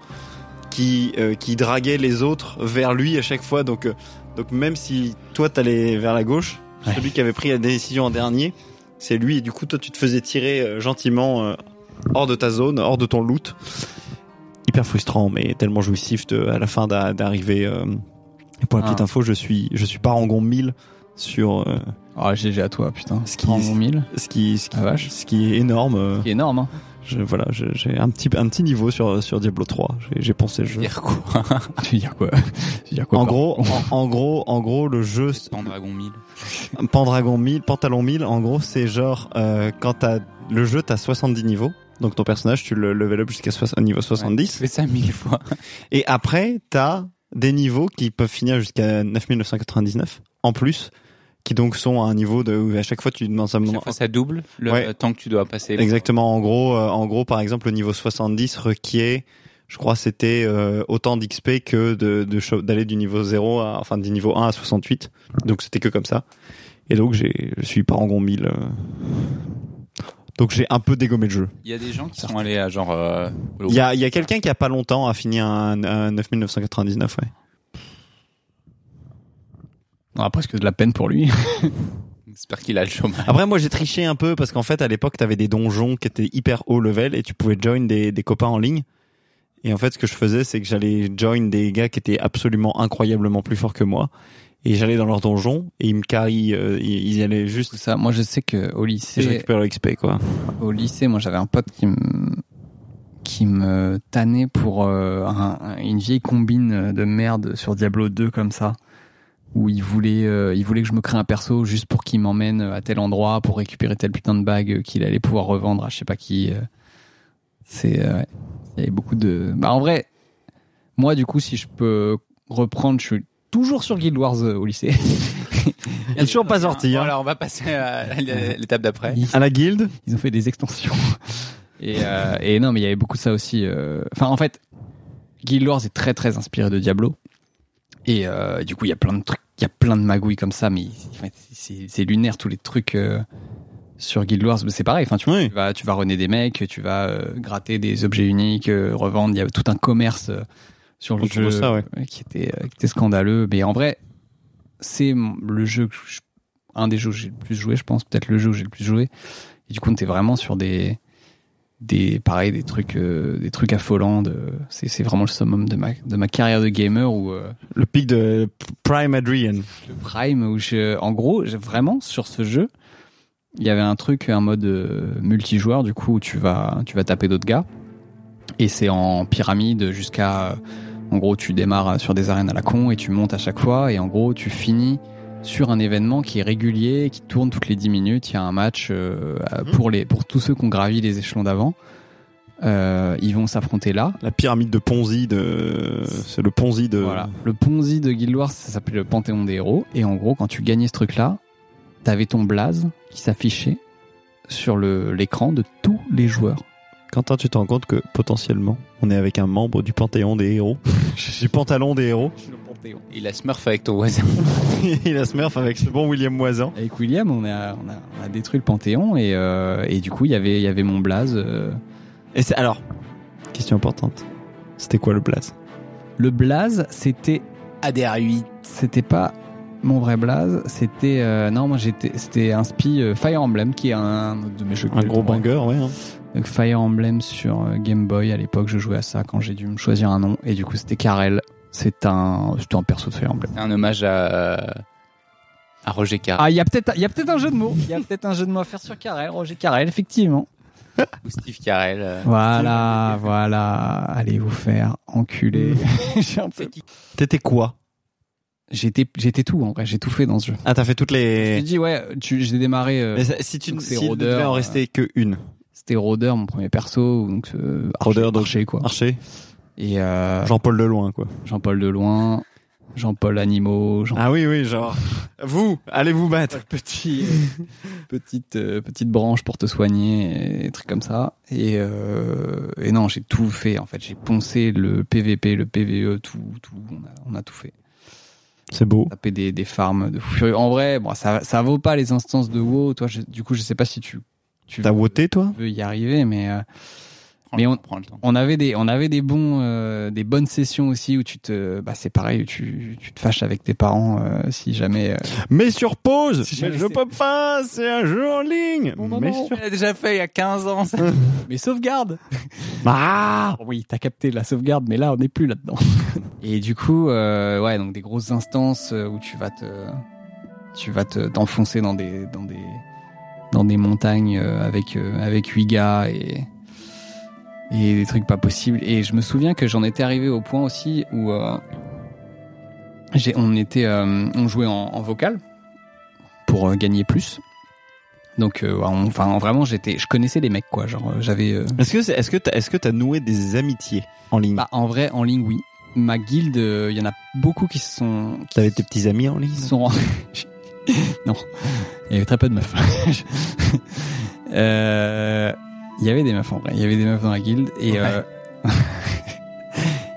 C: qui euh, qui draguait les autres vers lui à chaque fois. Donc euh, donc même si toi t'allais vers la gauche,
B: Ouais.
C: celui qui avait pris la décision en dernier, c'est lui. Et du coup toi tu te faisais tirer euh, gentiment euh, hors de ta zone, hors de ton loot. Hyper frustrant, mais tellement jouissif de- à la fin d'a- d'arriver. euh, et pour la petite
B: Ah.
C: info, je suis je suis parangon 1000 sur euh,
B: Ah, GG à toi, putain.
C: Ce qui-
B: Prends mon mille.
C: ce qui ce qui,
B: Ah, vache.
C: ce qui est énorme. euh,
B: C'est énorme, hein.
C: je, voilà, je- j'ai un petit, un petit niveau sur, sur Diablo 3. J'ai, j'ai pensé le jeu.
A: Dire quoi
B: Tu veux dire quoi Tu veux dire quoi
C: En
B: par-
C: gros, en, en gros, en gros, le jeu c'est-
A: Pendragon 1000.
C: Pendragon 1000, Pantalon 1000, en gros, c'est genre euh, quand t'as le jeu, t'as 70 niveaux. Donc ton personnage, tu le level up jusqu'à soix- au niveau 70.
A: Je fais ça mille fois.
C: Et après, t'as des niveaux qui peuvent finir jusqu'à 9999 en plus, qui donc sont à un niveau de où à chaque fois tu dans un moment
A: Chaque fois, ça double le
C: Ouais.
A: temps que tu dois passer.
C: Exactement. En gros, euh, en gros, par exemple, le niveau 70 requiert, je crois, c'était euh, autant d'XP que de de cho- d'aller du niveau 0 à, enfin, du niveau 1 à 68. Donc c'était que comme ça. Et donc j'ai, je suis parangon 1000. euh. Donc j'ai un peu dégommé le jeu.
A: Il y a des gens qui sont allés à genre. euh,
C: Il y a, il y a quelqu'un qui a pas longtemps a fini un, un 9999, ouais.
B: On a presque de la peine pour lui.
A: J'espère qu'il a le chômage.
C: Après, moi, j'ai triché un peu parce qu'en fait, à l'époque, t'avais des donjons qui étaient hyper haut level et tu pouvais join des, des copains en ligne. Et en fait, ce que je faisais, c'est que j'allais join des gars qui étaient absolument incroyablement plus forts que moi. Et j'allais dans leur donjon et ils me carry, euh, ils, ils allaient juste
B: Tout ça. Moi, je sais que au
C: et je
B: lycée,
C: récupère le XP, quoi.
B: au lycée, moi, j'avais un pote qui me qui me tannait pour euh, un- un- une vieille combine euh, de merde sur Diablo 2 comme ça où il voulait euh, il voulait que je me crée un perso juste pour qu'il m'emmène à tel endroit pour récupérer telle putain de bague qu'il allait pouvoir revendre à je sais pas qui euh. c'est euh, ouais. il y avait beaucoup de bah en vrai moi du coup si je peux reprendre je suis toujours sur Guild Wars euh, au lycée
C: Il est toujours pas sorti, hein.
A: Alors, on va passer à l'étape d'après.
C: À la guilde,
B: ils ont fait des extensions. Et, euh, et non, mais il y avait beaucoup de ça aussi. euh. Enfin, en fait, Guild Wars est très très inspiré de Diablo. Et euh, du coup, il y a plein de trucs, il y a plein de magouilles comme ça, mais enfin, c'est c'est lunaire tous les trucs euh, sur Guild Wars. Mais C'est pareil, enfin, tu,
C: Oui.
B: tu vas, tu vas runner des mecs, tu vas euh, gratter des objets uniques, euh, revendre. Il y a tout un commerce euh, sur le
C: Autour
B: jeu
C: de ça, ouais.
B: euh, qui, était, euh, qui était scandaleux. Mais en vrai, c'est mon- le jeu que je- un des jeux que j'ai le plus joué, je pense, peut-être le jeu où j'ai le plus joué. Et du coup, on était vraiment sur des, des, pareil, des trucs, euh, des trucs affolants. de- C'est, c'est vraiment le summum de ma, de ma carrière de gamer où euh,
C: le pic de Prime Adrian.
B: le prime, où je, en gros, j'ai vraiment sur ce jeu, il y avait un truc, un mode euh, multijoueur du coup où tu vas, tu vas taper d'autres gars. Et c'est en pyramide jusqu'à, euh, en gros, tu démarres euh, sur des arènes à la con et tu montes à chaque fois et en gros, tu finis sur un événement qui est régulier, qui tourne toutes les 10 minutes. Il y a un match euh, pour, les, pour tous ceux qui ont gravi les échelons d'avant. Euh, ils vont s'affronter là.
C: La pyramide de Ponzi de, c'est le Ponzi de,
B: Voilà. Le Ponzi de Guild Wars, ça s'appelait le Panthéon des héros. Et en gros, quand tu gagnais ce truc-là, t'avais ton blaze qui s'affichait sur le- l'écran de tous les joueurs.
C: Quentin, tu te rends compte que potentiellement, on est avec un membre du Panthéon des héros, du pantalon des héros.
A: Il a smurf avec ton voisin.
C: Il a Smurf avec ce bon William Moisan.
B: Avec William, on a, on a- on a détruit le Panthéon et, euh, et du coup, il y avait- il y avait mon blaze. euh.
C: Et c'est alors, question importante. C'était quoi le blaze
B: Le blaze, c'était
A: ADR8.
B: c'était pas mon vrai blaze, c'était euh, non moi j'étais c'était un spi euh, Fire Emblem qui est un de mes jeux que
C: Un
B: j'ai
C: gros
B: trouvé.
C: banger, ouais. hein.
B: Donc Fire Emblem sur euh, Game Boy à l'époque, je jouais à ça quand j'ai dû me choisir un nom et du coup c'était Karel. C'est un, c'était un perso de Fire Emblem.
A: Un hommage à, à Roger Carr.
B: Ah, il y a peut-être, il y a peut-être un jeu de mots. Il y a peut-être un jeu de mots à faire sur Karel, Roger Karel, effectivement.
A: Ou Steve Carell. euh.
B: Voilà, voilà. Allez vous faire enculer. J'ai un peu-
C: T'étais quoi
B: j'étais, j'étais tout en vrai. J'ai tout fait dans ce jeu.
C: Ah, t'as fait toutes
B: J'ai
C: les.
B: dit ouais, tu, j'ai démarré. euh,
C: Mais ça- si tu
B: donc c'est
C: si il ne devait
B: rôdeur,
C: en rester que une.
B: c'était Roder, mon premier perso, donc euh, Archer-
C: Roder, donc-
B: Archer, quoi.
C: Archer,
B: Et euh,
C: Jean-Paul Leloin, quoi.
B: Jean-Paul Deloin, Jean-Paul Animaux, Jean
C: Ah oui, oui, genre. Vous, allez vous battre.
B: petit, euh, petite, euh, petite branche pour te soigner, et des trucs comme ça. Et, euh, et non, j'ai tout fait en fait. J'ai poncé le PVP, le PVE, tout, tout. On a, on a tout fait.
C: C'est beau.
B: Taper des, des farms de fou furieux. En vrai, bon, ça, ça vaut pas les instances de WoW. Toi, je- du coup, je sais pas si tu, tu
C: T'as voté, toi
B: veux y arriver, mais euh,
A: Prends
B: Mais
A: le
B: on-
A: temps, prends le temps.
B: On avait des, on avait des bons, euh, des bonnes sessions aussi où tu te, bah c'est pareil, où tu, tu te fâches avec tes parents euh, si jamais. euh,
C: Mais sur pause
B: Si
C: Mais
B: jamais
C: je
B: c'est-
C: peux pas, c'est un jeu en ligne Mais sur...
A: Elle l'a déjà fait il y a 15 ans. ça.
B: Mais sauvegarde.
C: Ah
B: Oui, t'as capté la sauvegarde, mais là on n'est plus là-dedans. Et du coup, euh, ouais, donc des grosses instances euh, où tu vas te, tu vas te t'enfoncer dans des, dans des, dans des montagnes euh, avec euh, avec huit gars et et des trucs pas possibles. Et je me souviens que j'en étais arrivé au point aussi où euh, j'ai, on était, euh, on jouait en, en vocal pour euh, gagner plus. Donc, euh, ouais, on- enfin, vraiment, j'étais, je connaissais les mecs, quoi. Genre, euh, j'avais. euh,
C: Est-ce que c'est- est-ce que t'as est-ce que t'as noué des amitiés en ligne
B: bah, en vrai, en ligne, oui. Ma guilde, euh, il y en a beaucoup qui se sont. Qui
C: T'avais tes petits amis en ligne
B: se sont... non, il y avait très peu de meufs. Euh, Il y avait des meufs en vrai. Il y avait des meufs dans la guilde et euh,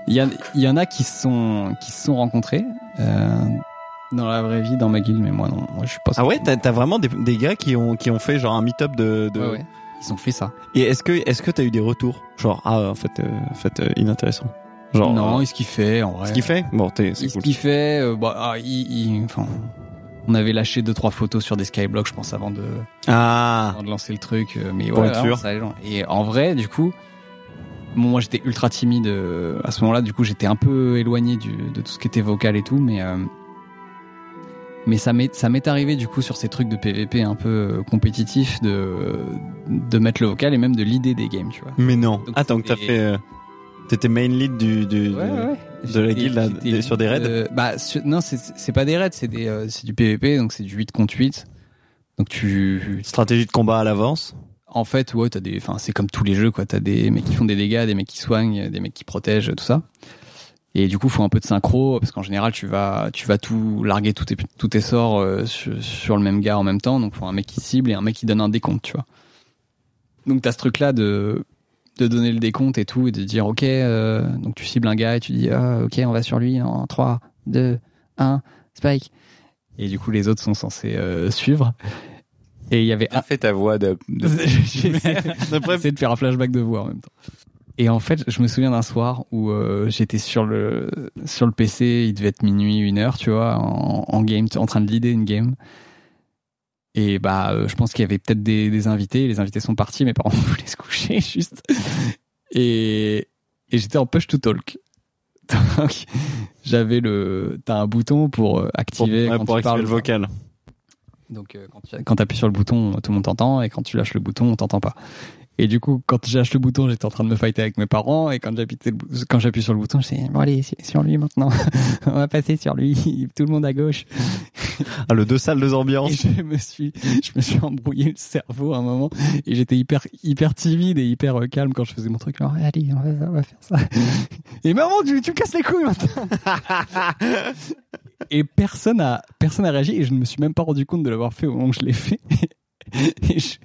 B: il y, en- il y en a qui se sont qui se sont rencontrés euh, dans la vraie vie, dans ma guilde, mais moi non, moi je suis pas.
C: Ah ouais, t'as t'as vraiment des, des gars qui ont qui ont fait genre un meet-up de, de...
B: Ouais, ouais. Ils ont fait ça.
C: Et est-ce que est-ce que t'as eu des retours genre ah en fait euh, en fait euh, inintéressant genre
B: non,
C: euh,
B: il se kiffait en vrai.
C: ce qu'il fait bon t'es c'est
B: Il se
C: cool
B: kiffait. euh, bah, ah, il- il- enfin, on avait lâché deux trois photos sur des skyblocks, je pense, avant de,
C: ah
B: avant de lancer le truc. euh, Mais
C: Pour
B: ouais,
C: être
B: alors,
C: sûr.
B: ça, les gens- Et en vrai, du coup, bon, moi j'étais ultra timide euh, à ce moment-là. Du coup, j'étais un peu éloigné du- de tout ce qui était vocal et tout, mais euh, mais ça m'est ça m'est arrivé du coup sur ces trucs de PVP un peu euh, compétitifs de de mettre le vocal et même de l'idée des games, tu vois.
C: mais non
B: Donc,
C: attends que t'as
B: c'était-
C: fait euh, t'étais main lead du, du du- de la
B: J'étais-
C: guilde, là,
B: j'étais
C: des- sur des raids
B: euh, bah, sur- Non, c'est- c'est c'est pas des raids, c'est des, euh, c'est du PVP, donc c'est du 8 contre 8. Donc tu.
C: stratégie de combat à l'avance
B: En fait, ouais, t'as des. Enfin, c'est comme tous les jeux, quoi. T'as des mecs qui font des dégâts, des mecs qui soignent, des mecs qui protègent, tout ça. Et du coup, faut un peu de synchro, parce qu'en général, tu vas, tu vas tout larguer tous tes, tous tes sorts euh, sur, sur le même gars en même temps. Donc, faut un mec qui cible et un mec qui donne un décompte, tu vois. Donc, t'as ce truc-là de, de donner le décompte et tout, et de dire, OK, euh, donc tu cibles un gars et tu dis, ah, OK, on va sur lui en 3, 2, 1, spike. Et du coup, les autres sont censés euh, suivre. Et il y avait
A: Bien fait ta voix de. Euh, de-
B: j'ai essayé- j'ai essayé de faire un flashback de voix en même temps. Et en fait, je me souviens d'un soir où euh, j'étais sur le sur le PC, il devait être minuit, une heure, tu vois, en, en game, en train de leader une game. Et bah, euh, je pense qu'il y avait peut-être des, des invités. Les invités sont partis, mes parents voulaient se coucher juste. Et, et j'étais en push to talk. Donc, j'avais le, t'as un bouton pour euh,
C: pour,
B: activer
C: ouais,
B: quand
C: pour
B: tu
C: activer
B: parles.
C: le vocal
B: Donc euh, quand tu quand appuies sur le bouton, tout le monde t'entend, et quand tu lâches le bouton, on t'entend pas. Et du coup, quand j'ai lâché le bouton, j'étais en train de me fighter avec mes parents, et quand j'appuie le bou- quand j'appuie sur le bouton, je dis bon allez c'est sur lui maintenant, on va passer sur lui, tout le monde à gauche.
C: ah le deux salles deux ambiances
B: Et je me suis je me suis embrouillé le cerveau à un moment, et j'étais hyper hyper timide et hyper euh, calme quand je faisais mon truc. Genre, allez on va, on va faire ça. Et maman tu, tu me casses les couilles maintenant. et personne a personne a réagi et je ne me suis même pas rendu compte de l'avoir fait au moment que je l'ai fait. Et je-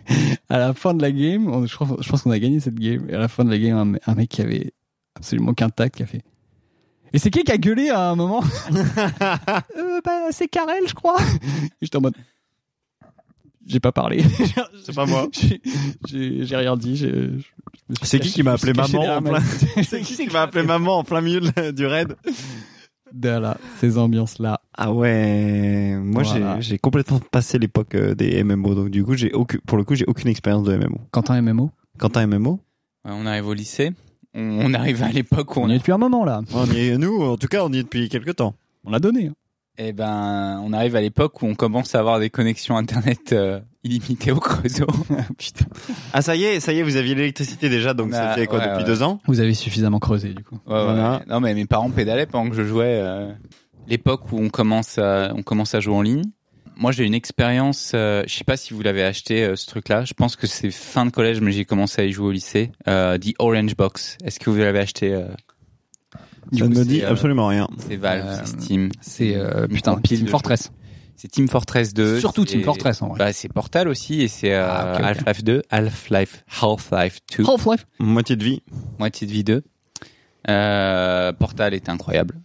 B: à la fin de la game, on- je, crois- je pense qu'on a gagné cette game. Et à la fin de la game, un, me- un mec qui avait absolument aucun tact qui a fait. Et c'est qui qui a gueulé à un moment Euh, bah, C'est Karel, je crois. Et J'étais en mode. J'ai pas parlé.
C: c'est pas moi
B: J'ai- J'ai j'ai rien dit. j'ai- je- je me suis
C: C'est qui
B: caché-
C: qui m'a
B: je me suis caché
C: appelé maman
B: derrière
C: en
B: ma-
C: c'est qui qui m'a appelé maman en plein milieu de- du raid
B: Voilà, ces ambiances-là.
C: Ah ouais, moi
B: Voilà.
C: j'ai j'ai complètement passé l'époque euh, des MMO, donc du coup j'ai aucune, pour le coup j'ai aucune expérience de MMO.
B: Quentin MMO,
C: Quand t'as un MMO,
A: Ouais, on arrive au lycée. On, on arrive à l'époque où
B: on
A: on
B: y est depuis un moment là.
C: on y est, nous en tout cas on y est depuis quelques temps.
B: On l'a donné. hein.
A: Eh ben, on arrive à l'époque où on commence à avoir des connexions internet euh, illimitées au Creusot.
B: Putain.
C: Ah ça y est, ça y est, vous aviez l'électricité déjà, donc
A: On
C: ça
A: a-
C: fait quoi
A: Bah, ouais,
C: depuis
A: ouais.
C: deux ans
B: Vous avez suffisamment creusé du coup.
A: Ouais, ouais.
C: Voilà.
A: Non mais mes parents pédalaient pendant que je jouais. euh, L'époque où on commence à on commence à jouer en ligne. Moi j'ai une expérience. euh, je sais pas si vous l'avez acheté euh, ce truc-là. Je pense que c'est fin de collège, mais j'ai commencé à y jouer au lycée. Euh, The Orange Box. Est-ce que vous l'avez acheté euh, Du
C: Je ne
A: coup,
C: me
A: c'est,
C: dis
A: euh,
C: absolument rien.
A: C'est Valve,
B: Euh,
A: c'est Steam.
B: C'est euh,
A: Une
B: putain
A: compile
B: Team
A: de
B: Fortress.
A: C'est Team Fortress 2.
B: Surtout
A: c'est-
B: Team Fortress en vrai.
A: Bah, c'est Portal aussi et c'est euh,
B: Ah, ok, ok.
A: Half-Life 2, Half-Life, Half-Life 2.
B: Half-Life.
C: Moitié de vie.
A: moitié de vie 2. Euh, Portal était incroyable.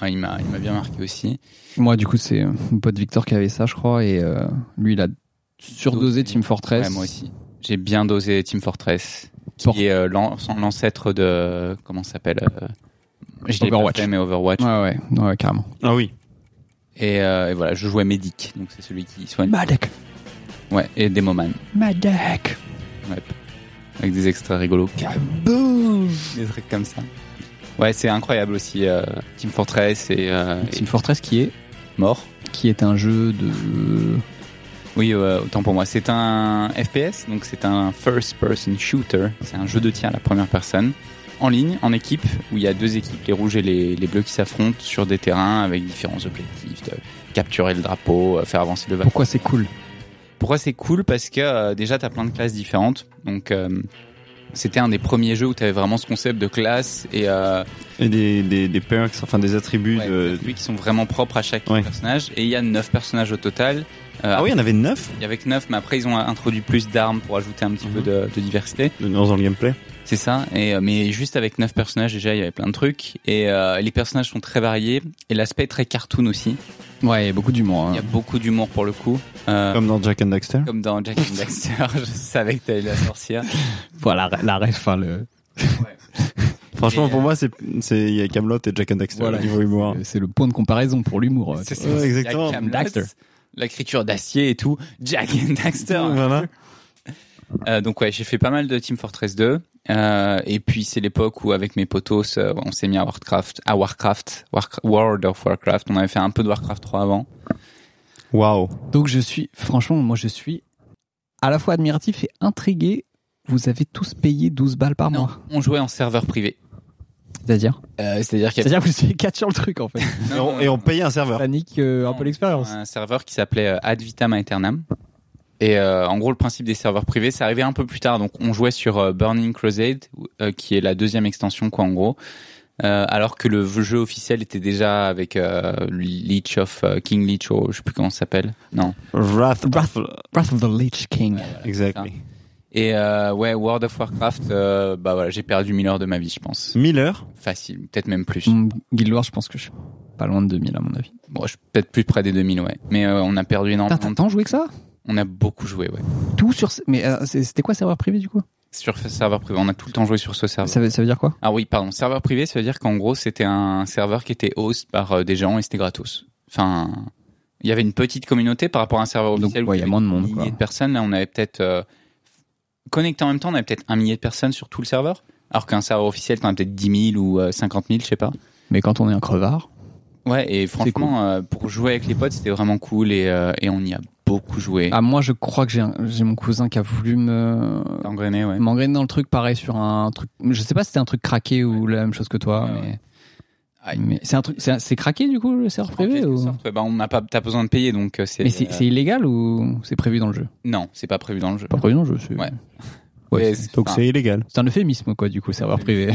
A: Ouais, il m'a, il m'a bien marqué aussi.
B: Moi du coup c'est euh, mon pote Victor qui avait ça je crois et euh, lui il a surdosé
A: Dosé.
B: Team Fortress.
A: Ouais, moi aussi. J'ai bien dosé Team Fortress.
B: Porte-
A: qui est euh, l'an- l'ancêtre de comment ça s'appelle euh, je l'ai pas
B: Overwatch.
A: fait, mais Overwatch.
B: Ouais, ouais, ouais, carrément.
C: Ah oui.
A: Et, euh, et voilà, je jouais Medic, donc c'est celui qui soigne.
B: Madak, Bah.
A: Ouais, et Demoman,
B: Madak.
A: ouais. avec des extraits rigolos,
B: Boom.
A: des trucs comme ça. Ouais, c'est incroyable aussi. euh, Team Fortress et, euh, et
B: Team Fortress qui est
A: mort.
B: qui est un jeu de
A: Oui, euh, autant pour moi. C'est un FPS, donc c'est un first person shooter. C'est un jeu de tir à la première personne. En ligne, en équipe, où il y a deux équipes, les rouges et les, les bleus, qui s'affrontent sur des terrains avec différents objectifs, de capturer le drapeau, euh, faire avancer le drapeau.
B: pourquoi c'est cool.
A: Pourquoi c'est cool Parce que euh, déjà, t'as plein de classes différentes. Donc, euh, c'était un des premiers jeux où t'avais vraiment ce concept de classe et euh,
C: Et des, des, des perks, enfin des attributs.
A: ouais,
C: de-
A: celui qui sont vraiment propres à chaque
C: Ouais.
A: personnage. Et il y a neuf personnages au total. Euh,
C: Ah oui, il y en avait 9
A: Il y avait que 9, mais après ils ont introduit plus d'armes pour ajouter un petit
C: Mhm.
A: peu de, de diversité.
C: dans le gameplay.
A: C'est ça. Et, euh, mais juste avec 9 personnages, déjà, il y avait plein de trucs. Et euh, les personnages sont très variés. Et l'aspect est très cartoon aussi.
B: Ouais, il y a beaucoup d'humour.
A: Il y
B: Hein.
A: a beaucoup d'humour pour le coup. Euh, comme...
C: Comme dans Jack and Daxter.
A: dans Jack and Daxter, je savais que t'allais la sorcière.
B: Voilà la, la ref, hein, le-
C: Franchement,
A: Et,
C: pour
A: euh,
C: moi, c'est c'est il y a Camelot et Jack and Daxter
B: Voilà.
C: au niveau humour.
B: Euh, c'est le point de comparaison pour l'humour. euh, ouais.
A: Hein. C'est- c'est-
C: Ouais,
A: il y a
C: exactement.
A: Camelot,
B: Daxter.
A: L'écriture d'acier et tout. Jack and Daxter.
C: Voilà.
A: Euh, donc ouais, j'ai fait pas mal de Team Fortress 2. Euh, et puis c'est l'époque où avec mes potos, euh, on s'est mis à Warcraft, à Warcraft, Warcra- World of Warcraft. On avait fait un peu de Warcraft 3 avant.
C: Waouh.
B: Donc je suis, franchement, moi je suis à la fois admiratif et intrigué. Vous avez tous payé 12 balles par
A: Non,
B: mois.
A: on jouait en serveur privé.
B: C'est-à-dire
A: Euh, C'est-à-dire qu'il y avait-
B: C'est-à-dire que vous avez 4 sur le truc en fait.
A: Non,
C: Et on,
A: non,
C: et on
A: non,
C: payait un serveur.
B: Ça nique euh, un
A: Non,
B: peu l'expérience.
A: un serveur qui s'appelait euh, Ad Vitam Aeternam. Et euh, en gros, le principe des serveurs privés, c'est arrivé un peu plus tard. Donc, on jouait sur euh, Burning Crusade, euh, qui est la deuxième extension, quoi, en gros. Euh, alors que le jeu officiel était déjà avec euh, Leech of euh, King Leech, ou je sais plus comment ça s'appelle. Non.
C: Wrath.
B: Wrath. Breath of the Lich King.
C: Exactly.
A: Ah. Et euh, ouais, World of Warcraft, euh, bah voilà, j'ai perdu 1000 heures de ma vie, je pense.
C: Miller.
A: Facile, peut-être même plus.
B: Mmh, Guild Wars, je pense que je suis pas loin de 2000 à mon avis.
A: Bon, je suis peut-être plus près des 2000, ouais. Mais euh, on a perdu
B: Putain,
A: énormément.
B: T'as
A: de-
B: tant joué que ça
A: On a beaucoup joué, ouais.
B: Tout sur. ce- Mais euh, c'est- c'était quoi serveur privé du coup
A: Sur ce serveur privé, on a tout le temps joué sur ce serveur.
B: ça veut, ça veut dire quoi
A: Ah oui, pardon. Serveur privé, ça veut dire qu'en gros, c'était un serveur qui était host par euh, des gens et c'était gratos. Enfin, il y avait une petite communauté par rapport à un serveur
B: Donc,
A: officiel. où
B: ouais, il y a
A: avait
B: moins de monde,
A: Des milliers
B: quoi.
A: de personnes. Là, on avait peut-être euh, connecté en même temps, on avait peut-être un millier de personnes sur tout le serveur. Alors qu'un serveur officiel, t'en as peut-être 10 000 ou euh, 50 000, je sais pas.
B: Mais quand on est un crevard,
A: Ouais, et franchement, euh, pour jouer avec les potes, c'était vraiment cool et, euh, et on y a beaucoup joué.
B: ah moi je crois que j'ai un- j'ai mon cousin qui a voulu me
A: Engrainé, ouais.
B: m'engrainer dans le truc pareil sur un truc. Je sais pas si c'était un truc craqué ou la même chose que toi,
A: Ouais,
B: mais,
A: ouais. Ah,
B: mais c'est un truc. C'est c'est craqué du coup le serveur
A: en
B: privé
A: quelque
B: ou
A: sorte, ouais, bah, on n'a pas, t'as besoin de payer, donc euh, c'est.
B: Mais c'est
A: euh,
B: c'est illégal ou c'est prévu dans le jeu
A: Non, c'est pas prévu dans le jeu.
B: Pas prévu dans le jeu. c'est-
A: Ouais.
B: Ouais,
A: Mais
B: c'est-
A: c'est-
C: Donc
A: enfin,
C: c'est illégal.
B: c'est un euphémisme quoi du coup serveur privé.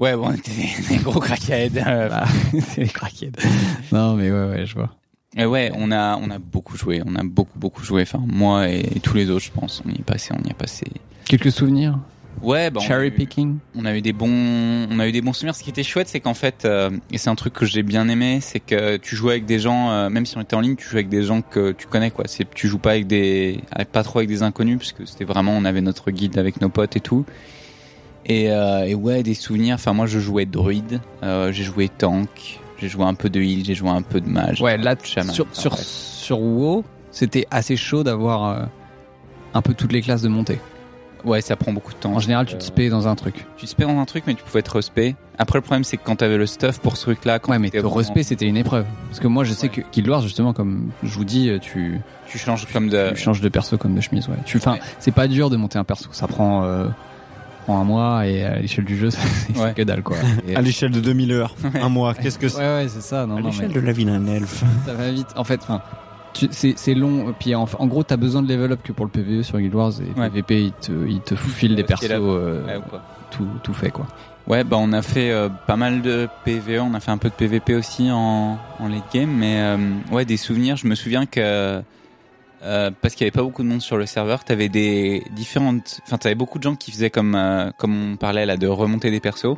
A: Ouais, bon, on était des, des gros crackheads. euh.
B: Bah, c'est les craquettes. Non mais ouais ouais je vois.
A: Et Eh ouais, on a, on a beaucoup joué. On a beaucoup, beaucoup joué. Enfin, moi et, tous les autres, je pense. On y est passé, on y est passé.
B: Quelques souvenirs.
A: Ouais, bah, on, a
B: Cherry
A: eu,
B: picking.
A: on a eu des bons, on a eu des bons souvenirs. Ce qui était chouette, c'est qu'en fait, euh, et c'est un truc que j'ai bien aimé, c'est que tu jouais avec des gens, euh, même si on était en ligne, tu jouais avec des gens que tu connais, quoi. C'est, tu joues pas avec des, avec- pas trop avec des inconnus, parce que c'était vraiment, on avait notre guide avec nos potes et tout. Et, euh, et ouais, des souvenirs. Enfin, moi, je jouais druide, euh, j'ai joué tank, j'ai joué un peu de heal, j'ai joué un peu de mage.
B: Ouais là
A: Shaman,
B: sur
A: enfin,
B: sur
A: bref.
B: sur WoW c'était assez chaud d'avoir euh, un peu toutes les classes de montée.
A: Ouais, ça prend beaucoup de temps.
B: En général tu te
A: Euh,
B: spais dans un truc.
A: Tu te spais dans un truc, mais tu pouvais te respect. Après, le problème, c'est que quand t'avais le stuff pour ce truc-là, quand
B: Ouais, mais
A: t'étais
B: le
A: vraiment-
B: respect, c'était une épreuve. Parce que moi, je sais
A: Ouais.
B: que Guild Wars, justement, comme je vous dis, tu,
A: tu changes comme de.
B: tu changes de perso comme de chemise. Ouais. Tu, enfin,
A: Euh. Ouais.
B: c'est pas dur de monter un perso. Ça prend, euh, prend un mois et à l'échelle du jeu, c'est
A: Ouais. Ah,
B: que dalle, quoi. Et-
C: À l'échelle de 2000 heures, un mois, qu'est-ce que
B: ouais,
C: c'est
B: ouais, c'est ça. Non,
C: À
B: non,
C: l'échelle
B: mais
C: de la ville d'un elfe.
B: ça va vite. En fait, enfin, tu- c'est c'est long. Puis en, en gros, t'as besoin de level up que pour le PvE sur Guild Wars et le
A: Ouais.
B: PvP, il te, il te file des
A: Parce qu'il
B: persos
A: a- Ah
B: euh,
A: Ouais, ou quoi.
B: tout, tout fait, quoi.
A: Ouais, bah on a fait euh, pas mal de PVE, on a fait un peu de PVP aussi en, en late game, mais euh, ouais, des souvenirs, je me souviens que euh, parce qu'il y avait pas beaucoup de monde sur le serveur, t'avais des différentes, enfin t'avais beaucoup de gens qui faisaient comme euh, comme on parlait là de remonter des persos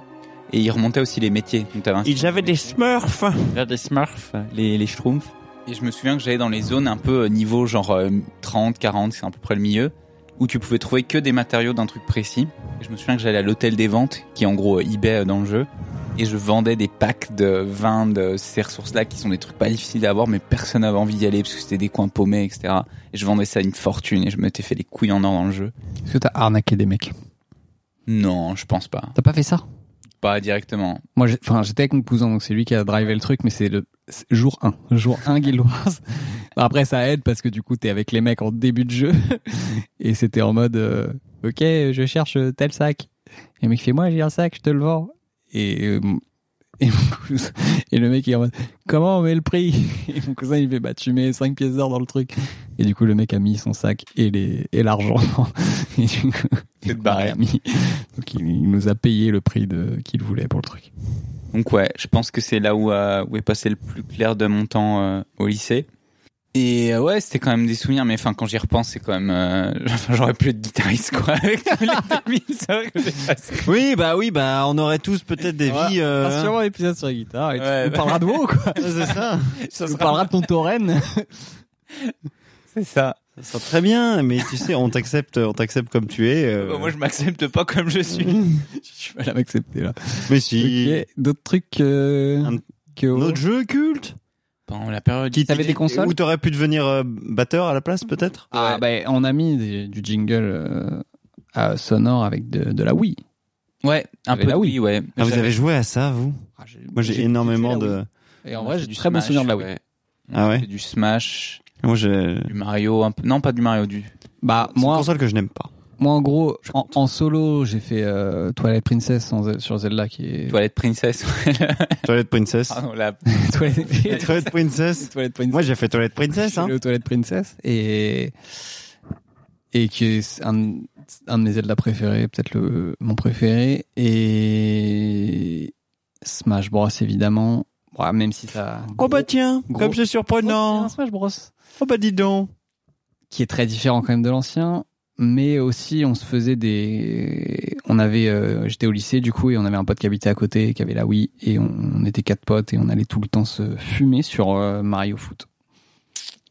A: et ils remontaient aussi les métiers. Donc t'avais un
C: Ils avaient des smurfs.
A: vers des smurfs, les, les schtroumpfs. Et je me souviens que j'allais dans les zones un peu euh, niveau genre euh, 30, 40, c'est à peu près le milieu. où tu pouvais trouver que des matériaux d'un truc précis. Et je me souviens que j'allais à l'hôtel des ventes, qui est en gros euh, eBay euh, dans le jeu, et je vendais des packs de vins de ces ressources-là, qui sont des trucs pas difficiles à avoir, mais personne n'avait envie d'y aller parce que c'était des coins paumés, etc. Et je vendais ça à une fortune, et je m'étais fait les couilles en or dans le jeu.
B: Est-ce que t'as arnaqué des mecs
A: Non, je pense pas.
B: T'as pas fait ça
A: Pas directement.
B: Moi, j'ai- enfin, j'étais avec mon cousin, donc c'est lui qui a drivé le truc, mais c'est le c'est jour 1. Jour 1 Guild Wars. Après, ça aide parce que du coup, t'es avec les mecs en début de jeu. Et c'était en mode, euh, ok, je cherche tel sac. Et le mec fait, moi, j'ai un sac, je te le vends. Et, euh, et, mon cousin- et le mec, il est en mode, comment on met le prix Et mon cousin, il fait, bah, tu mets 5 pièces d'or dans le truc. Et du coup, le mec a mis son sac et les- et l'argent. Et, du coup,
A: C'est barré.
B: il a mis- Donc, il, il nous a payé le prix de- qu'il voulait pour le truc.
A: Donc ouais, je pense que c'est là où, euh, où est passé le plus clair de mon temps euh, au lycée. Et euh, ouais, c'était quand même des souvenirs, mais enfin quand j'y repense, c'est quand même... euh, enfin, j'aurais plus de guitariste quoi, avec tous les 2000 heures que j'ai passées.
C: Oui, bah oui, bah on aurait tous peut-être des
B: Ouais.
C: vies. euh,
B: Ah, sûrement l'épisode sur la guitare. Et tu
A: Ouais,
B: nous
A: bah.
B: parleras de mots, quoi.
C: C'est ça.
B: tu nous parleras de ton tauren.
A: C'est ça.
C: hein. Ça sera très bien, mais tu sais, on t'accepte, on t'accepte comme tu es. euh,
A: Bah, moi je m'accepte pas comme je suis.
B: tu vas la m'accepter, là.
C: Mais si.
B: Ok, d'autres trucs euh,
C: Un-
B: que...
C: Un autre jeu culte.
A: Pendant la période...
C: Qui
B: T'avais des consoles
C: Où t'aurais pu devenir euh, batteur à la place, peut-être.
B: Ah, bah, on a mis des- du jingle euh, à- sonore avec de, de la Wii.
A: Ouais, un
B: T'avais
A: peu
B: la
A: de
B: Wii.
A: Wii, ouais.
C: Ah, vous avez joué à ça, vous
B: Ah,
C: Moi, j'ai énormément
B: kiffé la
C: de.
B: Et en vrai, j'ai du très bon souvenir de la Wii.
C: Ah ouais
A: Du Smash,
C: Moi, j'ai.
A: du Mario, un peu... Non, pas du Mario, du...
B: Bah,
C: C'est une
B: moi,
C: console que je n'aime pas.
B: moi, en gros, en, en solo, j'ai fait euh, Twilight Princess en Ze- sur Zelda qui est...
A: Toilette Princess.
C: Toilette Princess.
B: Ah,
A: Pardon, la...
B: Twilight...
C: Toilette Princess.
B: Twilight Princess.
C: Moi, j'ai fait Toilette Princess. Hein.
B: le Toilette Princess et et qui est un, un de mes Zelda préférés, peut-être le mon préféré et Smash Bros évidemment. Ouais, même si ça
C: Oh bah tiens,
B: Gros-
C: comme c'est surprenant.
B: Smash Bros
C: Oh bah dis donc.
B: qui est très différent quand même de l'ancien, mais aussi on se faisait des, on avait, euh, j'étais au lycée du coup et on avait un pote qui habitait à côté et qui avait la Wii et on, on était quatre potes et on allait tout le temps se fumer sur euh, Mario Foot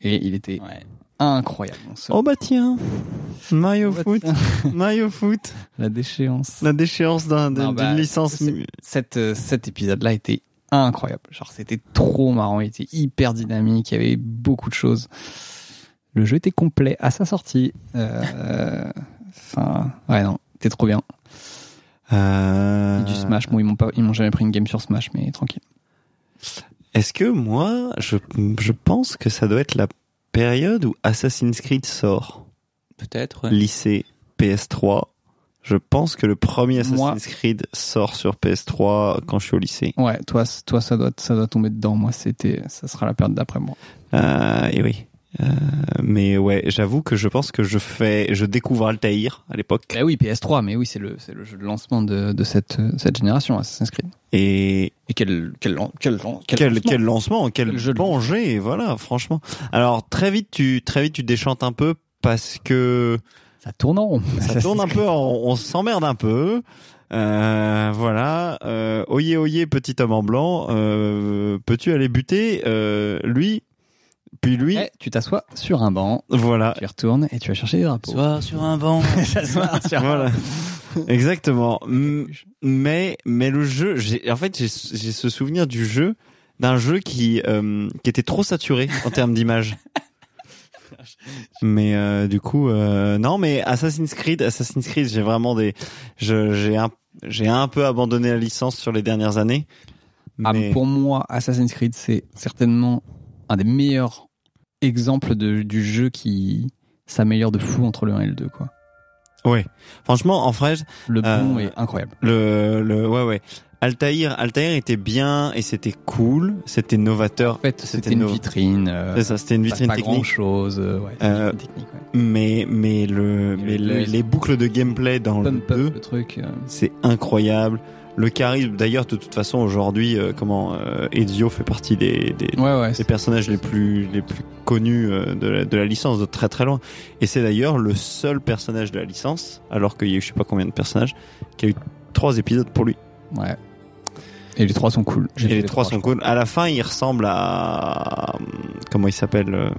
B: et il était
A: Ouais.
B: incroyable. On se-
C: Oh bah tiens. Mario
B: Oh bah
C: Foot.
B: tiens.
C: Mario Foot.
B: La déchéance.
C: La déchéance d'un-
B: Non,
C: d'une
B: bah,
C: licence.
B: c'est- Cet, euh, cet épisode-là était incroyable. Genre, c'était trop marrant. Il était hyper dynamique. Il y avait beaucoup de choses. Le jeu était complet à sa sortie. Euh, Enfin, ouais, non, c'était trop bien. Et
C: Euh,
B: Du Smash, bon, ils m'ont pas, ils m'ont jamais pris une game sur Smash, mais tranquille.
C: Est-ce que moi, je, je pense que ça doit être la période où Assassin's Creed sort.
A: Peut-être, ouais.
C: Lycée PS3. Je pense que le premier Assassin's
B: Moi-
C: Creed sort sur PS3 quand je suis au lycée.
B: Ouais, toi, c- toi, ça doit, ça doit tomber dedans. Moi, c'était, ça sera la période d'après moi.
C: Euh, et oui. Euh, mais ouais, j'avoue que je pense que je fais, je découvre Altaïr à l'époque
B: Bah oui, PS3, mais oui, c'est le, c'est le jeu de lancement de, de cette, euh, cette génération, Assassin's Creed.
C: et
B: Et quel, quel, quel, quel,
C: quel
B: lancement.
C: quel lancement, quel,
B: Quel jeu de
C: plongée, voilà, franchement. Alors très vite tu très vite tu déchantes un peu parce que
B: ça tourne en rond.
C: ça tourne un peu, on, on s'emmerde un peu. Euh, voilà, euh, oyez, oyez, petit homme en blanc, euh, peux-tu aller buter euh, lui, puis lui,
B: Eh, tu t'assois sur un banc,
C: voilà,
B: tu y retournes et tu vas chercher les drapeaux.
A: Soir sur un banc.
C: voilà, exactement. M- Mais mais le jeu, j'ai en fait j'ai j'ai ce souvenir du jeu d'un jeu qui euh, qui était trop saturé en termes d'image. Mais euh, du coup euh, non mais Assassin's Creed Assassin's Creed j'ai vraiment des je j'ai un j'ai un peu abandonné la licence sur les dernières années.
B: Ah,
C: Mais
B: pour moi, Assassin's Creed, c'est certainement un des meilleurs exemples de, du jeu qui s'améliore de fou entre le 1 et le 2. Quoi.
C: ouais. Franchement en vrai
B: Le bon
C: Euh,
B: est incroyable.
C: le le ouais ouais Altaïr Altaïr était bien et c'était cool, c'était novateur.
B: En fait, c'était
C: c'était
B: une
C: nos-
B: vitrine. euh,
C: C'est ça, c'était une
B: passe
C: vitrine
B: pas grand
C: technique.
B: chose. ouais, c'est
C: Euh,
B: une technique, ouais.
C: Mais, mais, le,
B: Et
C: mais
B: le
C: le-
B: deux, ils
C: les boucles de gameplay dans le
B: Pump up
C: 2,
B: le truc. euh,
C: c'est incroyable. Le charisme, d'ailleurs, de toute façon, aujourd'hui, euh, comment euh, Ezio fait partie des, des,
B: Ouais, ouais.
C: des
B: c'est-
C: personnages les plus, les plus connus euh, de, la, de la licence, de très très loin. Et c'est d'ailleurs le seul personnage de la licence, alors qu'il y a eu je sais pas combien de personnages, qui a eu trois épisodes pour lui.
B: ouais. Et les trois sont cool. J'ai
C: Et
B: fait
C: les trois sont
B: je
C: cool. À la fin, il ressemble à euh, comment il s'appelle euh,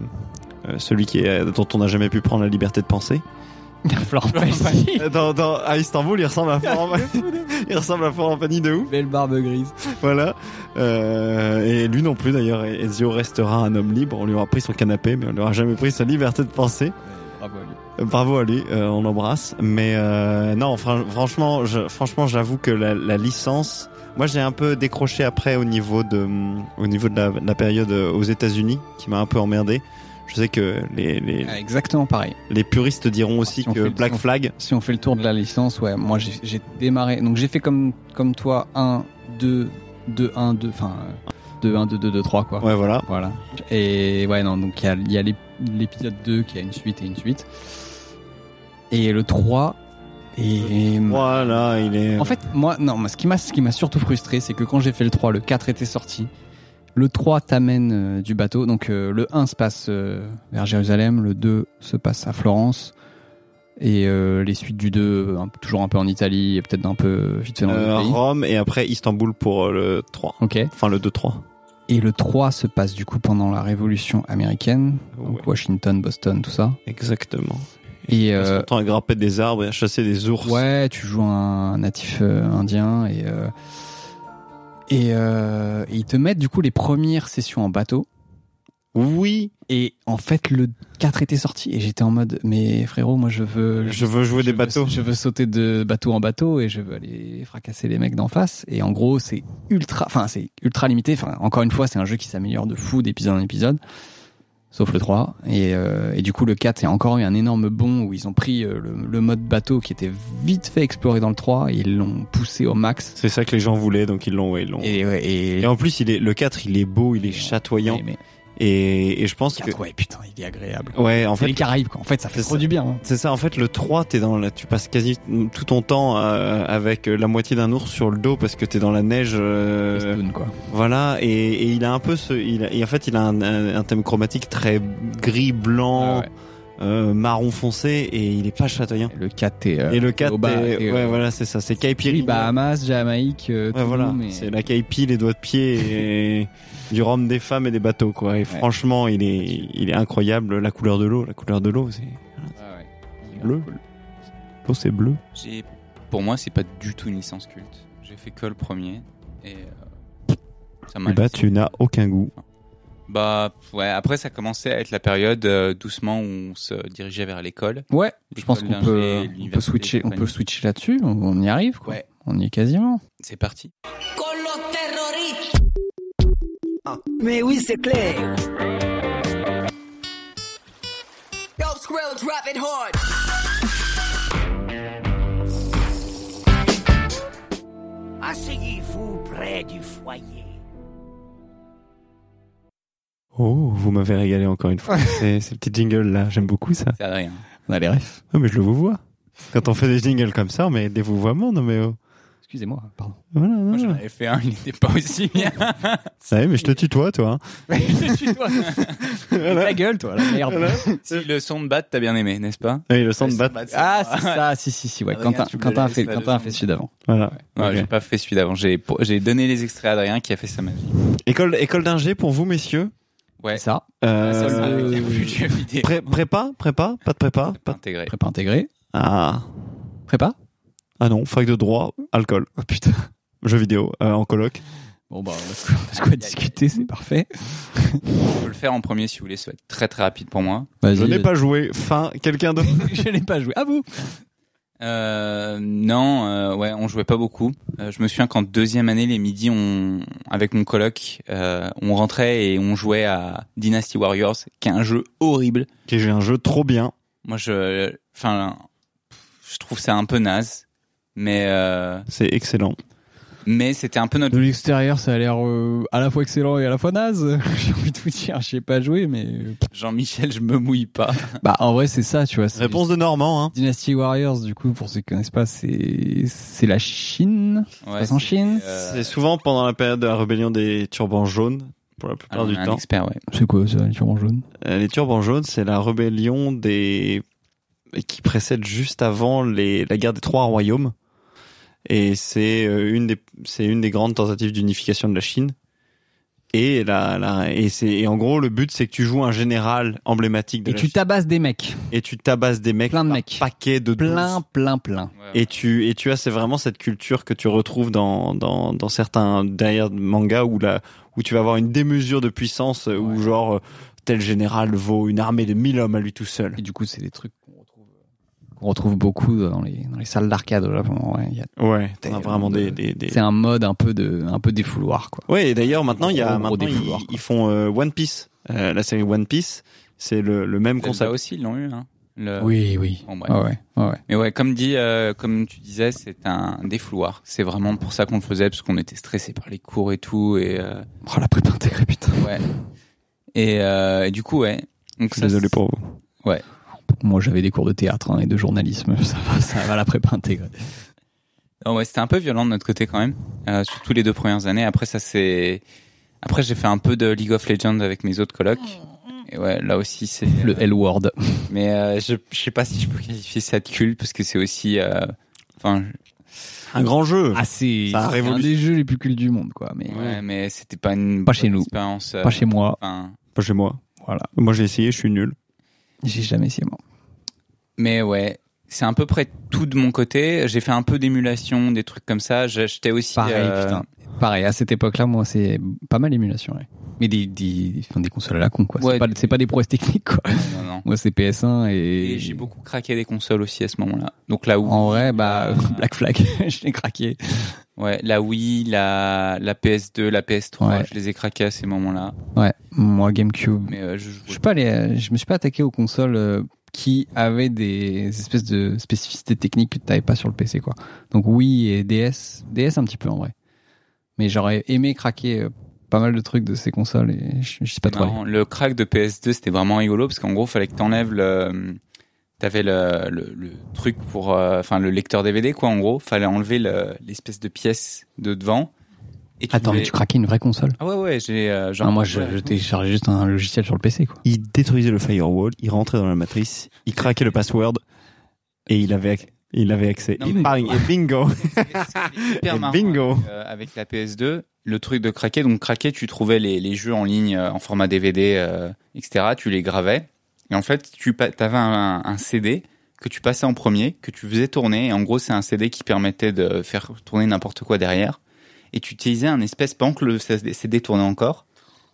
C: euh, celui qui est, dont on n'a jamais pu prendre la liberté de penser.
B: Florent Pagny.
C: Dans, dans- à Istanbul, il ressemble à Florent Pagny. il ressemble à Florent Pagny de ouf.
B: Belle barbe grise.
C: Voilà. Euh, et lui non plus d'ailleurs. Ezio restera un homme libre. On lui aura pris son canapé, mais on lui aura jamais pris sa liberté de penser.
B: Bravo à lui.
C: Euh, Bravo à lui. euh, on l'embrasse. Mais euh, non, fran- franchement, je, franchement, j'avoue que la, la licence. Moi, j'ai un peu décroché après au niveau de, hum, au niveau de la, de la période euh, aux États-Unis, qui m'a un peu emmerdé. Je sais que les, les,
B: Ah, Exactement pareil.
C: les puristes diront aussi
B: Si on fait
C: que
B: le-
C: Black Flag,
B: Si on fait le tour de la licence, ouais, moi j'ai j'ai démarré. Donc j'ai fait comme, comme toi 1, 2, 2, 1, 2, enfin euh, 2, 1, 2, 2, 2, 3, quoi.
C: ouais, voilà.
B: Voilà. Et ouais, non, donc il y a, il y a l'ép- l'épisode 2 qui a une suite et une suite. Et le 3. Et.
C: Voilà, il est.
B: En fait, moi, non, moi, ce qui m'a ce qui m'a surtout frustré, c'est que quand j'ai fait le 3, le 4 était sorti. Le 3 t'amène euh, du bateau. Donc euh, le 1 se passe euh, vers Jérusalem, le 2 se passe à Florence. Et euh, les suites du 2, euh, un- toujours un peu en Italie et peut-être un peu vite fait dans
C: Euh,
B: le pays.
C: Rome et après Istanbul pour euh, le 3.
B: Ok.
C: Enfin, le 2-3.
B: Et le 3 se passe du coup pendant la Révolution américaine. Donc
C: Ouais,
B: Washington, Boston, tout ça.
C: exactement.
B: Et
C: On
B: euh,
C: s'entend à grimper des arbres et à chasser des ours.
B: ouais, tu joues un natif euh, indien et euh, et, euh, et ils te mettent du coup les premières sessions en bateau.
C: Oui,
B: Et en fait, le 4 était sorti et j'étais en mode, mais frérot, moi je veux,
C: je veux jouer des
B: veux-
C: bateaux.
B: euh, je veux sauter de bateau en bateau et je veux aller fracasser les mecs d'en face. Et en gros, c'est ultra, enfin c'est ultra limité. Enfin, encore une fois, c'est un jeu qui s'améliore de fou d'épisode en épisode. Sauf le 3. Et, euh, et du coup, le 4, il y a encore eu un énorme bond où ils ont pris euh, le, le mode bateau qui était vite fait exploré dans le 3 et ils l'ont poussé au max.
C: C'est ça que les gens voulaient, donc ils l'ont. ouais, ils l'ont. Et,
B: Et, ouais, et,
C: en plus, il est, le 4, il est beau, il est
B: Ouais,
C: chatoyant.
B: mais- mais
C: Et, et je pense que.
B: 4, ouais, putain, il est agréable.
C: Ouais, en
B: C'est
C: fait.
B: les Caraïbes, quoi. En fait, ça fait
C: C'est
B: trop
C: ça.
B: du bien. hein.
C: C'est ça, en fait, le 3, t'es dans la, tu passes quasi tout ton temps euh, avec la moitié d'un ours sur le dos parce que t'es dans la neige. euh,
B: Stone, quoi.
C: Voilà, et, et il a un peu ce. Il a- et en fait, il a un, un- un thème chromatique très gris-blanc,
B: Ah ouais.
C: euh, marron foncé, et il est pas chatoyant.
B: Le 4 est. euh,
C: et le 4,
B: au bas,
C: est-
B: et, euh,
C: ouais, voilà, c'est ça, c'est
B: oui,
C: Caipirinha.
B: Bahamas, Jamaïque, euh,
C: Ouais,
B: tout,
C: voilà,
B: mais-
C: c'est la caipi, les doigts de pied et du rhum des femmes et des bateaux, quoi. Et franchement, il est, il est incroyable, la couleur de l'eau, la couleur de l'eau, c'est,
B: Ah ouais.
C: Bleu.
B: Cool.
C: l'eau c'est bleu.
A: J'ai- Pour moi, c'est pas du tout une licence culte. J'ai fait que le premier. Et euh, ça m'a
C: Et bah, tu n'as aucun goût.
A: Bah ouais, après ça commençait à être la période euh, doucement où on se dirigeait vers l'école.
B: Ouais, je pense
A: L'école
B: qu'on peut,
A: d'ingé,
B: on peut
A: l'université,
B: switcher, on peut
A: compagnie.
B: switcher là-dessus. On, on y arrive, quoi.
A: Ouais.
B: On y est quasiment.
A: C'est parti.
E: Ah.
I: Mais oui, c'est clair.
E: Yo, Skrill, drop it hard.
I: Asseyez-vous près du foyer.
C: Oh, vous m'avez régalé encore une fois. c'est, ces petits jingles là, j'aime beaucoup ça.
A: Ça rien.
B: On a les refs.
C: Ah, mais je le vous vois. Quand on fait des jingles comme ça, on met des vouvoiements, non mais oh.
B: Excusez-moi, pardon.
C: Voilà,
A: Moi
C: voilà.
A: j'en avais fait un, il n'était pas aussi bien.
C: Ça y est, mais je te tutoie, toi. hein.
B: La gueule, toi, la merde.
A: si le son de batte t'as bien aimé, n'est-ce pas
C: Oui, le son de
A: Le
C: batte.
A: son de batte,
B: Ah,
A: c'est-
B: c'est ça, si, si, si, ouais.
A: Adrien,
B: Quentin,
A: tu me
B: Quentin a
A: laisses
B: fait,
A: la
B: Quentin a
A: leçon.
B: fait celui d'avant.
C: Voilà.
A: Ouais,
C: Ok.
A: J'ai pas fait celui d'avant. J'ai j'ai donné les extraits à Adrien qui a fait sa magie.
C: École, école d'ingé pour vous, messieurs.
A: Ouais.
B: Ça,
A: La seule
C: Euh,
A: avec un plus de jeux vidéo.
C: pré- prépa, prépa, pas de prépa, pas de-
A: intégré.
B: prépa intégrée.
C: Ah.
B: Prépa?
C: Ah non, fac de droit, alcool,
B: Oh putain.
C: jeux vidéo, euh, en coloc.
B: Bon, bah, on a de quoi- on a de quoi discuter, c'est parfait.
A: On peut le faire en premier si vous voulez. Ça va être très très rapide pour moi.
B: Vas-y.
C: Je n'ai pas joué, fin, quelqu'un d'autre.
B: je l'ai pas joué. À vous.
A: Euh, non, euh, ouais, on jouait pas beaucoup. Euh, je me souviens qu'en deuxième année, les midis, on, avec mon coloc, euh, on rentrait et on jouait à Dynasty Warriors, qui est un jeu horrible.
C: Qui j'ai un jeu trop bien.
A: Moi, je, enfin, je trouve ça un peu naze, mais euh,
C: C'est excellent.
A: mais c'était un peu notre.
B: De l'extérieur, ça a l'air euh, à la fois excellent et à la fois naze. J'ai envie de vous dire, j'ai pas joué, mais euh,
A: Jean-Michel, je me mouille pas.
B: bah en vrai, c'est ça, tu vois. c'est-
C: Réponse de Normand, hein.
B: Dynasty Warriors, du coup, pour ceux qui connaissent pas, c'est c'est la Chine.
A: Ouais,
B: passe en
A: c'était,
B: Chine
A: euh,
C: C'est souvent pendant la période de la rébellion des turbans jaunes, pour la
A: alors,
C: plupart
A: Ah, on
C: du
A: a un
C: temps.
A: expert, ouais.
B: C'est quoi, c'est la en jaune
C: Euh, les turbans jaunes, c'est la rébellion des qui précède juste avant les... la guerre des trois royaumes. Et c'est euh, une des c'est une des grandes tentatives d'unification de la Chine. Et, là, là, et, c'est- et en gros, le but, c'est que tu joues un général emblématique de
B: Et
C: la
B: tu
C: Chine.
B: tabasses des mecs.
C: et tu tabasses des mecs,
B: Plein de
C: par
B: mecs.
C: paquet de
B: Plein,
C: 12.
B: plein, plein.
C: Et tu et tu as c'est vraiment cette culture que tu retrouves dans dans dans certains derrière mangas où là où tu vas avoir une démesure de puissance euh, où genre euh, tel général vaut une armée de 1000 hommes à lui tout seul.
B: Et du coup, c'est des trucs qu'on retrouve, euh, qu'on retrouve beaucoup dans les, dans les salles d'arcade au Japon. Ouais, il y a-
C: Ouais, t'en as
B: Tellement
C: vraiment des
B: de-
C: des, des...
B: C'est un mode un peu de, un peu défouloir, quoi.
C: Ouais, et d'ailleurs maintenant il y a
B: Gros, gros
C: maintenant ils,
B: défouloir, quoi.
C: ils font euh, One Piece, euh, la série One Piece, c'est le le même
A: Zelda
C: concept.
A: aussi, ils l'ont eu. Hein. Le-
B: Oui, oui.
A: Bon, bref.
B: Ah ouais, ah ouais.
A: Mais ouais, comme dit, euh, comme tu disais, c'est un défouloir. C'est vraiment pour ça qu'on le faisait, parce qu'on était stressé par les cours et tout, et euh,
B: Oh, la prépa intégrée, putain.
A: ouais. Et, euh, et du coup, ouais. Donc
C: Je suis
A: ça,
C: désolé
A: c'est-
C: pour vous.
B: Moi, j'avais des cours de théâtre hein, et de journalisme. Ça va, ça va la prépa intégrée.
A: Non, ah ouais, c'était un peu violent de notre côté quand même, euh, surtout les deux premières années. Après, ça c'est. Après, j'ai fait un peu de League of Legends avec mes autres colocs. Et ouais, là aussi, c'est. euh,
B: Le L-word.
A: Mais euh, je, je sais pas si je peux qualifier ça de culte parce que c'est aussi. euh, Enfin,
C: Un grand jeu.
B: Ah, c'est
C: Ça a
B: c'est un
C: révolutionné.
B: des jeux les plus cultes du monde, quoi. Mais
A: ouais, mais c'était pas une.
B: Pas chez
A: bonne
B: nous.
A: Expérience. euh,
B: pas chez moi.
A: enfin,
C: Pas chez moi.
B: Voilà.
C: Moi j'ai essayé, je suis nul.
B: J'ai jamais essayé, moi.
A: mais ouais, c'est à peu près tout de mon côté. J'ai fait un peu d'émulation, des trucs comme ça. J'achetais aussi.
B: Pareil,
A: euh,
B: putain. Pareil, à cette époque-là, moi, c'est pas mal émulation, ouais. Mais des, des, enfin, des consoles à la con, quoi.
A: Ouais,
B: c'est pas,
A: des-
B: c'est pas des prouesses techniques, quoi.
A: Non, non.
B: Moi, c'est PS1 et.
A: Et j'ai beaucoup craqué des consoles aussi à ce moment-là. Donc là où.
B: En vrai, bah,
A: Euh,
B: Black Flag, je l'ai craqué.
A: Ouais, la Wii, la, la PS2, la PS3,
B: Ouais.
A: je les ai craqués à ces moments-là.
B: Ouais, moi, GameCube.
A: Mais euh, je jouais-
B: Je suis pas allé, je me suis pas attaqué aux consoles euh, qui avaient des espèces de spécificités techniques que tu n'avais pas sur le PC, quoi. Donc oui et DS, DS un petit peu en vrai. Mais j'aurais aimé craquer euh, pas mal de trucs de ces consoles et je je suis pas
A: C'est
B: trop. allé.
A: marrant. Le crack de PS2, c'était vraiment rigolo parce qu'en gros, fallait que t'enlèves le. T'avais le, le, le truc pour. euh, Enfin, le lecteur DVD, quoi, en gros. Fallait enlever le- l'espèce de pièce de devant. Et tu
B: Attends, mais
A: voulais-
B: tu craquais une vraie console
A: Ah ouais, ouais, j'ai. euh, genre-
B: Ah, Moi, je, je téléchargeais juste un logiciel sur le PC, quoi.
C: Il détruisait le firewall, il rentrait dans la matrice, il craquait le password et il avait, ac- il avait accès.
A: Non,
C: et,
A: mais-
C: bang, et bingo.
A: Hyper
C: Et
A: marrant
C: bingo.
A: Avec, euh, avec la PS2, le truc de craquer. Donc, craquer, tu trouvais les, les jeux en ligne euh, en format DVD, euh, etc. Tu les gravais. Et en fait, tu avais un, un CD que tu passais en premier, que tu faisais tourner. Et en gros, c'est un CD qui permettait de faire tourner n'importe quoi derrière. Et tu utilisais un espèce, pendant que le CD CD tournait encore,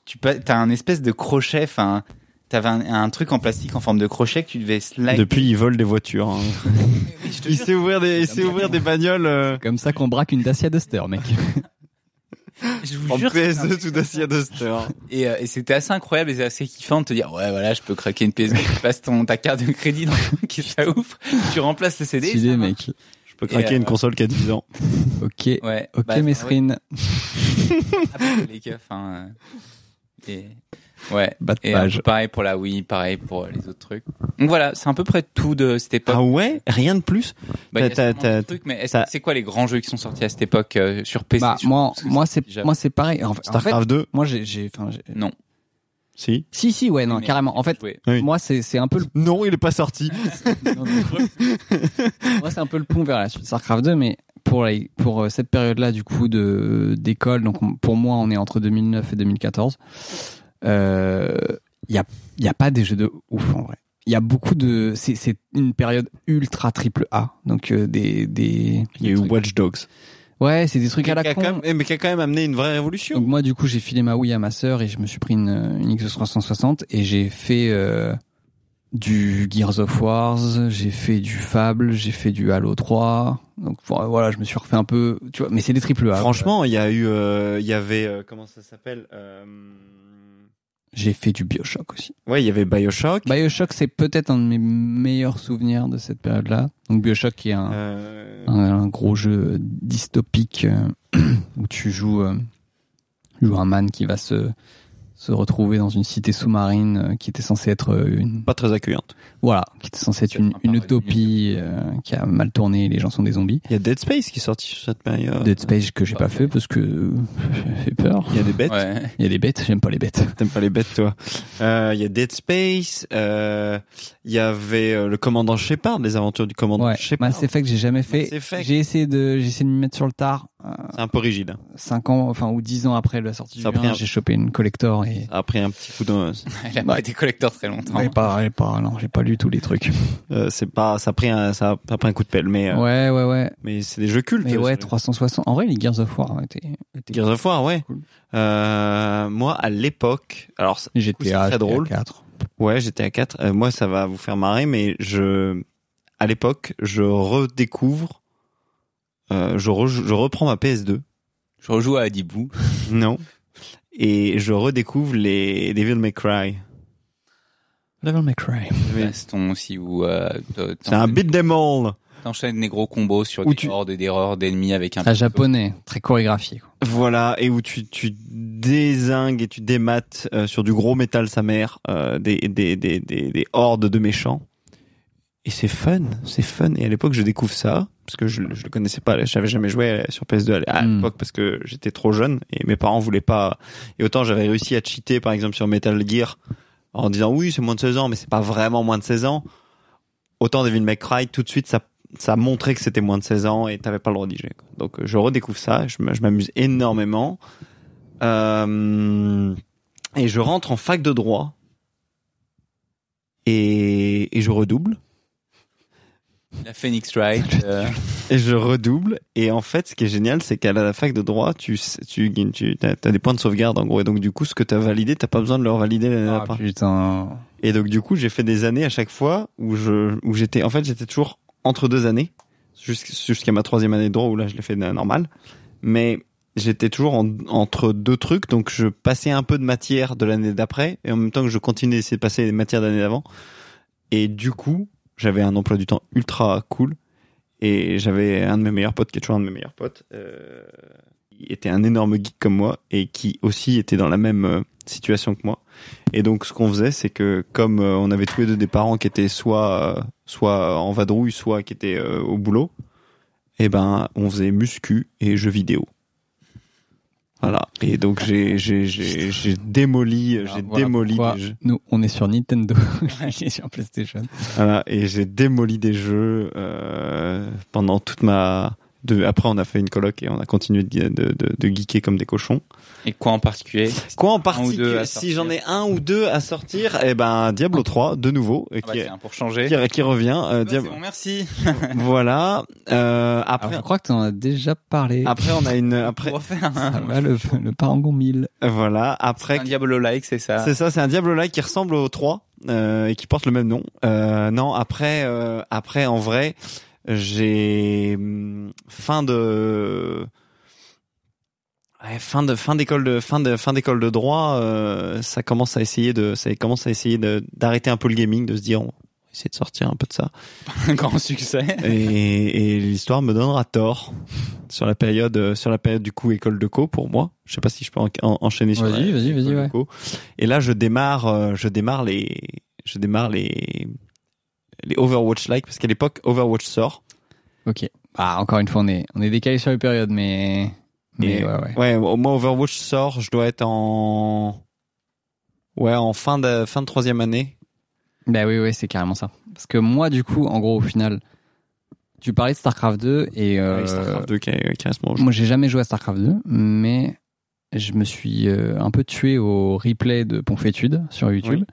A: tu as un espèce de crochet, enfin, t'avais un, un truc en plastique en forme de crochet que tu devais slide.
C: Depuis, il vole des voitures. hein. il sait ouvrir des, il sait ouvrir des bagnoles euh,
B: Comme ça qu'on braque une Dacia Duster, mec.
A: Je vous
C: en
A: jure, c'était un
C: PS2
A: truc
C: tout
A: comme ça.
C: Dacia Duster.
A: Et, euh, et c'était assez incroyable et c'est assez kiffant de te dire ouais voilà je peux craquer une PS2 tu passes ton ta carte de crédit dans qui est pas ouf tu remplaces le CD
B: Stylé,
A: ça marche.
B: mec.
C: Je peux craquer
A: euh,
C: une console qui a 10 ans.
B: Ok.
A: ouais
B: Ok,
A: bah,
B: Mesrine.
A: ouais, après, les keufs hein, euh, et ouais
B: Bas de
A: et
C: Bah,
A: un peu
B: page.
A: pareil pour la Wii pareil pour euh, les autres trucs donc voilà c'est à peu près tout de cette époque
C: Ah ouais Rien de plus
A: Bah, il y a
C: t'as-
A: sûrement
C: t'as-
A: d'autres trucs, mais est-ce
C: t'as-
A: que c'est quoi les grands jeux qui sont sortis à cette époque euh, sur PC
B: Bah,
A: sur-
B: moi,
A: parce que
B: moi,
A: déjà-
B: c'est, moi, c'est pareil. En, en fait,
C: StarCraft 2
B: moi, j'ai, j'ai, enfin, j'ai-
A: non
C: Si.
B: Si, si, ouais, non,
A: Mais-
B: carrément. En fait,
A: jouer.
C: Oui.
B: moi, c'est, c'est un peu le
C: Non, il est pas sorti.
B: Non, mais- Moi, c'est un peu le pont vers la suite de StarCraft 2, mais pour, les- pour euh, cette période-là, du coup, de- d'école, donc on- pour moi, on est entre 2009 et 2014, euh, il n'y a, il y a pas des jeux de ouf en vrai. Il y a beaucoup de. C'est c'est une période ultra triple A. Donc, euh, des. des
C: Il y a eu Watch Dogs.
B: Ouais, c'est des trucs
C: Qui
B: à
C: a,
B: la
C: quand
B: con.
C: même, eh, mais qui a quand même amené une vraie révolution.
B: Donc, moi, du coup, j'ai filé ma Wii à ma sœur et je me suis pris une, une Xbox 360 et j'ai fait. euh, du Gears of Wars, j'ai fait du Fable, j'ai fait du Halo 3. Donc voilà, je me suis refait un peu, tu vois, mais c'est des triple A.
C: Franchement, il y a eu, euh, il y avait, euh, comment ça s'appelle Euh,
B: j'ai fait du BioShock aussi.
C: Ouais, il y avait Bioshock.
B: BioShock c'est peut-être un de mes meilleurs souvenirs de cette période-là. Donc BioShock qui est un,
C: Euh,
B: un, un gros jeu dystopique euh, où tu joues, euh, tu joues un man qui va se se retrouver dans une cité sous-marine euh, qui était censée être une
C: Pas très accueillante.
B: voilà, qui était censée être une,
A: un
B: une
A: paradis.
B: utopie euh, qui a mal tourné, les gens sont des zombies.
C: Il y a Dead Space qui est sorti sur cette période.
B: Dead Space que j'ai pas fait parce que euh, j'ai fait peur.
C: Il y a des bêtes.
A: Ouais.
B: Il y a des bêtes, j'aime pas les bêtes.
C: T'aimes pas les bêtes, toi. Euh, Il y a Dead Space. euh, Il y avait euh, le commandant Shepard, les aventures du commandant
B: Ouais, bah,
C: Shepard.
B: Mass Effect, j'ai jamais fait.
C: Mass Effect.
B: J'ai essayé de, j'ai essayé de m'y mettre sur le tard.
C: C'est un peu rigide. hein.
B: 5 ans, enfin, ou 10 ans après la sortie
C: Ça a
B: du
C: pris
B: un,
C: un-
B: j'ai chopé une collector et
C: Ça a pris un petit coup de. euh,
A: Elle a
C: bah
A: pas été collector très longtemps.
B: J'ai pas, j'ai pas, non, j'ai pas lu tous les trucs.
C: euh, c'est pas. Ça a pris un. Ça a, ça a pris un coup de pelle, mais. euh,
B: Ouais, ouais, ouais.
C: Mais c'est des jeux cultes.
B: Mais ouais,
C: ça.
B: 360. En vrai, les Gears of War étaient, étaient
C: Gears of War, ouais.
B: Cool.
C: Euh, moi, à l'époque, alors c- c'est
B: GTA,
C: très
B: GTA
C: drôle.
B: 4.
C: ouais, j'étais à 4. moi, ça va vous faire marrer, mais je, à l'époque, je redécouvre, euh, je, re- je reprends ma PS2.
A: Je rejoue à Adibou.
C: Non. Et je redécouvre les Devil May Cry.
B: Devil May Cry.
C: Oui.
A: Baston aussi où euh, t'en-
C: C'est un beat them all.
A: t'enchaînes des gros combos sur
C: Où
A: des
C: tu-
A: hordes et des hordes d'ennemis avec un
B: Très Ah, japonais, très chorégraphié. quoi.
C: Voilà, et où tu, tu désingues et tu démates euh, sur du gros métal sa mère euh, des, des, des, des, des hordes de méchants. Et c'est fun, c'est fun. Et à l'époque, je découvre ça, parce que je, je le connaissais pas, je n'avais jamais joué sur PS2 à
B: Mm.
C: l'époque, parce que j'étais trop jeune, et mes parents voulaient pas... Et autant j'avais réussi à cheater, par exemple, sur Metal Gear, en disant, oui, c'est moins de 16 ans, mais c'est pas vraiment moins de 16 ans. Autant Devil May Cry, tout de suite, ça ça montrait que c'était moins de 16 ans et t'avais pas le droit d'y jouer. quoi. Donc euh, je redécouvre ça, je m- je m'amuse énormément. Euh, et je rentre en fac de droit et, et je redouble.
A: La Phoenix Wright. euh,
C: Et je redouble. Et en fait, ce qui est génial, c'est qu'à la fac de droit, tu, s- tu, tu as, des points de sauvegarde en gros. Et donc du coup, ce que t'as validé, t'as pas besoin de le revalider l'année
B: Ah,
C: d'après.
B: putain.
C: Et donc du coup, j'ai fait des années à chaque fois où je où j'étais en fait j'étais toujours entre deux années jusqu'- jusqu'à ma troisième année de droit où là je l'ai fait na- normal, mais j'étais toujours en- entre deux trucs donc je passais un peu de matière de l'année d'après et en même temps que je continuais d'essayer de passer les matières de l'année d'avant et du coup j'avais un emploi du temps ultra cool et j'avais un de mes meilleurs potes qui est toujours un de mes meilleurs potes euh, il était un énorme geek comme moi et qui aussi était dans la même euh, situation que moi et donc ce qu'on faisait, c'est que comme euh, on avait tous les deux des parents qui étaient soit euh, soit en vadrouille, soit qui étaient euh, au boulot, eh ben on faisait muscu et jeux vidéo. Voilà. Et donc j'ai j'ai j'ai j'ai démoli
B: Alors,
C: j'ai
B: voilà
C: démoli
B: pourquoi
C: des jeux.
B: Nous, on est sur Nintendo. Il est sur PlayStation.
C: Voilà. et j'ai démoli des jeux euh, pendant toute ma de, après on a fait une coloc et on a continué de, de, de, de geeker comme des cochons.
A: et quoi en particulier Ah
C: Quoi en
A: deux
C: particulier
A: à
C: Si
A: sortir.
C: j'en ai un ou deux à sortir, eh ben Diablo 3 de nouveau et
A: Ah bah,
C: qui est-
A: tiens, Pour changer.
C: qui, qui revient. euh,
A: Ah, c'est
C: Diablo.
A: bon, Ah merci.
C: voilà. Euh,
B: Alors,
C: après,
B: je crois que t'en as déjà parlé.
C: après on a une. Après,
A: Pour refaire
B: Ah,
A: un,
B: bah, le, le Parangon 1000.
C: voilà. Après,
A: un Diablo-like, c'est ça.
C: c'est ça. C'est un Diablo like qui ressemble au 3 euh, et qui porte le même nom. Euh, non, après, euh, après, en vrai, j'ai hum, fin de. Ouais, fin de fin d'école de fin de fin d'école de droit, euh, ça commence à essayer de ça commence à essayer de- d'arrêter un peu le gaming, de se dire on va essayer de sortir un peu de ça.
A: un grand succès.
C: et, et l'histoire me donnera tort sur la période euh, sur la période du coup école de co pour moi je sais pas si je peux en- en- enchaîner sur
B: Vas-y,
C: la-
B: vas-y,
C: école
B: vas-y,
C: de
B: ouais.
C: co. et là je démarre euh, je démarre les je démarre les les Overwatch like parce qu'à l'époque Overwatch sort
B: Ok. Bah, encore une fois, on est, on est décalé sur les périodes, mais, mais
C: Et-
B: ouais, ouais.
C: ouais moi Overwatch sort je dois être en ouais en fin de fin de troisième année
B: Bah oui, oui, c'est carrément ça. Parce que moi, du coup, en gros, au final, tu parlais de StarCraft 2 et euh,
C: Ouais, Ah StarCraft 2 qui qui reste mon jeu.
B: moi, j'ai jamais joué à StarCraft 2, mais je me suis euh, un peu tué au replay de Ponfétude sur YouTube.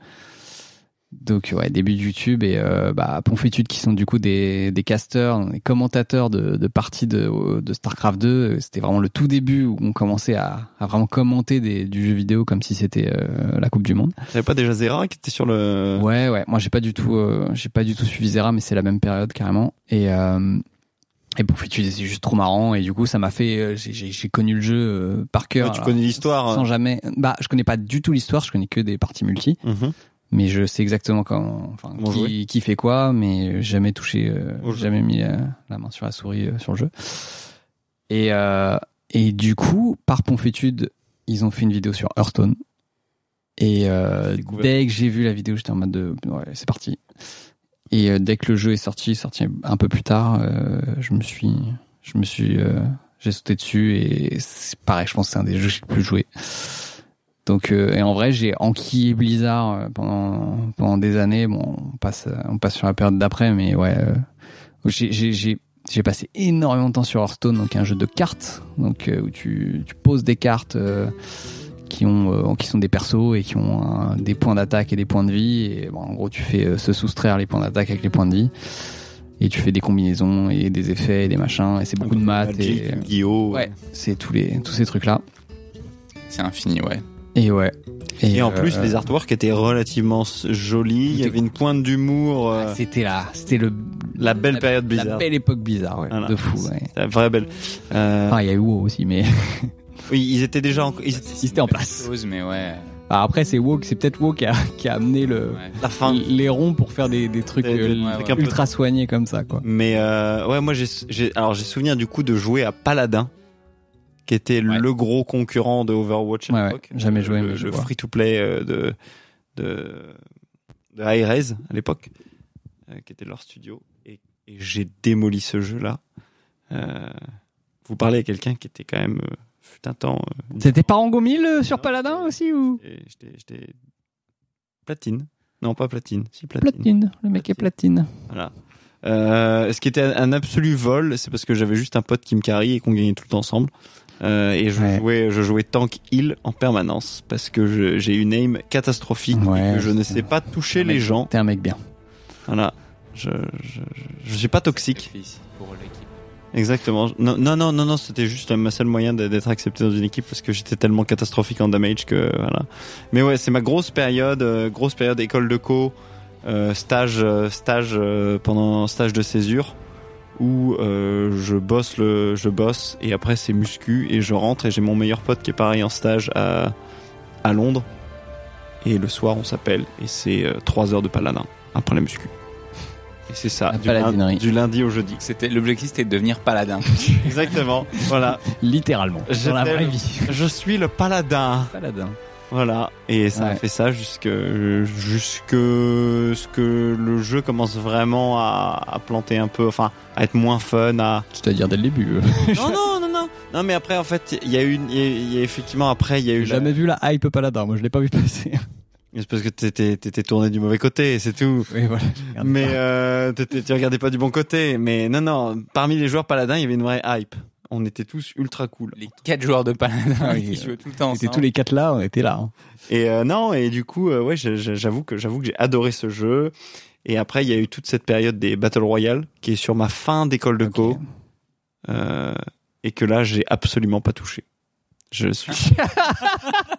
B: Donc, ouais, début de YouTube et euh, bah, Ponfétude qui sont du coup des, des casteurs, des commentateurs de, de parties de, de StarCraft 2. C'était vraiment le tout début où on commençait à, à vraiment commenter des, du jeu vidéo comme si c'était euh, la Coupe du Monde.
C: T'avais pas déjà Zera qui était sur le
B: Ouais, ouais. Moi, j'ai pas du tout, euh, j'ai pas du tout suivi Zera, mais c'est la même période carrément. Et euh, et pour Fitude, c'est juste trop marrant. Et du coup, ça m'a fait, euh, j'ai- j'ai j'ai connu le jeu euh, par cœur.
C: Ouais, tu
B: alors,
C: connais l'histoire hein.
B: Sans jamais. Bah, je connais pas du tout l'histoire. Je connais que des parties multi,
C: Mhm.
B: mais je sais exactement quand, enfin,
C: Comment jouer.
B: qui, qui fait quoi, mais jamais touché, euh,
C: Au jeu.
B: jamais mis euh, la main sur la souris euh, sur le jeu. Et euh, et du coup, par Ponfétude, ils ont fait une vidéo sur Hearthstone. Et euh,
C: J'ai découvert.
B: dès que j'ai vu la vidéo, j'étais en mode de, ouais, c'est parti. Et euh, dès que le jeu est sorti, sorti un peu plus tard, euh, je me suis, je me suis, euh, j'ai sauté dessus et c'est pareil, je pense que c'est un des jeux que j'ai le plus joué. Donc euh, et en vrai, j'ai enquillé Blizzard euh, pendant pendant des années. Bon, on passe euh, on passe sur la période d'après, mais ouais, euh, j'ai j'ai j'ai j'ai passé énormément de temps sur Hearthstone, donc un jeu de cartes, donc euh, où tu tu poses des cartes. euh, qui ont euh, qui sont des persos et qui ont un- des points d'attaque et des points de vie et bon, en gros tu fais euh, se soustraire les points d'attaque avec les points de vie et tu fais des combinaisons et des effets et des machins et c'est beaucoup de maths et euh,
C: Magic, Yu-Gi-Oh.
B: ouais c'est tous les tous ces trucs là
A: C'est infini, ouais.
B: et ouais
C: Et en
B: euh,
C: plus, les artworks étaient relativement s- jolis. Il y
B: C'était-
C: avait une pointe d'humour. euh,
B: ah, c'était là c'était le
C: la belle période
B: la,
C: bizarre.
B: belle époque bizarre ouais,
C: Voilà.
B: de fou ouais.
C: La vraie belle. Euh,
B: ah il y a eu WoW aussi mais
C: Oui, ils étaient déjà en. ils étaient-
B: ils étaient en place
A: Chose, mais ouais.
B: Ah, après c'est WoW c'est peut-être WoW qui a, qui a amené le
A: ouais.
C: La fin.
B: les ronds pour faire des, des trucs
C: Des- des
B: euh,
A: trucs
C: un peu-
B: ultra soignés comme ça quoi
C: Mais euh, ouais, moi j'ai, j'ai- alors j'ai souvenir du coup de jouer à Paladin, qui était
A: Ouais.
C: le gros concurrent de Overwatch à
B: Ouais, ouais.
C: l'époque.
B: Jamais
C: Le-
B: joué, mais
C: Le,
B: je vois.
C: free to play de de de Hi-Rez à l'époque, euh, qui était leur studio, et, et j'ai démoli ce jeu-là. Euh, vous parlez à quelqu'un qui était quand même euh, fut un temps. euh,
B: C'était pas Rangomil euh, sur
C: Non,
B: Paladin
C: c'est-
B: aussi ou
C: et j'étais, j'étais platine. Non, pas platine. Si platine.
B: Platine, le mec est platine.
C: Voilà. Euh, ce qui était un, un absolu vol, c'est parce que j'avais juste un pote qui me carry et qu'on gagnait tout le temps ensemble. Euh, et je
B: Ouais.
C: jouais, je jouais tank heal en permanence parce que je- j'ai une aim catastrophique
B: Ouais,
C: et que je ne
B: c'est-
C: sais pas toucher
B: Ouais.
C: les gens.
B: T'es un mec bien.
C: Voilà. Je, je, je- je suis pas toxique.
A: Sacrifice Pour l'équipe.
C: Exactement. Non, non, non, non, non, c'était juste ma seule moyen d'- d'être accepté dans une équipe parce que j'étais tellement catastrophique en damage que voilà. Mais ouais, c'est ma grosse période, euh, grosse période école de co, euh, stage, euh, stage euh, pendant stage de césure où euh, je bosse le, je bosse et après c'est muscu et je rentre et j'ai mon meilleur pote qui est pareil en stage à à Londres et le soir on s'appelle et c'est euh, trois heures de paladin après la muscu. Et c'est ça,
B: La
C: du lin-
B: paladinerie.
C: du lundi au jeudi.
A: C'était l'objectif, c'était de devenir paladin.
C: Exactement. voilà.
B: Littéralement.
C: Je
B: Dans la
C: t'aime.
B: vraie vie.
C: Je suis le paladin.
B: Paladin.
C: Voilà. Et ça a
B: Ouais.
C: fait ça jusque jusque ce que le jeu commence vraiment à, à planter un peu, enfin à être moins fun. À
B: C'est-à-dire dès le début. euh.
C: non non non non. Non mais après en fait il y a eu une- il y a- il y a effectivement après il y a eu
B: J'ai
C: la-
B: jamais vu la hype Paladin, moi je l'ai pas vu passer.
C: C'est parce que t'étais t'étais tourné du mauvais côté, c'est tout.
B: Oui, voilà. Regarde.
C: Mais euh, t'étais- tu regardais pas du bon côté. Mais non non. Parmi les joueurs paladins il y avait une vraie hype. On était tous ultra cool.
A: Les quatre joueurs de paladin
B: Ah oui,
A: qui
B: euh,
A: jouent tout le temps
B: On était
A: ensemble.
B: tous les quatre là, on était là. hein.
C: Et euh, non, et du coup, euh, ouais, j'ai- j'ai- j'avoue que j'avoue que j'ai adoré ce jeu. Et après, il y a eu toute cette période des Battle Royale qui est sur ma fin d'école de co
B: Ok.
C: euh, et que là, j'ai absolument pas touché. Je suis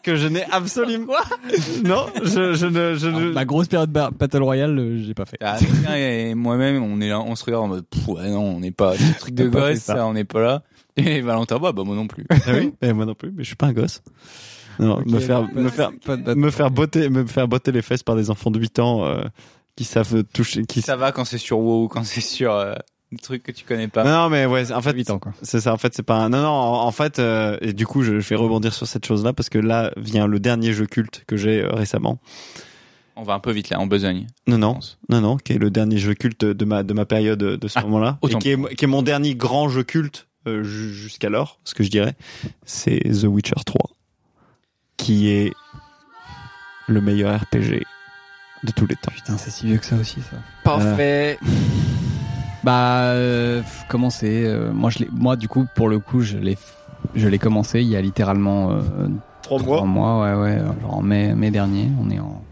C: que je n'ai absolument non, je, je ne je
B: Alors,
C: ne
B: Ah, ma grosse période ba- Battle Royale, euh, j'ai pas fait.
A: Ah, Adrien et moi-même, on est là, on se regarde en mode, Pff, ouais, non, on n'est pas, c'est un truc de
B: On n'a pas fait
A: gosse,
B: ça.
A: ça, on n'est pas là. Et Valentin, bah, bah, moi non plus.
C: Ah oui, mais moi non plus, mais je suis pas un gosse. Non, me faire
B: pas-
C: me faire
B: pas de battle
C: me faire botter me faire botter les fesses par des enfants de 8 ans euh, qui savent toucher qui
A: Ça va quand c'est sur WoW, quand c'est sur euh, des trucs que tu connais pas.
C: Non, mais ouais, en fait,
B: Huit ans, quoi.
C: C'est ça, en fait, c'est pas un... Non, non, en, en fait, euh, et du coup, je, je vais rebondir sur cette chose-là parce que là vient le dernier jeu culte que j'ai euh, récemment.
A: On va un peu vite là, en besogne. je
C: Non, non,
A: pense.
C: non, non, qui est le dernier jeu culte de ma, de ma période euh, de ce
A: Ah,
C: moment-là. Et
A: autant
C: qui est, qui est mon dernier grand jeu culte euh, ju- jusqu'alors, ce que je dirais, c'est The Witcher 3, qui est le meilleur RPG de tous les temps.
B: Putain, c'est si vieux que ça aussi, ça.
A: Parfait.
B: Bah, euh, pff, comment c'est euh, Moi, je l'ai. Moi, du coup, pour le coup, je l'ai. Je l'ai commencé il y a littéralement euh,
C: Trois
B: trois
C: mois.
B: mois, ouais, ouais, euh, genre en mai, mai dernier. On est en,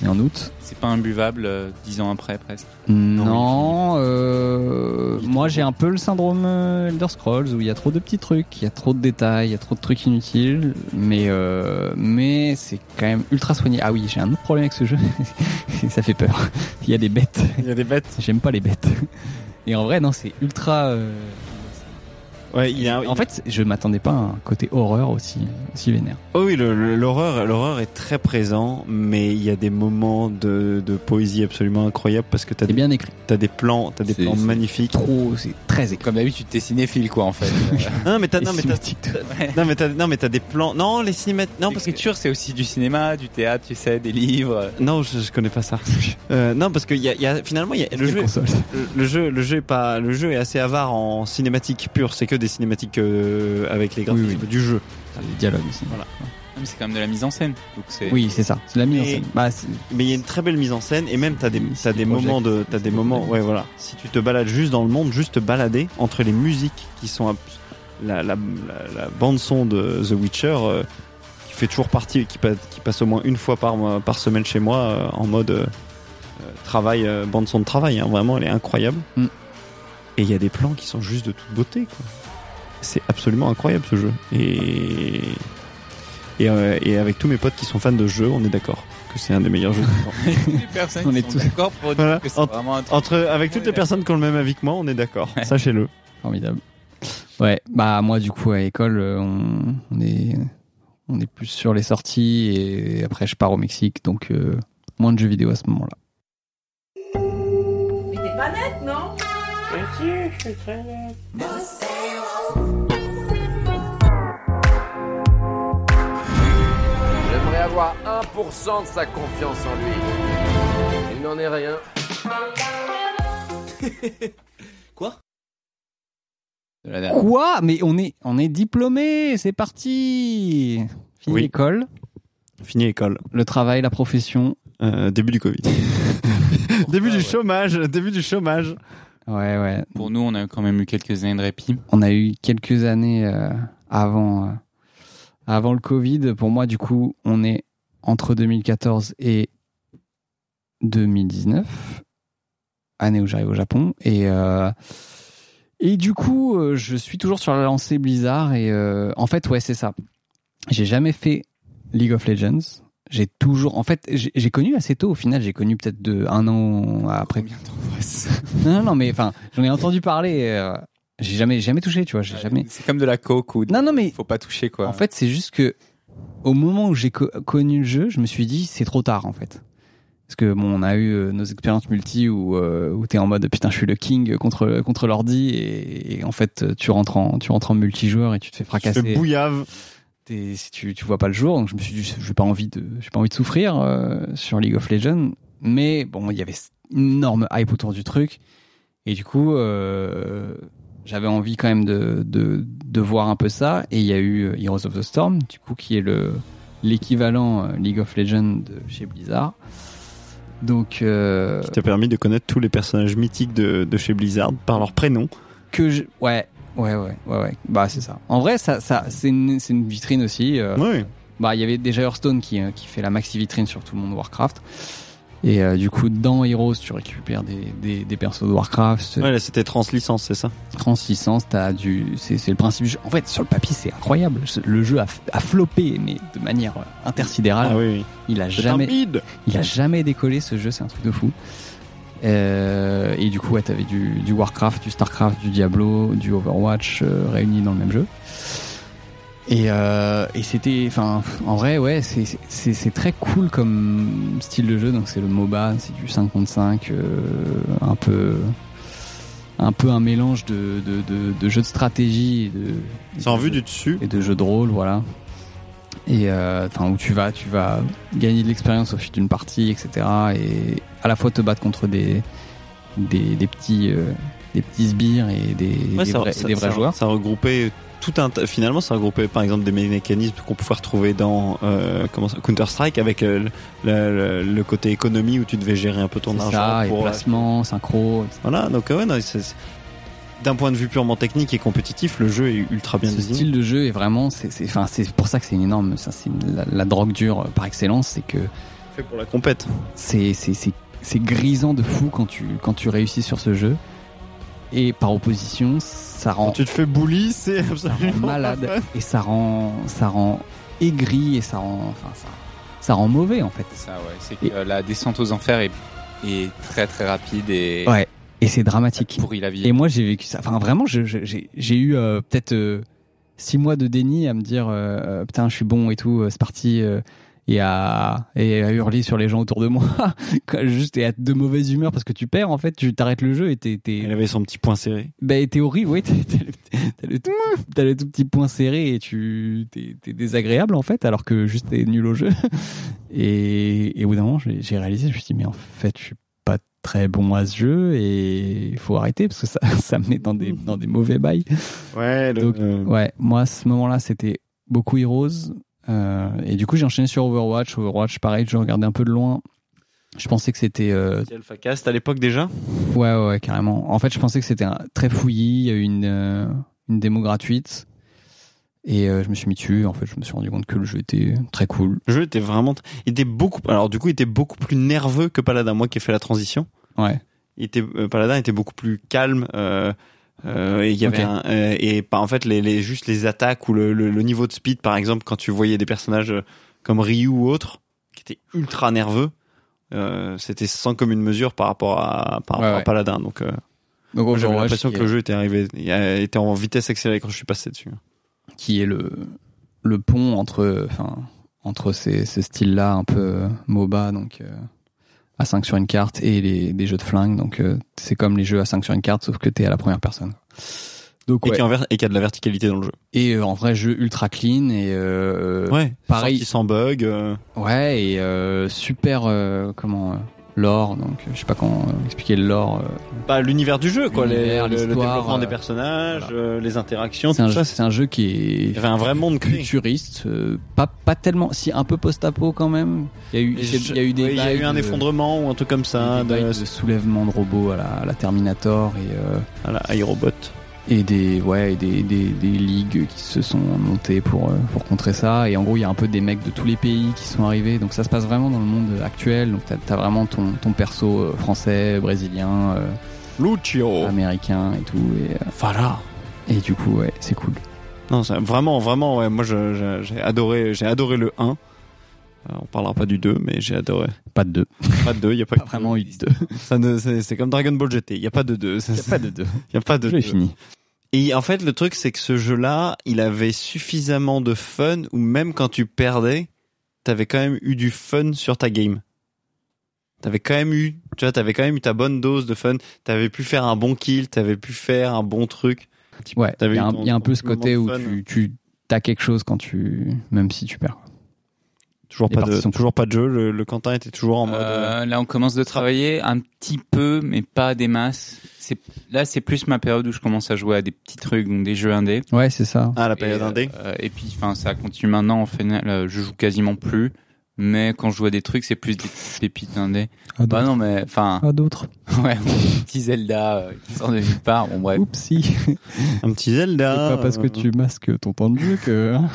B: on est en août.
A: C'est pas imbuvable euh, dix ans après presque.
B: Non, euh, moi j'ai un peu le syndrome euh, Elder Scrolls où il y a trop de petits trucs, il y a trop de détails, il y a trop de trucs inutiles, mais euh, mais c'est quand même ultra soigné. Ah oui, j'ai un autre problème avec ce jeu, ça fait peur. Il y a des bêtes,
C: Il y a des bêtes.
B: j'aime pas les bêtes. Et en vrai non, c'est ultra euh,
C: Ouais, il y a,
B: En fait, je m'attendais pas à un côté horreur aussi, aussi vénère.
C: Oh oui, le- le- l'horreur, l'horreur est très présent, mais il y a des moments de, de poésie absolument incroyables parce que t'as
B: C'est
C: des,
B: Eh bien écrit.
C: t'as des plans, t'as des
A: C'est-
C: plans
A: c'est
C: magnifiques.
B: Trop, c'est très écrit.
A: Comme d'habitude, t'es cinéphile, quoi, en fait.
C: Non mais t'as,
B: Et
C: non mais t'as,
B: cinématique.
C: non mais t'as, non mais t'as des plans. Non, les cinémat, non parce que
A: L'écriture, c'est aussi du cinéma, du théâtre, tu sais, des livres.
C: non, je, je connais pas ça. Euh, non parce que il y a, il y a- finalement il y a, le
B: Quelle
C: jeu,
B: console.
C: le jeu, le jeu est pas, le jeu est assez avare en cinématiques pures. C'est que des cinématiques euh, avec les graphismes
B: oui.
C: du jeu.
B: Les dialogues aussi.
A: Mais c'est quand même de la mise en scène. Donc c'est.
B: Oui, c'est ça. C'est la mise en
C: Et-
B: scène. Bah, c'est-
C: Mais il y a une très belle mise en scène et même t'as des
B: Si
C: t'as
B: tu
C: Mmh. des
B: projectes,
C: moments de t'as
B: si
C: des
B: tu
C: moments ouais
B: projectes.
C: voilà si tu te balades juste dans le monde juste te balader entre les musiques qui sont abs- la, la, bande son de The Witcher euh, qui fait toujours partie et qui, pa- qui passe au moins une fois par mois- par semaine chez moi euh, en mode euh, euh, travail euh, bande son de travail hein. vraiment elle est incroyable
B: Mm.
C: et il y a des plans qui sont juste de toute beauté quoi c'est absolument incroyable ce jeu et et, euh, et avec tous mes potes qui sont fans de ce jeu on est d'accord que c'est un des meilleurs jeux de tous temps.
A: Les personnes
B: On
A: qui
B: est
A: sont
B: tous-
A: d'accord pour dire
C: Voilà.
A: que c'est
C: Entre-
A: vraiment un truc.
C: Entre, avec toutes les personnes qui ont le même avis que moi, on est d'accord. Sachez-le.
B: Formidable. Ouais, bah moi du coup à l'école, euh, on, on est on est plus sur les sorties et après je pars au Mexique, donc euh, moins de jeux vidéo à ce moment-là.
J: Mais t'es pas nette, non
K: J'aimerais avoir 1% de sa confiance en lui. Il n'en est rien.
A: De la dernière.
B: Quoi Mais on est on est diplômé, c'est parti. Fini
C: Oui.
B: l'école,
C: Fini l'école.
B: le travail, la profession.
C: Euh, début du Covid. début du chômage. Début du chômage.
B: Ouais ouais.
A: Pour nous, on a quand même eu quelques années de répit.
B: On a eu quelques années euh, avant euh, avant le Covid. Pour moi du coup, on est entre 2014 et 2019, année où j'arrive au Japon. Et, euh, et du coup, euh, je suis toujours sur la lancée Blizzard. Et euh, en fait, ouais, c'est ça. J'ai jamais fait League of Legends. J'ai toujours, en fait, j'ai j'ai connu assez tôt. Au final, j'ai connu peut-être de un an après.
A: Combien de temps passe
B: Non, non, non, mais enfin, j'en ai entendu parler. euh, j'ai jamais, jamais touché, tu vois. J'ai jamais.
A: C'est comme de la coke ou. de-
B: Non, non, mais-
A: Faut pas toucher, quoi.
B: En fait, c'est juste que au moment où j'ai co- connu le jeu, je me suis dit c'est trop tard en fait. Parce que bon, on a eu euh, nos expériences multi où, euh, où t'es en mode putain, je suis le king contre contre l'ordi et, et en fait tu rentres en tu rentres en multijoueur et tu te fais
C: Je
B: fracasser.
C: bouillave.
B: T'es- si tu tu vois pas le jour, donc je me suis dit j'ai pas envie de j'ai pas envie de souffrir euh, sur League of Legends, mais bon, il y avait une énorme hype autour du truc et du coup euh, j'avais envie quand même de, de, de voir un peu ça. Et il y a eu euh, Heroes of the Storm, du coup, qui est le l'équivalent euh, League of Legends de chez Blizzard. Donc, euh,
C: Qui t'a permis de connaître tous les personnages mythiques de, de chez Blizzard par leur prénom.
B: que je. Ouais, ouais, ouais, ouais, ouais. Bah, c'est ça. En vrai, ça, ça, c'est une, c'est une vitrine aussi. euh,
C: Oui.
B: Bah, il y avait déjà Hearthstone qui, euh, qui fait la maxi vitrine sur tout le monde Warcraft. Et euh, du coup, dans Heroes, tu récupères des, des, des persos de Warcraft.
C: Ouais, là, c'était translicence, c'est ça
B: translicence, t'as du, c'est, c'est le principe. du jeu. En fait, sur le papier, c'est incroyable. Le jeu a, a floppé, mais de manière euh, intersidérale.
C: oui. oui.
B: Il a
C: Ah C'est un
B: jamais,
C: bide.
B: il a jamais décollé ce jeu. C'est un truc de fou. Euh, et du coup, ouais, t'avais du, du Warcraft, du Starcraft, du Diablo, du Overwatch euh, réunis dans le même jeu. Et, euh, et c'était, enfin, en vrai, ouais, c'est, c'est, c'est très cool comme style de jeu. Donc c'est le MOBA, c'est du 5 contre 5, euh, un peu, un peu un mélange de, de, de, de jeux de stratégie. Et de,
C: C'est en
B: de-
C: vue du dessus.
B: et de jeux de rôle, voilà. Et euh, enfin où tu vas, tu vas gagner de l'expérience au fil d'une partie, etc. Et à la fois te battre contre des des, des petits euh, des petits sbires et des,
C: Ouais,
B: des
C: ça-
B: vrais,
C: ça-
B: des vrais
C: ça-
B: joueurs.
C: Ça regroupait tout un. tas- Finalement, ça regroupait par exemple des mécanismes qu'on pouvait retrouver dans euh, comment ça- Counter-Strike avec euh, le, le- le côté économie où tu devais gérer un peu ton
B: C'est
C: argent
B: ça, et
C: pour euh,
B: placement, synchro. etc.
C: Voilà, donc euh, ouais, non, c'est- c'est- d'un point de vue purement technique et compétitif, le jeu est ultra bien
B: Ce
C: désigné.
B: style de jeu est vraiment, c'est c'est- enfin c'est pour ça que c'est une énorme, ça c'est la, la drogue dure euh, par excellence, c'est que
C: fait pour la compète.
B: c'est c'est- c'est- c'est grisant de fou quand tu quand tu réussis sur ce jeu. Et par opposition, ça
C: Quand
B: rend
C: tu te fais bully, c'est absolument
B: rend malade
C: pas fun.
B: et ça rend ça rend aigri et ça rend enfin ça ça rend mauvais en fait
A: C'est ça, ouais. C'est que la descente aux enfers est, est très très rapide et.
B: Ouais. Et c'est dramatique.
A: Pourri la vie.
B: Et moi, j'ai vécu ça. Enfin, vraiment, je- je- j'ai j'ai eu euh, peut-être euh, six mois de déni à me dire euh, euh, putain, je suis bon et tout, euh, c'est parti. euh, et à, et à hurler sur les gens autour de moi, Quoi, juste et à être de mauvaise humeur parce que tu perds en fait, tu t'arrêtes le jeu et t'es t'es-
C: Il avait son petit point serré.
B: bah, t'es horrible, oui. T'as t'as le, t'as le tout- t'as le tout petit point serré et tu t'es t'es désagréable en fait, alors que juste t'es nul au jeu. Et, et au bout d'un moment, j'ai j'ai réalisé, je me suis dit, mais en fait, je suis pas très bon à ce jeu et il faut arrêter parce que ça, ça me met dans des, dans des mauvais bails.
C: Ouais, le-
B: Donc,
C: euh,
B: Ouais, moi, à ce moment-là, c'était beaucoup Heroes. Euh, et du coup, j'ai enchaîné sur Overwatch. Overwatch, pareil, je regardais un peu de loin. Je pensais que c'était euh,
C: C'était Alphacast à l'époque déjà
B: Ouais, ouais, ouais, carrément. En fait, je pensais que c'était un- très fouillis. Il y a eu une, euh, une démo gratuite. Et euh, je me suis mis dessus. En fait, je me suis rendu compte que le jeu était très cool.
C: Le jeu était vraiment. Il était beaucoup. Alors, du coup, il était beaucoup plus nerveux que Paladin. Moi qui ai fait la transition,
B: Ouais.
C: il était, euh, Paladin était beaucoup plus calme. Euh, euh, et il y avait
B: Ok.
C: un, euh, et pas en fait les, les juste les attaques ou le, le, le niveau de speed par exemple quand tu voyais des personnages euh, comme Ryu ou autres qui étaient ultra nerveux euh, c'était sans commune mesure par rapport à par
B: Ouais,
C: rapport à
B: ouais.
C: Paladin donc euh,
B: Donc,
C: moi, j'avais
B: Overwatch,
C: l'impression
B: qui
C: que le
B: est-
C: jeu était arrivé il a- était en vitesse accélérée quand je suis passé dessus
B: qui est le, le pont entre, enfin, entre ces, ces styles-là, un peu euh, MOBA, donc euh, à 5 sur une carte, et les, des jeux de flingue. Donc, euh, c'est comme les jeux à 5 sur une carte, sauf que t'es à la première personne. Donc,
C: et, qui
B: ouais.
C: est en ver- et qui a de la verticalité dans le jeu
B: Et euh, en vrai, jeu ultra clean et euh,
C: ouais
B: pareil.
C: sorti sans bug euh,
B: Ouais, et euh, super, euh, comment, euh, lore, donc euh, je sais pas comment euh, expliquer le lore. euh.
C: bah, l'univers du jeu, quoi, les-
B: L'univers,
C: le, le
B: l'histoire,
C: développement
B: euh,
C: des personnages,
B: voilà.
C: euh, les interactions,
B: C'est un,
C: tout
B: jeu-
C: ça.
B: c'est un jeu qui
C: Il y
B: est
C: avait un vrai monde créé.
B: futuriste, euh, pas, pas tellement, si un peu post-apo quand même. Il y a eu,
C: Et je-
B: il y a eu des
C: oui, il y a eu
B: vibes
C: un
B: de-
C: effondrement ou un truc comme
B: il y a
C: ça, hein,
B: eu des
C: de,
B: vibes de soulèvement de robots à la, à la Terminator et, euh,
C: à la iRobot.
B: et des ouais et des, des, des ligues qui se sont montées pour euh, pour contrer ça et en gros il y a un peu des mecs de tous les pays qui sont arrivés donc ça se passe vraiment dans le monde actuel donc t'as as vraiment ton ton perso euh, français brésilien euh,
C: Lucio.
B: américain et tout. Et, euh,
C: Oh. Voilà.
B: et du coup, ouais, c'est cool.
C: Non, ça- vraiment, vraiment, ouais, moi je- je- j'ai adoré, j'ai adoré le 1. Euh, on parlera pas du 2, mais j'ai adoré.
B: Pas de deux.
C: Pas de 2, il y a pas,
B: Pas vraiment eu de deux.
C: ça ne- c'est c'est comme Dragon Ball GT, il y a pas de 2. Il
B: de deux.
C: y a pas de
B: Je l'ai
C: 2.
B: fini.
C: Et en fait, le truc, c'est que ce jeu-là, il avait suffisamment de fun, ou même quand tu perdais, t'avais quand même eu du fun sur ta game. T'avais quand même eu, tu vois, t'avais quand même eu ta bonne dose de fun. T'avais pu faire un bon kill, t'avais pu faire un bon truc.
B: Ouais, il
C: T'avais
B: y, a
C: eu
B: un-
C: ton-
B: il y a un peu
C: ton
B: ce côté où
C: moment de fun.
B: tu, tu as quelque chose quand tu. Même si tu perds.
C: Toujours
B: Les
C: pas
B: parties
C: de,
B: sont
C: toujours pas de jeu. Le, le Quentin était toujours en mode. euh,
A: Euh, là, on commence de travailler un petit peu, mais pas des masses. C'est là, c'est plus ma période où je commence à jouer à des petits trucs, donc des jeux indés.
B: Ouais, c'est ça.
C: Ah, la période
A: et, euh,
C: indé.
A: euh, et puis, enfin, ça continue maintenant. En final, euh, je joue quasiment plus. Mais quand je joue à des trucs, c'est plus des pépites indé.
B: À
A: Bah
B: d'autres.
A: non, mais enfin,
B: À d'autres.
A: ouais, petit Zelda euh, qui sort de nulle part. Bon, bref.
B: Oups, si. C'est
C: Un petit
B: pas
C: Zelda.
B: parce que
C: euh,
B: tu masques ton temps de jeu que. hein.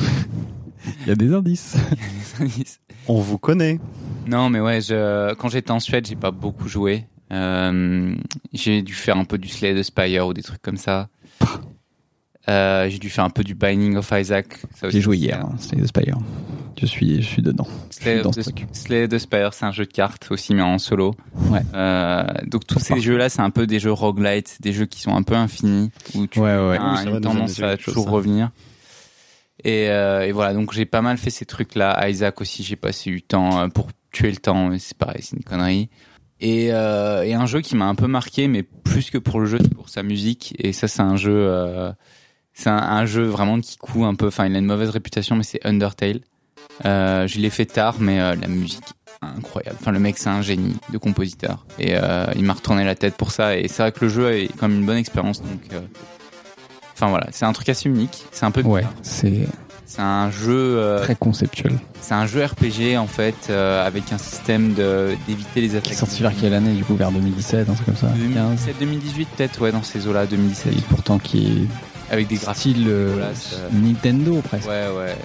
B: Il y a des indices.
C: On vous connaît.
A: Non, mais ouais, je, quand j'étais en Suède, j'ai pas beaucoup joué. Euh, j'ai dû faire un peu du Slay the Spire ou des trucs comme ça. Euh, j'ai dû faire un peu du Binding of Isaac. Ça aussi,
B: J'ai joué
A: c'est-
B: hier, hein, Slay the Spire. Je suis, je suis dedans. Je
A: Slay
B: suis dans
A: of
B: ce
A: the,
B: truc.
A: Slay the Spire, c'est un jeu de cartes aussi, mais en solo.
B: Ouais.
A: Euh, donc tous ces jeux-là, c'est un peu des jeux roguelite, des jeux qui sont un peu infinis, où tu
B: Ouais, ouais, ouais.
A: as
C: Oui, ça va
A: une
C: nous
A: tendance à
C: amener quelque chose,
A: toujours
C: ça.
A: revenir. Et, euh, et voilà, donc j'ai pas mal fait ces trucs-là. Isaac aussi, j'ai passé du temps euh, pour tuer le temps, mais c'est pareil, c'est une connerie. Et, euh, et un jeu qui m'a un peu marqué, mais plus que pour le jeu, c'est pour sa musique. Et ça, c'est un jeu, euh, c'est un, un jeu vraiment qui coûte un peu. Enfin, il a une mauvaise réputation, mais c'est Undertale. Euh, je l'ai fait tard, mais euh, la musique incroyable. Enfin, le mec, c'est un génie de compositeur. Et euh, il m'a retourné la tête pour ça. Et c'est vrai que le jeu est quand même une bonne expérience. Donc, euh, enfin voilà, c'est un truc assez unique. C'est un peu,
B: Ouais, c'est
A: c'est un jeu, euh,
B: très conceptuel.
A: c'est un jeu RPG en fait, euh, avec un système de d'éviter les
B: Qui
A: attaques.
B: est sorti vers quelle année, du coup, vers 2017, un truc comme ça 15.
A: 2017, 2018 peut-être, ouais, dans ces eaux-là, 2017,
B: Et pourtant qui
A: avec des
B: est
A: graphismes.
B: style euh,
A: dégueulasses, euh.
B: Nintendo presque.
A: Ouais, ouais.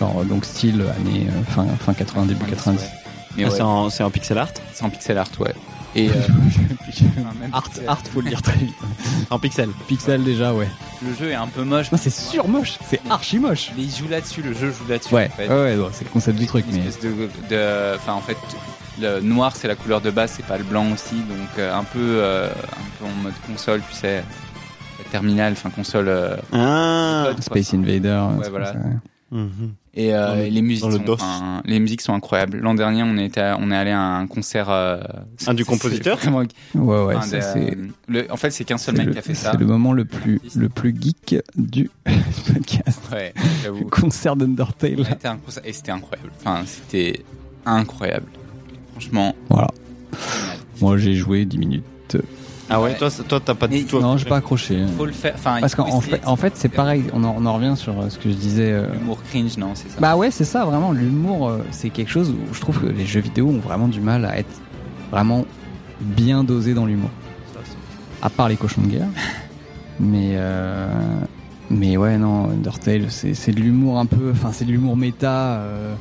B: Genre, euh, donc style année euh, fin, fin 80, début 90.
A: Ouais. Mais
C: Ah,
A: ouais,
C: C'est en, c'est en pixel art.
A: c'est en pixel art, ouais. Et euh, enfin, même
B: Art,
A: pixel-
B: art, faut le dire très vite.
C: En pixel.
B: Pixel déjà, ouais.
A: Le jeu est un peu moche.
B: Non, c'est sur moche, c'est archi moche.
A: Mais il joue là-dessus, le jeu joue là-dessus.
B: Ouais,
A: en fait.
B: ouais, ouais, ouais, c'est le concept du truc,
A: Une
B: mais
A: espèce de, de- enfin en fait, le noir c'est la couleur de base, c'est pas le blanc aussi, donc euh, un peu euh, un peu en mode console, tu sais, terminal, enfin console. euh,
C: Ah.
A: code, quoi.
B: Space Invader.
A: Ouais,
B: c'est
A: voilà.
B: comme ça.
C: Mhm.
A: Et, euh,
C: Dans le-
A: et les musiques
C: dans le
A: sont,
C: DOS.
A: enfin, les musiques sont incroyables. L'an dernier, on était à- on est allé à un concert. euh,
C: Un du
A: c'est-
C: compositeur
A: c'est vraiment-
B: Ouais, ouais,
A: un
B: ça,
A: des,
B: c'est.
A: euh, le- En fait, c'est qu'un seul
B: C'est
A: mec
B: le,
A: qui a fait
B: c'est
A: ça.
B: le moment le plus,
A: Artiste.
B: le plus geek du podcast.
A: Ouais,
B: Le
A: j'avoue.
B: concert d'Undertale.
A: C'était un concert- Et c'était incroyable. Enfin, c'était incroyable. Franchement,
B: Voilà.
A: génial.
B: Moi, j'ai joué 10 minutes.
C: Ah ouais,
A: Ouais.
C: toi, toi, t'as pas
A: Mais-
C: du tout.
B: non, j'ai pas accroché. hein.
A: faut le faire. Enfin,
B: Parce
A: il faut
B: qu'en en
A: essayer,
B: fait, en fait c'est pareil. On en, on en revient sur euh, ce que je disais. euh,
A: L'humour cringe, non, c'est ça.
B: Bah ouais, c'est ça, vraiment. L'humour, euh, c'est quelque chose où je trouve que les jeux vidéo ont vraiment du mal à être vraiment bien dosés dans l'humour. À part les cochons de guerre. Mais, euh, mais ouais, non, Undertale, c'est c'est de l'humour un peu. Enfin, c'est de l'humour méta euh,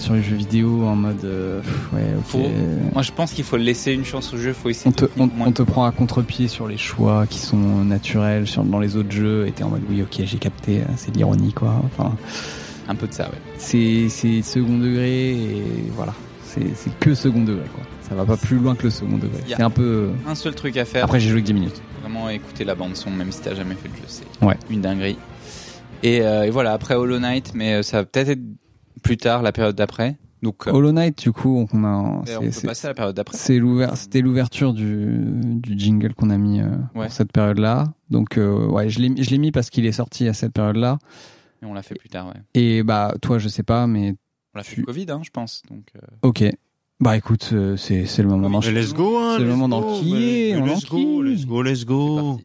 B: sur les jeux vidéo en mode. euh, pff, ouais, ok.
A: Faut- Moi, je pense qu'il faut laisser une chance au jeu. Faut essayer.
B: On te,
A: de-
B: on, on te prend à contre-pied sur les choix qui sont naturels sur, dans les autres jeux et t'es en mode oui ok j'ai capté euh, c'est de l'ironie quoi enfin
A: Un peu de ça, ouais.
B: c'est c'est second degré et voilà c'est c'est que second degré quoi ça va pas plus loin que le second degré
A: Yeah.
B: c'est un peu
A: Un seul truc à faire.
B: après j'ai joué que 10 minutes
A: vraiment écouter la bande son, même si t'as jamais fait le jeu, c'est
B: Ouais.
A: une dinguerie. Et, euh, et voilà, après Hollow Knight, mais euh, ça va peut-être être plus tard, la période d'après. Donc, euh,
B: Hollow Knight du coup on a
A: mais
B: Oh, c'est-
A: on peut
B: c'est-
A: passer à la période d'après.
B: c'est l'ouver- c'était l'ouverture du, du jingle qu'on a mis euh,
A: Ouais.
B: pour cette période là donc euh, ouais je l'ai je l'ai mis parce qu'il est sorti à cette période là
A: Mais on l'a fait plus tard, ouais.
B: et bah toi je sais pas mais
A: On l'a fait
B: Tu-
A: le Covid, hein, je pense. Donc, euh,
B: ok bah écoute euh, c'est c'est le moment d'enchaîner
C: Mais let's go, hein.
B: C'est le
C: let's
B: moment
C: go,
B: d'enquiller,
C: mais- mais
B: on
C: Let's go,
B: enquille.
C: let's go, let's
A: c'est
B: Oh.
C: go.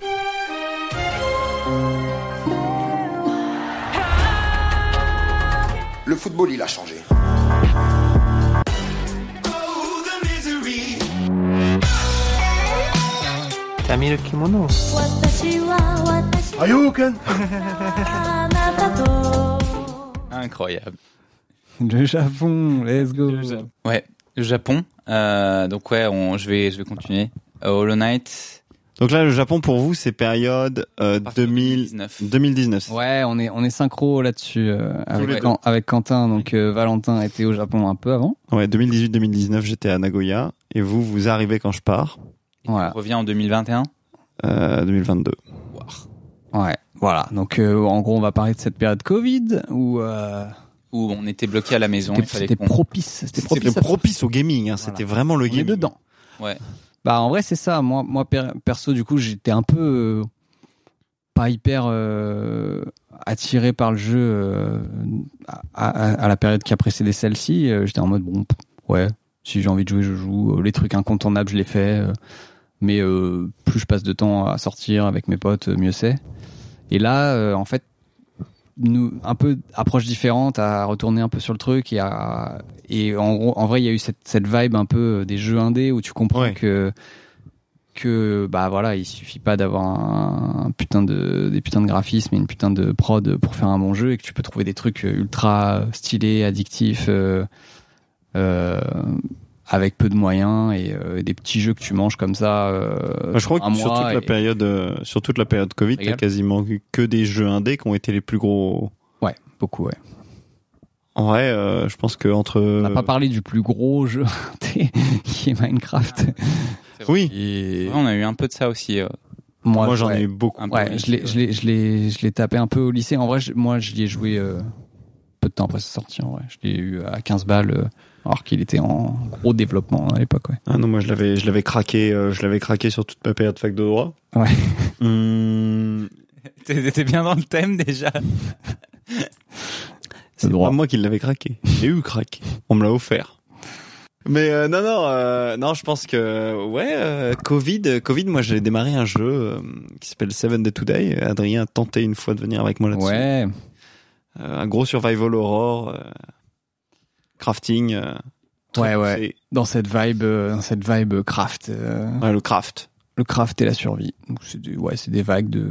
A: parti.
D: Le football, il a changé.
A: Incroyable.
B: Le Japon, let's go.
A: Ouais, le Japon. euh, donc, ouais, on, je, vais, je vais continuer. Euh, Hollow Knight,
C: Donc là, le Japon pour vous, c'est période euh,
A: à partir de
C: 2000,
A: 2019.
C: 2019.
B: Ouais, on est on est synchro là-dessus euh,
A: les
B: avec,
A: deux.
B: Quan- avec Quentin. Donc euh, Valentin était au Japon un peu avant.
C: Ouais, 2018-2019, j'étais à Nagoya et vous, vous arrivez quand je pars,
A: Et
B: Ouais.
A: On revient en 2021.
C: euh, 2022.
A: Wow.
B: Ouais, voilà. Donc euh, en gros, on va parler de cette période Covid où euh,
A: Où on était bloqué à la maison. il
B: c'était
A: fallait
B: c'était
A: qu'on-
B: propice, c'était
C: C'était
B: propice. à-
C: propice au gaming, hein, c'était vraiment le
B: on est
C: gaming.
B: dedans.
A: Ouais.
B: Bah en vrai, c'est ça. Moi, moi per- perso, du coup, j'étais un peu euh, pas hyper euh, attiré par le jeu euh, à, à- à la période qui a précédé celle-ci. Euh, J'étais en mode bon, pff, ouais. Si j'ai envie de jouer, je joue. Euh, Les trucs incontournables, je les fais. Euh, mais euh, plus je passe de temps à sortir avec mes potes, euh, mieux c'est. Et là, euh, en fait, nous, un peu approche différente à retourner un peu sur le truc et à et en gros, en vrai, il y a eu cette, cette vibe un peu euh, des jeux indés où tu comprends
C: Ouais.
B: que que bah voilà, il suffit pas d'avoir un, un putain de des putains de graphismes et une putain de prod pour faire un bon jeu et que tu peux trouver des trucs euh, ultra stylés, addictifs. euh, euh, avec peu de moyens et euh, des petits jeux que tu manges comme ça. euh,
C: Bah, je crois
B: un
C: que sur
B: mois
C: toute, la
B: et-
C: période, euh, sur toute la période Covid, t'as
B: Régale.
C: quasiment eu que des jeux indés qui ont été les plus gros.
B: Ouais, beaucoup. Ouais.
C: En vrai, euh, je pense que entre.
B: On n'a pas parlé du plus gros jeu indé, qui est Minecraft.
C: Oui,
B: Et...
A: Ouais, on a eu un peu de ça aussi. euh,
C: moi, j'en
B: ouais.
C: ai eu beaucoup.
A: un peu
B: Ouais, je l'ai, je l'ai, je l'ai, je l'ai tapé un peu au lycée. En vrai, je- moi, je l'ai joué euh, peu de temps après sa sortie. En vrai, je l'ai eu à 15 balles, euh, alors qu'il était en gros développement à l'époque. Ouais.
C: Ah non, moi je l'avais, je l'avais craqué, euh, je l'avais craqué sur toute ma période fac de droit.
B: Ouais.
C: Hum,
A: T'es t'es bien dans le thème déjà.
C: c'est
B: droit.
C: pas moi qui l'avais craqué. J'ai eu le crack. On me l'a offert. Mais euh, non, non, euh, non, je pense que ouais, euh, Covid, euh, Covid. Moi, j'ai démarré un jeu euh, qui s'appelle Seven Day Today. Adrien a tenté une fois de venir avec moi là-dessus.
B: Ouais.
C: Euh, un gros survival horror, euh, crafting. euh,
B: Ouais,
C: très
B: ouais.
C: poussé.
B: Dans cette vibe, euh, dans cette vibe craft, euh,
C: Ouais, le craft.
B: le craft et la survie. Donc c'est des, ouais, c'est des vagues de,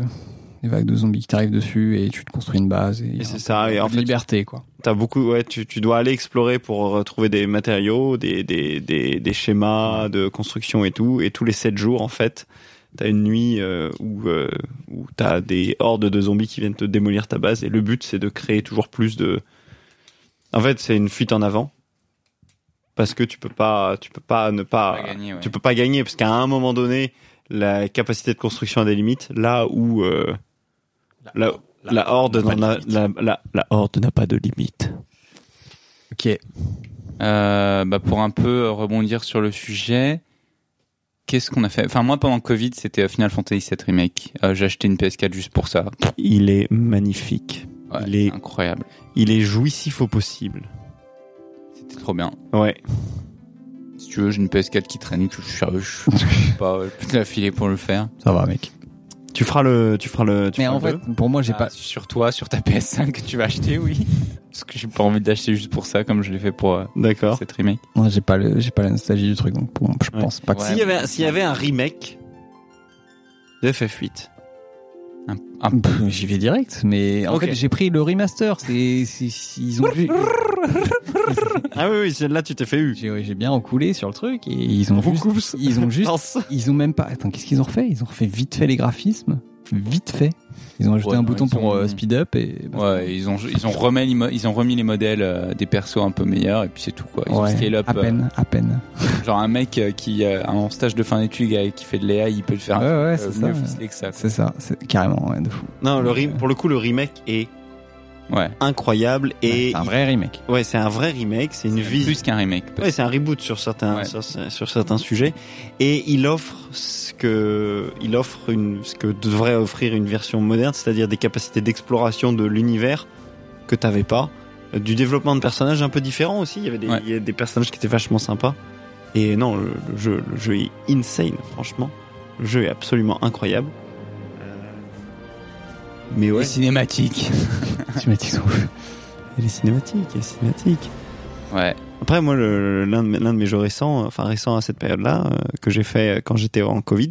B: des vagues de zombies qui t'arrivent dessus et tu te construis une base et,
C: Et c'est ça. Et en fait,
B: liberté quoi.
C: T'as beaucoup, ouais, tu, tu dois aller explorer pour euh, trouver des matériaux, des, des, des, des schémas de construction et tout. Et tous les 7 jours, en fait, t'as une nuit euh, où, euh, où t'as des hordes de zombies qui viennent te démolir ta base. Et le but, c'est de créer toujours plus de. En fait, c'est une fuite en avant. parce que tu peux pas, tu peux pas ne pas,
A: Pas gagner, ouais.
C: Ah, tu peux pas gagner parce qu'à un moment donné, la capacité de construction a des limites. Là où euh, la, la, horde n'en a- la, la- la horde n'a pas de limite.
B: Ok.
A: Euh, bah, pour un peu euh, rebondir sur le sujet, qu'est-ce qu'on a fait Enfin, moi, pendant le Covid, c'était euh, Final Fantasy VII Remake. Euh, J'ai acheté une PS4 juste pour ça.
C: Il est magnifique.
A: Ouais,
C: Il est-
A: incroyable.
C: Il est jouissif au possible.
A: C'était trop bien.
C: Ouais.
A: Si tu veux, j'ai une PS4 qui traîne, que je suis sérieux, je sais pas, euh, je peux te la filer pour le faire.
B: Ça va, mec.
C: Tu feras le, tu feras le. Tu
B: Mais
C: feras
B: en
C: le
B: fait, pour moi, j'ai
A: Ah,
B: pas.
A: Sur toi, sur ta PS5 que tu vas acheter, oui. Parce que j'ai pas envie d'acheter juste pour ça, comme je l'ai fait pour euh,
C: D'accord.
A: cette remake.
B: Moi, j'ai pas, le- j'ai pas la nostalgie du truc, donc pour- je
C: Ouais.
B: pense pas que.
A: Ouais.
C: S'il y avait, s'il y avait un remake de FF8.
A: Un- un-
B: Ah, Pff, J'y vais direct, mais en
C: Ok.
B: fait, j'ai pris le remaster. C'est, c'est- c'est- ils ont vu.
C: Ah oui, oui, là tu t'es fait eu.
B: J'ai, ouais, j'ai bien encoulé sur le truc et ils ont juste, ils ont juste, ils ont même pas. Attends, qu'est-ce qu'ils ont refait Ils ont refait vite fait les graphismes, vite fait. Ils ont ajouté
A: Ouais,
B: un
A: non,
B: bouton
A: ils
B: pour
A: ont-
B: euh, speed up et.
A: Ouais, ils ont, ils, ont remis, les mo- ils ont remis les modèles euh, des persos un peu meilleurs et puis c'est tout quoi. Ils ont
B: Ouais,
A: scale up.
C: euh,
B: à peine, à peine.
A: euh, genre un mec euh, qui euh, en stage de fin d'études euh, qui fait de l'EA, il peut le
C: Ah,
A: faire
B: Ouais, ouais,
A: euh,
B: c'est
A: mieux
B: ça.
A: ficelé que ça. quoi.
B: C'est ça, c'est carrément ouais, de fou.
C: Non, le re- pour le coup, le remake est
A: Ouais.
C: incroyable et
B: c'est un vrai remake.
C: il- ouais, c'est un vrai remake, c'est une vie.
A: Plus qu'un remake.
C: Ouais, c'est un reboot sur certains
A: Ouais.
C: sur, sur certains sujets et il offre ce que il offre une ce que devrait offrir une version moderne, c'est-à-dire des capacités d'exploration de l'univers que t'avais pas, du développement de personnages un peu différent aussi. Il y avait des,
A: Ouais.
C: il y a des personnages qui étaient vachement sympas et non le, le jeu le jeu est insane franchement. Le jeu est absolument incroyable. Euh, Mais ouais.
A: Les cinématiques.
B: Cinématiques sont ouf.
C: Et les cinématiques, les cinématiques.
A: Ouais.
C: Après, moi, le- l'un de, mes- l'un de mes jeux récents, euh, enfin récent à cette période-là, euh, que j'ai fait euh, quand j'étais en Covid,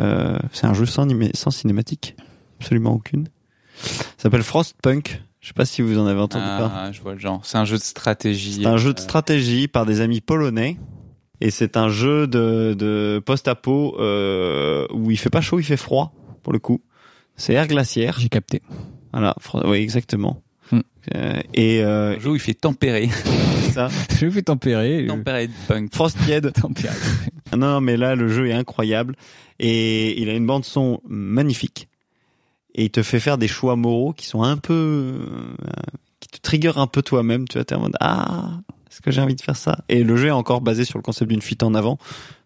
C: euh, c'est un jeu sans, nimé- sans cinématique, absolument aucune. Ça s'appelle Frostpunk. Je sais pas si vous en avez entendu parler.
A: Ah, je vois le genre. C'est un jeu de stratégie.
C: C'est un jeu de
A: Euh,
C: stratégie par des amis polonais. Et c'est un jeu de, de post-apo euh, où il fait pas chaud, il fait froid, pour le coup. C'est air glaciaire.
B: J'ai capté.
C: Voilà, fro- oui, exactement.
B: Hmm.
C: Euh, et euh,
A: Un jeu où il fait tempérer.
C: ça,
B: Je vais tempérer.
A: tempérer de punk.
C: Frost tiède.
B: Tempérer.
C: Ah Non, non, mais là, le jeu est incroyable et il a une bande son magnifique. Et il te fait faire des choix moraux qui sont un peu, euh, qui te trigger un peu toi-même. Tu vois, t'es en mode ah, est-ce que j'ai envie de faire ça Et le jeu est encore basé sur le concept d'une fuite en avant.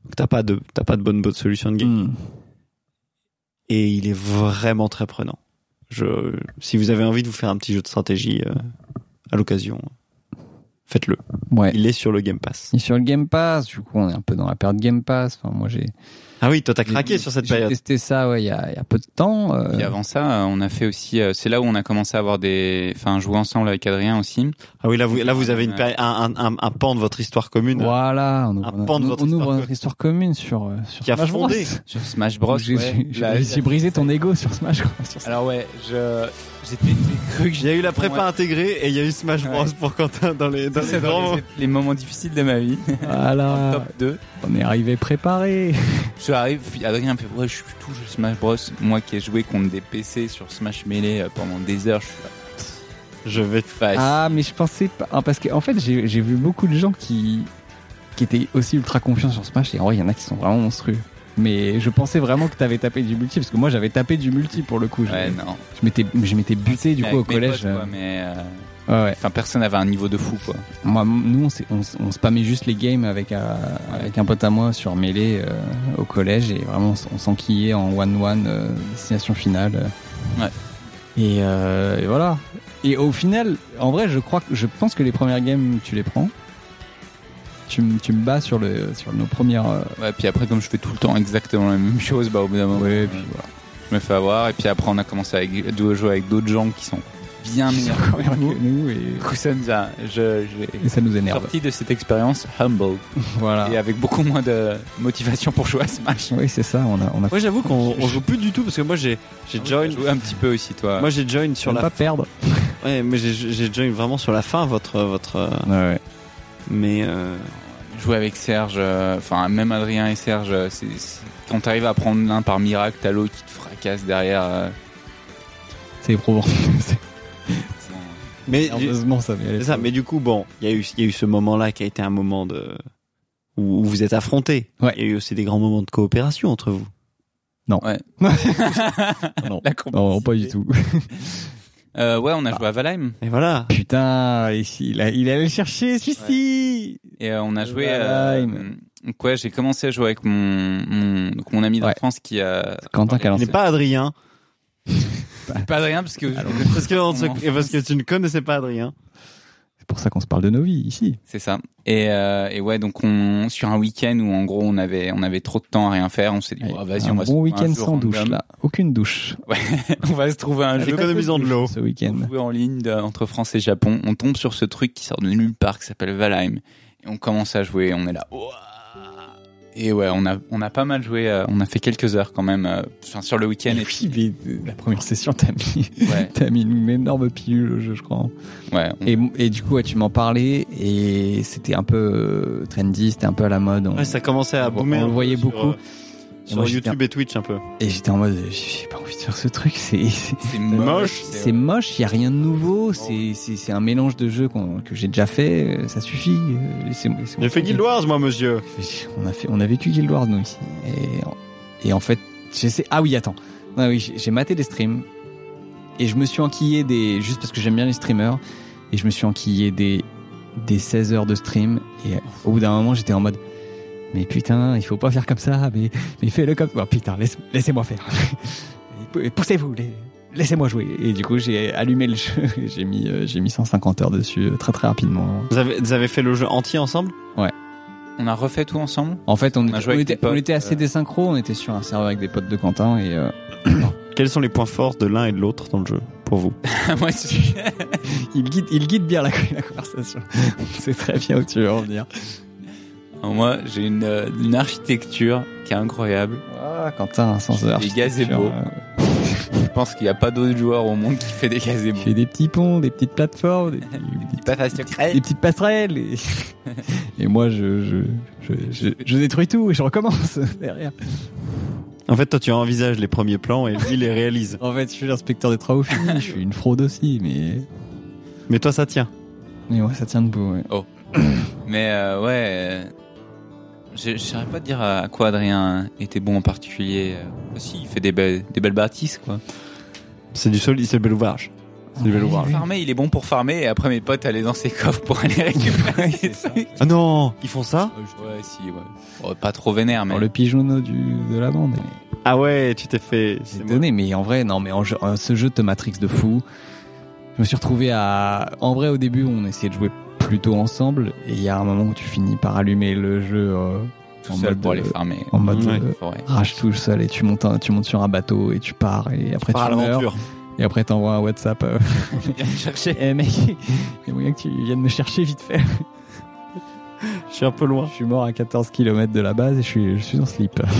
C: Donc t'as pas de, t'as pas de bonne bonne solution de game.
B: Hmm.
C: Et il est vraiment très prenant. Je, si vous avez envie de vous faire un petit jeu de stratégie euh, à l'occasion, faites-le.
B: Ouais.
C: Il est sur le Game Pass.
B: Et sur le Game Pass, du coup, on est un peu dans la période Game Pass. Enfin, moi, j'ai
C: Ah oui, toi t'as
B: j'ai-
C: craqué sur cette
B: J'ai
C: période.
B: testé ça, ouais, il y a, il y a peu de temps. euh,
A: Et avant ça, euh, on a fait aussi. euh, C'est là où on a commencé à avoir des. Enfin, jouer ensemble avec Adrien aussi.
C: Ah oui, là vous, là, vous avez une
A: Ouais.
C: péri- un, un, un, un pan de votre histoire commune
B: Voilà, on
C: Un
B: ouvre,
C: pan de
B: on-
C: votre
B: on ouvre
C: histoire.
B: notre histoire commune sur, euh, sur
C: qui a
B: Smash Bros.
C: fondé.
A: Sur Smash Bros.
B: J'ai
A: ouais.
B: j'ai-
A: La-
B: j'ai brisé ton ego sur Smash Bros. Sur ça.
A: Alors ouais, je j'étais j'ai cru que
C: Il y a eu la prépa
A: Ouais.
C: intégrée et il y a eu Smash Bros
A: Ouais.
C: pour Quentin dans les, dans les
A: C'est
C: grands
A: dans les, les moments difficiles de ma vie.
B: Ah Voilà.
A: Top 2.
B: on est arrivé préparé.
A: Je arrive, puis Adrien me fait ouais, je suis tout jeu Smash Bros. Moi qui ai joué contre des PC sur Smash Melee euh, pendant des heures, je suis là.
C: Je vais.
A: Face.
B: Ah, mais je pensais pas. ah, parce qu'en fait, j'ai j'ai vu beaucoup de gens qui, qui étaient aussi ultra confiants sur Smash. Et en vrai, il y en a qui sont vraiment monstrueux. Mais je pensais vraiment que t'avais tapé du multi, parce que moi j'avais tapé du multi pour le coup. Je-
A: ouais non.
B: je m'étais je m'étais buté du
A: Mais
B: coup au
A: avec mes
B: collège.
A: potes, quoi, mais euh,
B: Ouais, ouais.
A: enfin personne n'avait un niveau de fou quoi.
B: Moi, nous, on, s'est- on, s- on spammait juste les games avec, euh, avec un pote à moi sur Melee euh, au collège et vraiment on, s- on s'enquillait en 1-1 euh, destination finale. euh.
A: Ouais.
B: Et, euh, et voilà. Et au final, en vrai, je crois que je pense que les premières games, tu les prends. Tu, me- tu me bats sur, le, sur nos premières. euh,
A: Ouais, puis après comme je fais tout le temps exactement la même chose, bah au bout d'un moment
B: ouais, et
A: euh,
B: puis voilà.
A: je me fais avoir et puis après on a commencé à avec- de jouer avec d'autres gens qui sont bien
B: Ils sont
A: meilleurs.
B: quand même mieux que nous
A: Du
B: et,
A: coup ça nous a- je
B: et
A: j'ai
B: ça nous énerve.
A: sorti de cette expérience humble
B: Voilà.
A: et avec beaucoup moins de motivation pour jouer à Smash.
B: Oui, c'est ça, on a, on a
C: Moi j'avoue qu'on on joue plus du tout parce que moi j'ai
A: Ah
C: j'ai join.
A: Jouer un petit peu aussi toi.
C: Moi j'ai join sur
B: on a
C: la.
B: pas perdre.
C: Ouais, mais j'ai- j'ai join vraiment sur la fin votre votre. euh, Mais euh,
A: jouer avec Serge, euh, enfin même Adrien et Serge, euh, c'est c'est- quand t'arrives à prendre l'un par miracle, t'as l'autre qui te fracasse derrière. euh,
B: C'est éprouvant.
A: c'est-
C: Mais
B: Heureusement, ça m'est
C: C'est ça, mais du coup, bon, il y, a eu- il y a eu ce moment-là qui a été un moment de où où vous êtes affrontés.
B: Ouais.
C: Il y a eu aussi des grands moments de coopération entre vous.
B: Non,
A: La
B: non, pas du
A: complicité.
B: tout.
A: Euh, ouais, on a joué à Valheim
C: Et voilà.
B: Putain, et si- il, a- il allait le chercher, celui-ci
A: et euh, on a joué.
B: Valheim.
A: euh, donc ouais, j'ai commencé à jouer avec mon mon, donc mon ami
B: Ouais.
A: d'enfance qui a.
B: Quentin qui a
C: Il
B: lancé.
C: n'est pas Adrien
A: Pas Adrien parce que
C: parce que on se- parce que tu ne connaissais pas Adrien.
B: C'est pour ça qu'on se parle de nos vies ici.
A: C'est ça. Et, euh, et ouais, donc on sur un week-end où en gros on avait on avait trop de temps à rien faire, on s'est dit
B: Allez,
A: oh, vas-y
B: un
A: on va se
B: bon
A: trouver un
B: week-end
A: jeu
B: sans douche
A: random.
B: là, aucune douche.
A: on va se trouver un jeu
C: Économisant de
A: Oh.
C: l'eau.
B: Ce week-end.
A: On jouait en ligne de- entre France et Japon. On tombe sur ce truc qui sort de nulle part qui s'appelle Valheim et on commence à jouer. On est là. Ouah Et ouais, on a on a pas mal joué. euh, on a fait quelques heures quand même euh, enfin, sur le week-end.
B: Et
A: Et
B: puis, mais, euh, la première session, t'as mis,
A: ouais, Mm.
B: t'as mis une énorme pilule au jeu, je crois.
A: ouais. on-
B: Et, et du coup, ouais, tu m'en parlais et c'était un peu euh, trendy, c'était un peu à la mode. On-
C: Ouais, ça commençait à
B: on- on
C: boomer.
B: le
C: un peu
B: voyait
C: sur,
B: beaucoup.
C: euh, Sur
B: Moi, j'étais
C: YouTube et Twitch un peu.
B: Et j'étais en mode, euh, j'ai pas envie de faire ce truc, c'est c'est-
A: C'est Oh. moche.
B: c'est moche, il y a rien de nouveau, c'est c'est- c'est un mélange de jeux qu'on- que j'ai déjà fait, euh, ça suffit. euh, laissez- laissez-moi
C: J'ai fait
B: tranquille.
C: Guild Wars, moi, monsieur.
B: On a, fait, on a vécu Guild Wars, nous, ici. Et, et en fait, j'essaie. Ah oui, attends. Ah oui, j'ai j'ai maté des streams. Et je me suis enquillé des. Juste parce que j'aime bien les streamers. Et je me suis enquillé des, des 16 heures de stream. Et au bout d'un moment, j'étais en mode. Mais putain, il faut pas faire comme ça. Mais, mais fais-le comme. Oh, putain, laisse- laissez-moi faire. Et Poussez-vous. les- Laissez-moi jouer. Et du coup, j'ai allumé le jeu. et J'ai mis, euh, j'ai mis 150 heures dessus euh, très très rapidement.
C: Vous avez, vous avez fait le jeu entier ensemble
A: On a refait tout ensemble.
B: En fait, on,
A: On a
B: était,
A: joué
B: on
A: avec
B: était-
A: des potes,
B: on était assez
A: euh.
B: désynchro, on était sur un serveur avec des potes de Quentin et euh,
C: Quels sont les points forts de l'un et de l'autre dans le jeu, pour vous
A: Moi, je-
B: il, guide, il guide bien la, la conversation. C'est très bien où tu veux en venir.
A: Moi, j'ai une, euh, une architecture qui est incroyable.
B: Ah, Quentin, sans heure.
A: Des gazebos.
B: euh,
A: Je pense qu'il n'y a pas d'autre joueur au monde qui fait des
B: Il
A: gazebos.
B: fait des petits ponts, des petites plateformes, des, petits-
A: Pas facile.
B: des petites passerelles. Et, et moi, je, je, je, je, je détruis tout et je recommence derrière.
C: En fait, toi, tu envisages les premiers plans et lui, les réalise.
B: En fait, je suis l'inspecteur des travaux finis, je suis une fraude aussi, mais,
C: Mais toi, ça tient.
B: mais ouais, ça tient debout. Ouais.
A: Mais euh, ouais, euh, je ne saurais pas te dire à quoi Adrien était bon en particulier. Euh, bah si, il fait des belles, des belles bâtisses, quoi.
C: C'est du solide, c'est le bel ouvrage. C'est du bel ouvrage.
A: Farmer, il est bon pour farmer, et après mes potes allaient dans ses coffres pour aller récupérer les trucs.
C: Ah non Ils font ça
A: Ouais, si, ouais. Oh, pas trop vénère, mais...
B: Alors, le pigeonneau du, de la bande.
C: Ah ouais, tu t'es fait...
B: J'ai
C: c'est
B: donné, mais en vrai, non, mais en jeu- en- ce jeu te matrix de fou. Je me suis retrouvé à. En vrai, au début, on essayait de jouer plutôt ensemble, et il y a un moment où tu finis par allumer le jeu euh,
A: tout
B: en
A: seul
B: mode,
A: pour aller
B: euh,
A: farmer.
B: en mode
C: Ouais.
B: euh,
A: Forêt.
B: rage tout seul, et tu montes, un- tu montes sur un bateau, et tu pars, et après
C: Par
B: tu meurs,
C: l'aventure.
B: et après t'envoies un WhatsApp. euh,
A: Viens me chercher.
B: Eh mec, il y a moyen que tu viennes me chercher vite fait.
C: Je suis un peu
B: Je
C: loin.
B: suis mort à 14 km de la base, et je suis, je suis en slip.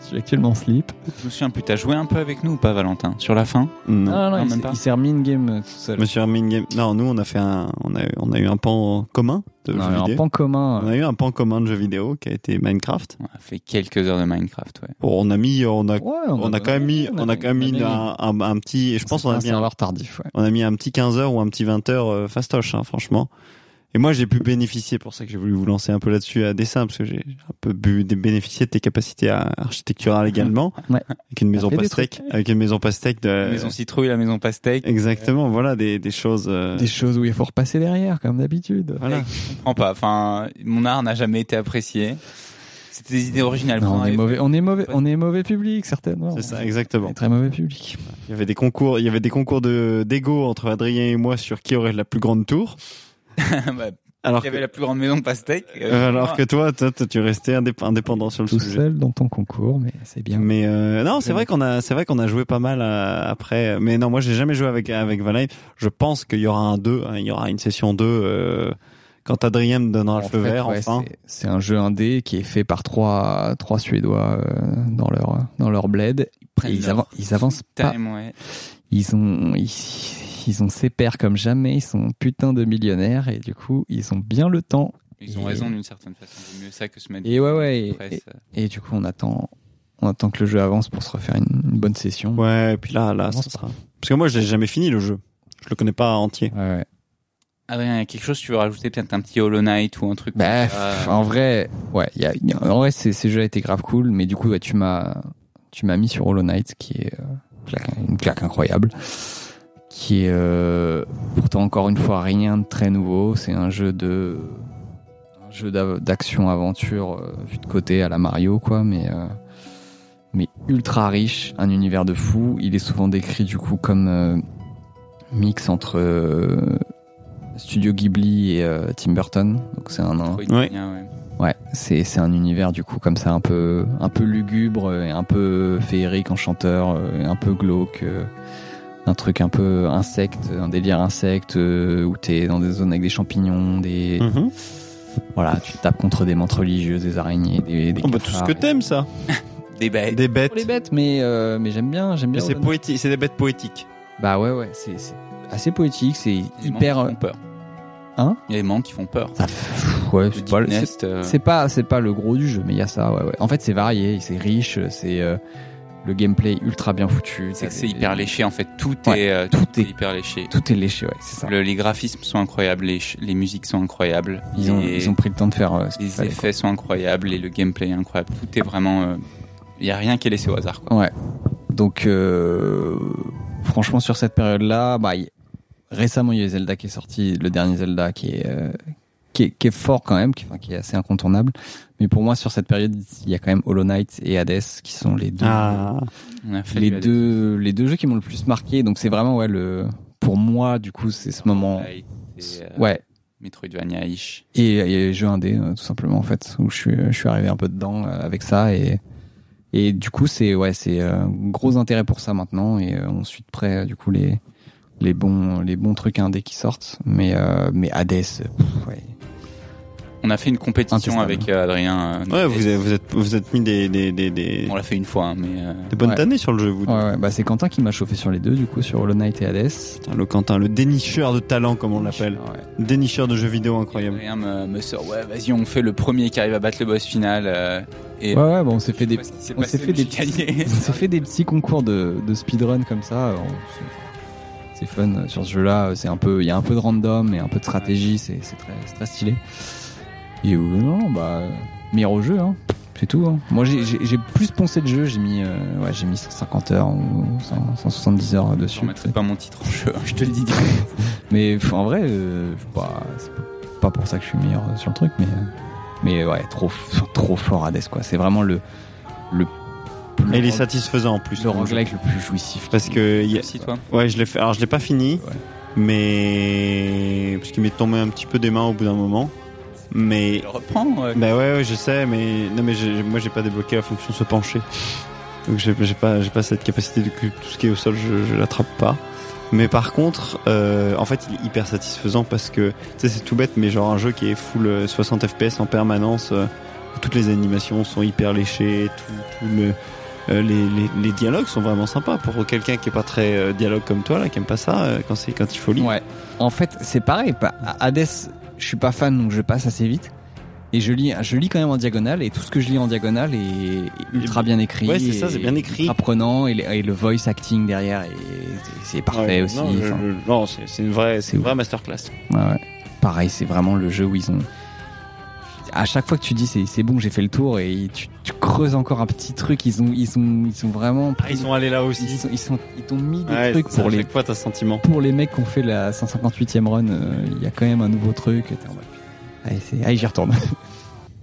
B: Je suis actuellement en slip.
A: Je me souviens plus, t'as joué un peu avec nous ou pas, Valentin Sur la fin
C: Non.
B: Ah
A: non,
B: il
A: même
B: s'est-
A: pas.
B: il s'est remis une game euh, tout seul.
C: Monsieur Hermine Game- Non, nous, on a fait un... On a, eu- on a eu un pan commun de
B: On
C: jeux
B: avait un
C: vidéo.
B: pan commun. euh,
C: On a eu un pan commun de jeux vidéo qui a été Minecraft.
A: On a fait quelques heures de Minecraft, ouais.
C: Bon, on a mis... On a,
B: Ouais,
C: on a quand même mis, on a quand même mis un, un- un petit... Et je pense qu'on a mis
B: un serveur tardif. Ouais.
C: On a mis un petit 15h ou un petit 20h euh, fastoche, hein, franchement. Et moi, j'ai pu bénéficier, pour ça que j'ai voulu vous lancer un peu là-dessus à dessin, parce que j'ai un peu bu, dé- bénéficié de tes capacités à- architecturales également,
B: Ouais.
C: avec une maison
B: fait des
C: pastèque,
B: trucs.
C: avec une maison pastèque de.
B: Euh,
A: La maison citrouille, la maison pastèque,
C: Exactement, voilà des, des choses. euh,
B: Des choses où il faut repasser derrière, comme d'habitude.
C: Voilà.
A: je comprends pas. Enfin, mon art n'a jamais été apprécié. C'était des idées originales.
B: Non,
A: qu'on
B: on est
A: avait.
B: mauvais, on est mauvais, on est mauvais public certainement.
C: C'est ça,
B: On est
C: exactement.
B: très mauvais public.
C: Il y avait des concours, il y avait des concours de d'ego entre Adrien et moi sur qui aurait la plus grande tour.
A: Bah,
C: Alors
A: Il y
C: que,
A: avait la plus grande maison de pastèque.
C: euh, alors que toi, toi, toi, tu restais indép- indépendant sur le
B: Tout
C: sujet.
B: seul dans ton concours, mais c'est bien.
C: Mais euh, non, c'est
B: Vraiment.
C: vrai qu'on a, c'est vrai qu'on a joué pas mal euh, après. Mais non, moi j'ai jamais joué avec avec Valheim. Je pense qu'il y aura un 2 il y aura une session 2 euh, quand Adrien me donnera le
B: En
C: feu
B: fait,
C: vert.
B: ouais,
C: enfin,
B: c'est- C'est un jeu indé qui est fait par trois, trois Suédois euh, dans leur dans leur bled. Et ils, avan- ils avancent pas.
A: Time, ouais.
B: Ils ont ils, ils ont ses pères comme jamais. Ils sont putains de millionnaires et du coup ils ont bien le temps.
A: Ils ont
B: Et-
A: raison d'une certaine façon. Vaut mieux ça que se mettre.
B: Et ouais, ouais,
A: dans la
B: et-
A: presse.
B: Et du coup on attend on attend que le jeu avance pour se refaire une, une bonne session.
C: ouais. Et puis là, là,
B: Vraiment,
C: ça sera. Parce que moi, j'ai jamais fini le jeu. Je le connais pas entier.
B: Ouais, ouais.
A: Adrien, il y a quelque chose que tu veux rajouter Peut-être un petit Hollow Knight ou un truc
B: Bah,
A: comme ça.
B: pff, en vrai, ouais, y a- y a- en vrai, ces, ces jeux étaient grave cool, mais du coup, ouais, tu m'as, tu m'as mis sur Hollow Knight, qui est euh, claque- une claque incroyable, qui est euh, pourtant encore une fois rien de très nouveau. C'est un jeu de, un jeu d'av- d'action-aventure euh, vu de côté à la Mario, quoi, mais. euh, mais ultra riche, un univers de fou. Il est souvent décrit du coup comme euh, mix entre euh, Studio Ghibli et euh, Tim Burton. Donc c'est un, un-
A: Metroidvania, ouais.
B: Ouais, c'est c'est un univers du coup comme ça un peu un peu lugubre euh, et un peu féerique enchanteur, euh, et un peu glauque, euh, un truc un peu insecte, un délire insecte euh, où t'es dans des zones avec des champignons, des
C: Mhm.
B: voilà, tu tapes contre des mantes religieuses, des araignées, des, des
C: Oh, bah, tout ce
B: cafards.
C: que t'aimes, ça.
A: Des bêtes.
C: Des bêtes.
B: Pour les bêtes, mais euh, mais j'aime bien, j'aime
C: Mais
B: bien.
C: c'est
B: Hollow Knight.
C: poétique, c'est des bêtes poétiques.
B: Bah ouais ouais, c'est c'est assez poétique, c'est
A: Il y a des
B: hyper. euh,
A: monstres qui font peur.
B: Hein
A: Il y a des monstres qui font peur.
B: Ça fait- ouais,
A: Le
B: c'est pas-
A: Deep
B: c'est-
A: Nest, euh,
B: C'est pas, c'est pas le gros du jeu, mais il y a ça. Ouais, ouais. En fait, c'est varié, c'est riche, c'est euh, le gameplay est ultra bien foutu.
A: c'est que
B: T'as
A: c'est
B: des-
A: hyper léché en fait. Tout
B: Ouais,
A: est euh,
B: tout
A: tout est
B: est-
A: hyper léché.
B: Tout est léché, ouais, c'est ça.
A: Le- les graphismes sont incroyables, les, ch- les musiques sont incroyables,
B: Ils ont,
A: les,
B: ils ont pris le temps de faire euh, ce qu'il
A: les
B: fallait.
A: effets sont incroyables et le gameplay est incroyable. Tout est vraiment, il y a rien qui est laissé au hasard. Quoi.
B: quoi. Ouais. Donc, euh, franchement, sur cette période-là, bah, il- récemment, il y a Zelda qui est sorti, le dernier Zelda qui est, euh, qui est, qui est fort quand même, qui, enfin, qui est assez incontournable. Mais pour moi, sur cette période, il y a quand même Hollow Knight et Hades qui sont les deux.
C: Ah.
A: On a fait
B: les
A: du Hades
B: deux, les deux jeux qui m'ont le plus marqué. Donc c'est vraiment ouais le, pour moi du coup c'est ce moment.
A: Light et, euh,
B: Ouais.
A: Metroidvania-ish.
B: Et, et jeu indé euh, tout simplement en fait où je suis, je suis arrivé un peu dedans euh, avec ça et et du coup c'est ouais c'est euh, gros intérêt pour ça maintenant et euh, on suit de près euh, du coup les les bons les bons trucs indés qui sortent mais euh, mais Hades pff, ouais.
A: On a fait une compétition
B: Intestable.
A: avec euh, Adrien. euh,
C: Ouais,
A: et-
C: vous êtes, vous êtes, vous êtes mis des, des, des, des,
A: On l'a fait une fois, hein, mais euh,
C: des bonnes
B: Ouais.
C: années sur le jeu, vous.
B: Ouais, ouais, bah c'est Quentin qui m'a chauffé sur les deux du coup sur Hollow Knight et Hades
C: Putain, le Quentin, le dénicheur de talent, comme on l'appelle.
B: Ouais.
C: Dénicheur de jeux vidéo incroyable.
A: Adrien me, me sort. Ouais, vas-y, on fait le premier qui arrive à battre le boss final. euh, et
B: ouais ouais bon on s'est fait des
A: Je sais pas ce qui s'est passé,
B: on s'est fait
A: mais
B: des
A: j'ai gagné.
B: On s'est fait des petits concours de, de speedrun comme ça. On- C'est c'est fun euh, sur ce jeu-là. euh, C'est un peu, il y a un peu de random et un peu de stratégie. C'est c'est très, c'est très stylé. Et euh, non, non, bah euh, meilleur au jeu. Hein. C'est tout. hein. Moi, j'ai- j'ai j'ai plus poncé de jeu. J'ai mis, euh, ouais, j'ai mis 150 heures ou 100 170 heures
A: Je
B: dessus.
A: remettrai pas mon titre en jeu, hein, je te le dis.
B: Mais pff, en vrai, euh, je sais pas, c'est pas pour ça que je suis meilleur euh, sur le truc, mais euh, mais ouais, trop trop fort Hades quoi. C'est vraiment le le plus
C: Et il est
B: grand-
C: satisfaisant en plus.
B: le roguelike le plus jouissif.
C: Parce que, il y a-
A: Si toi.
C: ouais, je l'ai fait. Alors, je l'ai pas fini,
B: Ouais.
C: mais parce qu'il m'est tombé un petit peu des mains au bout d'un moment. Mais
A: Je le reprends. euh,
C: Bah ouais, ouais, je sais, mais non, mais j'ai- moi j'ai pas débloqué la fonction se pencher. Donc j'ai j'ai pas, j'ai pas cette capacité de que tout ce qui est au sol, je, je l'attrape pas. Mais par contre, euh, en fait, il est hyper satisfaisant parce que tu sais, c'est tout bête, mais genre un jeu qui est full euh, 60 FPS en permanence, euh, où toutes les animations sont hyper léchées, tout, tout le, euh, les, les, les dialogues sont vraiment sympas pour quelqu'un qui est pas très euh, dialogue comme toi là, qui aime pas ça euh, quand c'est quand il faut lire.
B: Ouais. En fait, c'est pareil. pas- Hades, je suis pas fan, donc je passe assez vite. Et je lis, je lis quand même en diagonale, et tout ce que je lis en diagonale est, est ultra bien écrit.
C: Ouais, c'est ça,
B: et
C: c'est bien écrit.
B: ultra prenant, et, le- et le voice acting derrière, et c'est- c'est parfait
C: Ouais,
B: aussi.
C: non, je-
B: enfin,
C: je- non, c'est c'est une vraie, c'est une
B: ouf.
C: vraie masterclass.
B: ouais, ouais. Pareil, c'est vraiment le jeu où ils ont. À chaque fois que tu dis c'est c'est bon, j'ai fait le tour, et tu, tu creuses encore un petit truc, ils ont, ils ont, ils sont vraiment.
C: Ah, ils sont allés là aussi.
B: ils sont, ils sont- ils t'ont mis des
C: Ouais,
B: trucs
C: c'est ça,
B: pour
C: à
B: les
C: chaque fois, t'as ce sentiment.
B: pour les mecs qui ont fait la 158e run, euh, il y a quand même un nouveau truc. Et t'es en mode, Allez, c'est- allez, j'y retourne.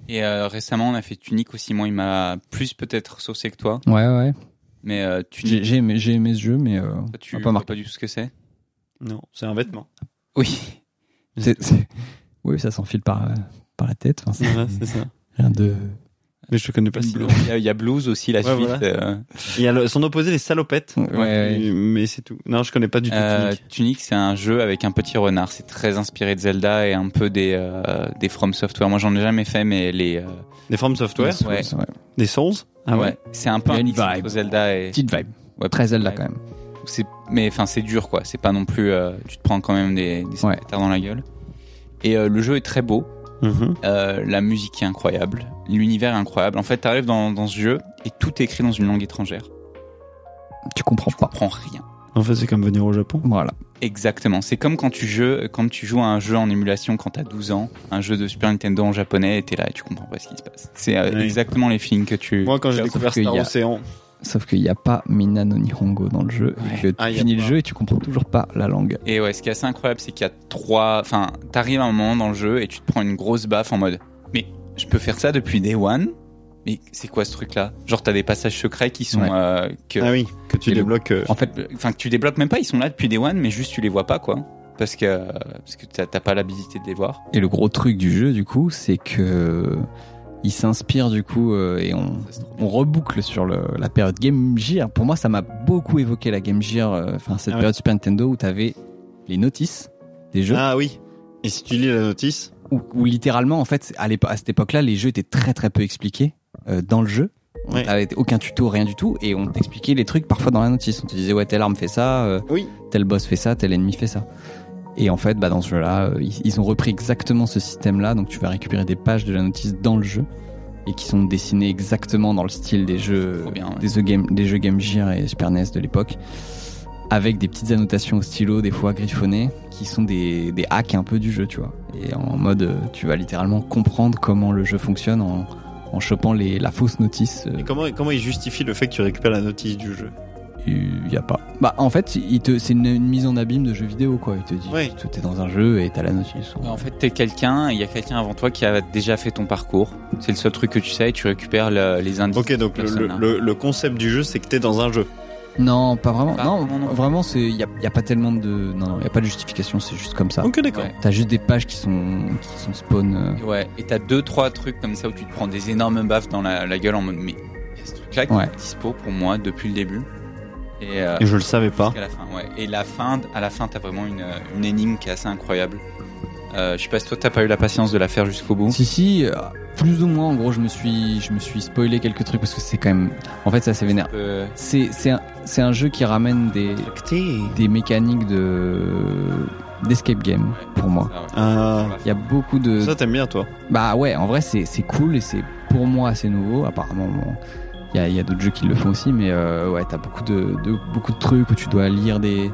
A: Et euh, récemment, on a fait Tunic aussi. Moi, il m'a plus peut-être saucé que toi.
B: Ouais, ouais.
A: Mais euh,
B: J'ai
A: Tunic,
B: j'ai aimé, j'ai aimé ce jeu, mais euh,
A: toi, tu
B: m'a pas
A: vois
B: marqué.
A: pas du tout ce que c'est.
C: Non, c'est un vêtement.
A: Oui.
B: c'est- c'est- oui, ça s'enfile par, euh, par la tête. Enfin, c'est
C: c'est ça.
B: rien de.
C: Mais je te connais pas si bien.
A: Il y, a- il y a Blues aussi, la
C: Ouais,
A: suite.
C: voilà.
A: euh.
C: Il y a le- son opposé, les salopettes.
B: Ouais, ouais.
C: Mais- Mais c'est tout. Non, je connais pas du tout.
A: Euh,
C: Tunic.
A: Tunic, c'est un jeu avec un petit renard. C'est très inspiré de Zelda et un peu des, euh, des From Software. Moi, j'en ai jamais fait, mais les. euh,
C: Des From Software,
A: Ouais.
B: c'est vrai.
C: des Souls. Ah
A: C'est un peu
B: Il y a
A: un
B: une
A: mix entre
B: vibe.
A: Zelda et.
B: Petite vibe.
A: Ouais,
B: Très Zelda
A: ouais.
B: quand même.
A: C'est- mais enfin c'est dur quoi c'est pas non plus euh, tu te prends quand même des, des
B: Ouais.
A: secrétaires dans la gueule et euh, le jeu est très beau
C: Mhm.
A: euh, la musique est incroyable l'univers est incroyable en fait t'arrives dans, dans ce jeu et tout est écrit dans une langue étrangère
B: Tu comprends
A: tu
B: pas.
A: comprends rien
C: En fait, c'est comme venir au Japon.
B: Voilà.
A: Exactement. C'est comme quand tu, joues, quand tu joues à un jeu en émulation quand t'as 12 ans, un jeu de Super Nintendo en japonais, et t'es là et tu comprends pas ce qui se passe. C'est euh,
C: Oui.
A: exactement les feelings que tu.
C: Moi, quand j'ai
A: Sauf
C: découvert
B: qu'il
C: Star
B: y a-
C: Océan,
B: Sauf qu'il n'y a pas Minano Nihongo dans le jeu. Et que tu
C: Ah, il y a
B: finis le
C: pas.
B: jeu et tu comprends toujours pas la langue.
A: Et ouais, ce qui est assez incroyable, c'est qu'il y a trois. Enfin, t'arrives à un moment dans le jeu et tu te prends une grosse baffe en mode. Mais je peux faire ça depuis Day One Mais c'est quoi ce truc-là Genre, t'as des passages secrets qui sont.
B: Ouais.
A: euh, que,
C: ah oui, que tu
A: Et le-
C: débloques. euh,
B: En fait,
A: Enfin, que tu débloques même pas, ils sont là depuis Day One, mais juste tu les vois pas, quoi. Parce que, parce que t'as t'as pas l'habilité de les voir.
B: Et le gros truc du jeu, du coup, c'est que il s'inspire du coup euh, et on,
A: Ça, c'est trop bien.
B: on reboucle sur le- la période Game Gear. Pour moi, ça m'a beaucoup évoqué la Game Gear, euh, enfin cette
C: Ah ouais.
B: période Super Nintendo où t'avais les notices des jeux,
C: Ah oui. Et si tu lis la notice,
B: où, où littéralement en fait à, l'épo- à cette époque-là, les jeux étaient très très peu expliqués euh, dans le jeu. On
C: Ouais.
B: t'avait aucun tuto, rien du tout, et on t'expliquait les trucs parfois dans la notice. On te disait ouais telle arme fait ça, euh,
C: Oui.
B: tel boss fait ça, tel ennemi fait ça. Et en fait, bah, dans ce jeu-là, euh, ils, ils ont repris exactement ce système-là. Donc, tu vas récupérer des pages de la notice dans le jeu et qui sont dessinées exactement dans le style des jeux, euh,
A: Trop bien, ouais.
B: hein, des, jeux Game, des jeux Game Gear et Super NES de l'époque, avec des petites annotations au stylo, des fois griffonnées, qui sont des, des hacks un peu du jeu, tu vois. Et en mode, euh, tu vas littéralement comprendre comment le jeu fonctionne en, en chopant les, la fausse notice. euh,
C: et comment, comment il justifie le fait que tu récupères la notice du jeu
B: il y a pas. Bah en fait, il te c'est une, une mise en abîme de jeu vidéo quoi. Il te dit
C: Oui.
B: tu t'es dans un jeu et t'as la notice.
A: En fait, t'es quelqu'un, il y a quelqu'un avant toi qui a déjà fait ton parcours. C'est le seul truc que tu sais et tu récupères le- les indices.
C: Ok, donc le,
A: Personne,
C: le-
A: hein.
C: le- le concept du jeu, c'est que t'es dans un jeu.
B: Non, pas vraiment.
A: Pas
B: non,
A: vraiment, non.
B: vraiment c'est il y a, y a pas tellement de non non, il y a pas de justification, c'est juste comme ça.
C: Ok, d'accord.
A: Ouais.
B: T'as juste des pages qui sont qui sont spawn. euh,
A: Ouais, et t'as deux, trois trucs comme ça où tu te prends des énormes baffes dans la, la gueule en mode, mais il y a ce truc-là qui
B: Ouais.
A: est dispo pour moi depuis le début. Et, euh,
C: Et je le savais pas.
A: jusqu'à la fin, ouais. Et la fin, à la fin, t'as vraiment une, une énigme qui est assez incroyable. Euh, je sais pas si toi t'as pas eu la patience de la faire jusqu'au bout.
B: Si si, euh, plus ou moins en gros, je me suis je me suis spoilé quelques trucs parce que c'est quand même en fait ça c'est vénère.
A: Euh,
B: C'est c'est un, c'est un jeu qui ramène des des mécaniques de d'escape game pour moi.
A: ah ouais.
C: Ah.
B: Il y a beaucoup de
C: Ça, t'aimes bien, toi.
B: Bah ouais, en vrai c'est c'est cool et c'est pour moi assez nouveau. Apparemment, bon, il y a, il y a d'autres jeux qui le font aussi, mais euh, ouais, t'as beaucoup de, de- beaucoup de trucs où tu dois lire des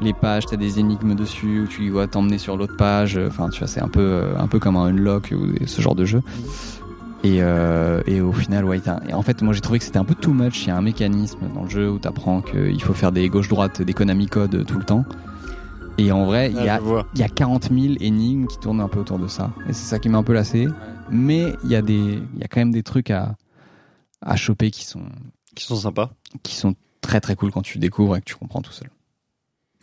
B: les pages, t'as des énigmes dessus où tu dois t'emmener sur l'autre page. Enfin, tu vois, c'est un peu euh, un peu comme un unlock ou des- ce genre de jeu. Et, euh, et au final, ouais, t'as- et en fait, moi j'ai trouvé que c'était un peu too much. Il y a un mécanisme dans le jeu où t'apprends qu'il faut faire des gauche-droite, des Konami codes tout le temps. Et en vrai, il y
C: Ah,
B: a
C: je vois.
B: il y a 40 000 énigmes qui tournent un peu autour de ça. Et c'est ça qui m'a un peu lassé. Mais il y, a des- il y a quand même des trucs à, à choper qui sont,
C: Qui sont sympas.
B: qui sont très très cool quand tu découvres et que tu comprends tout seul.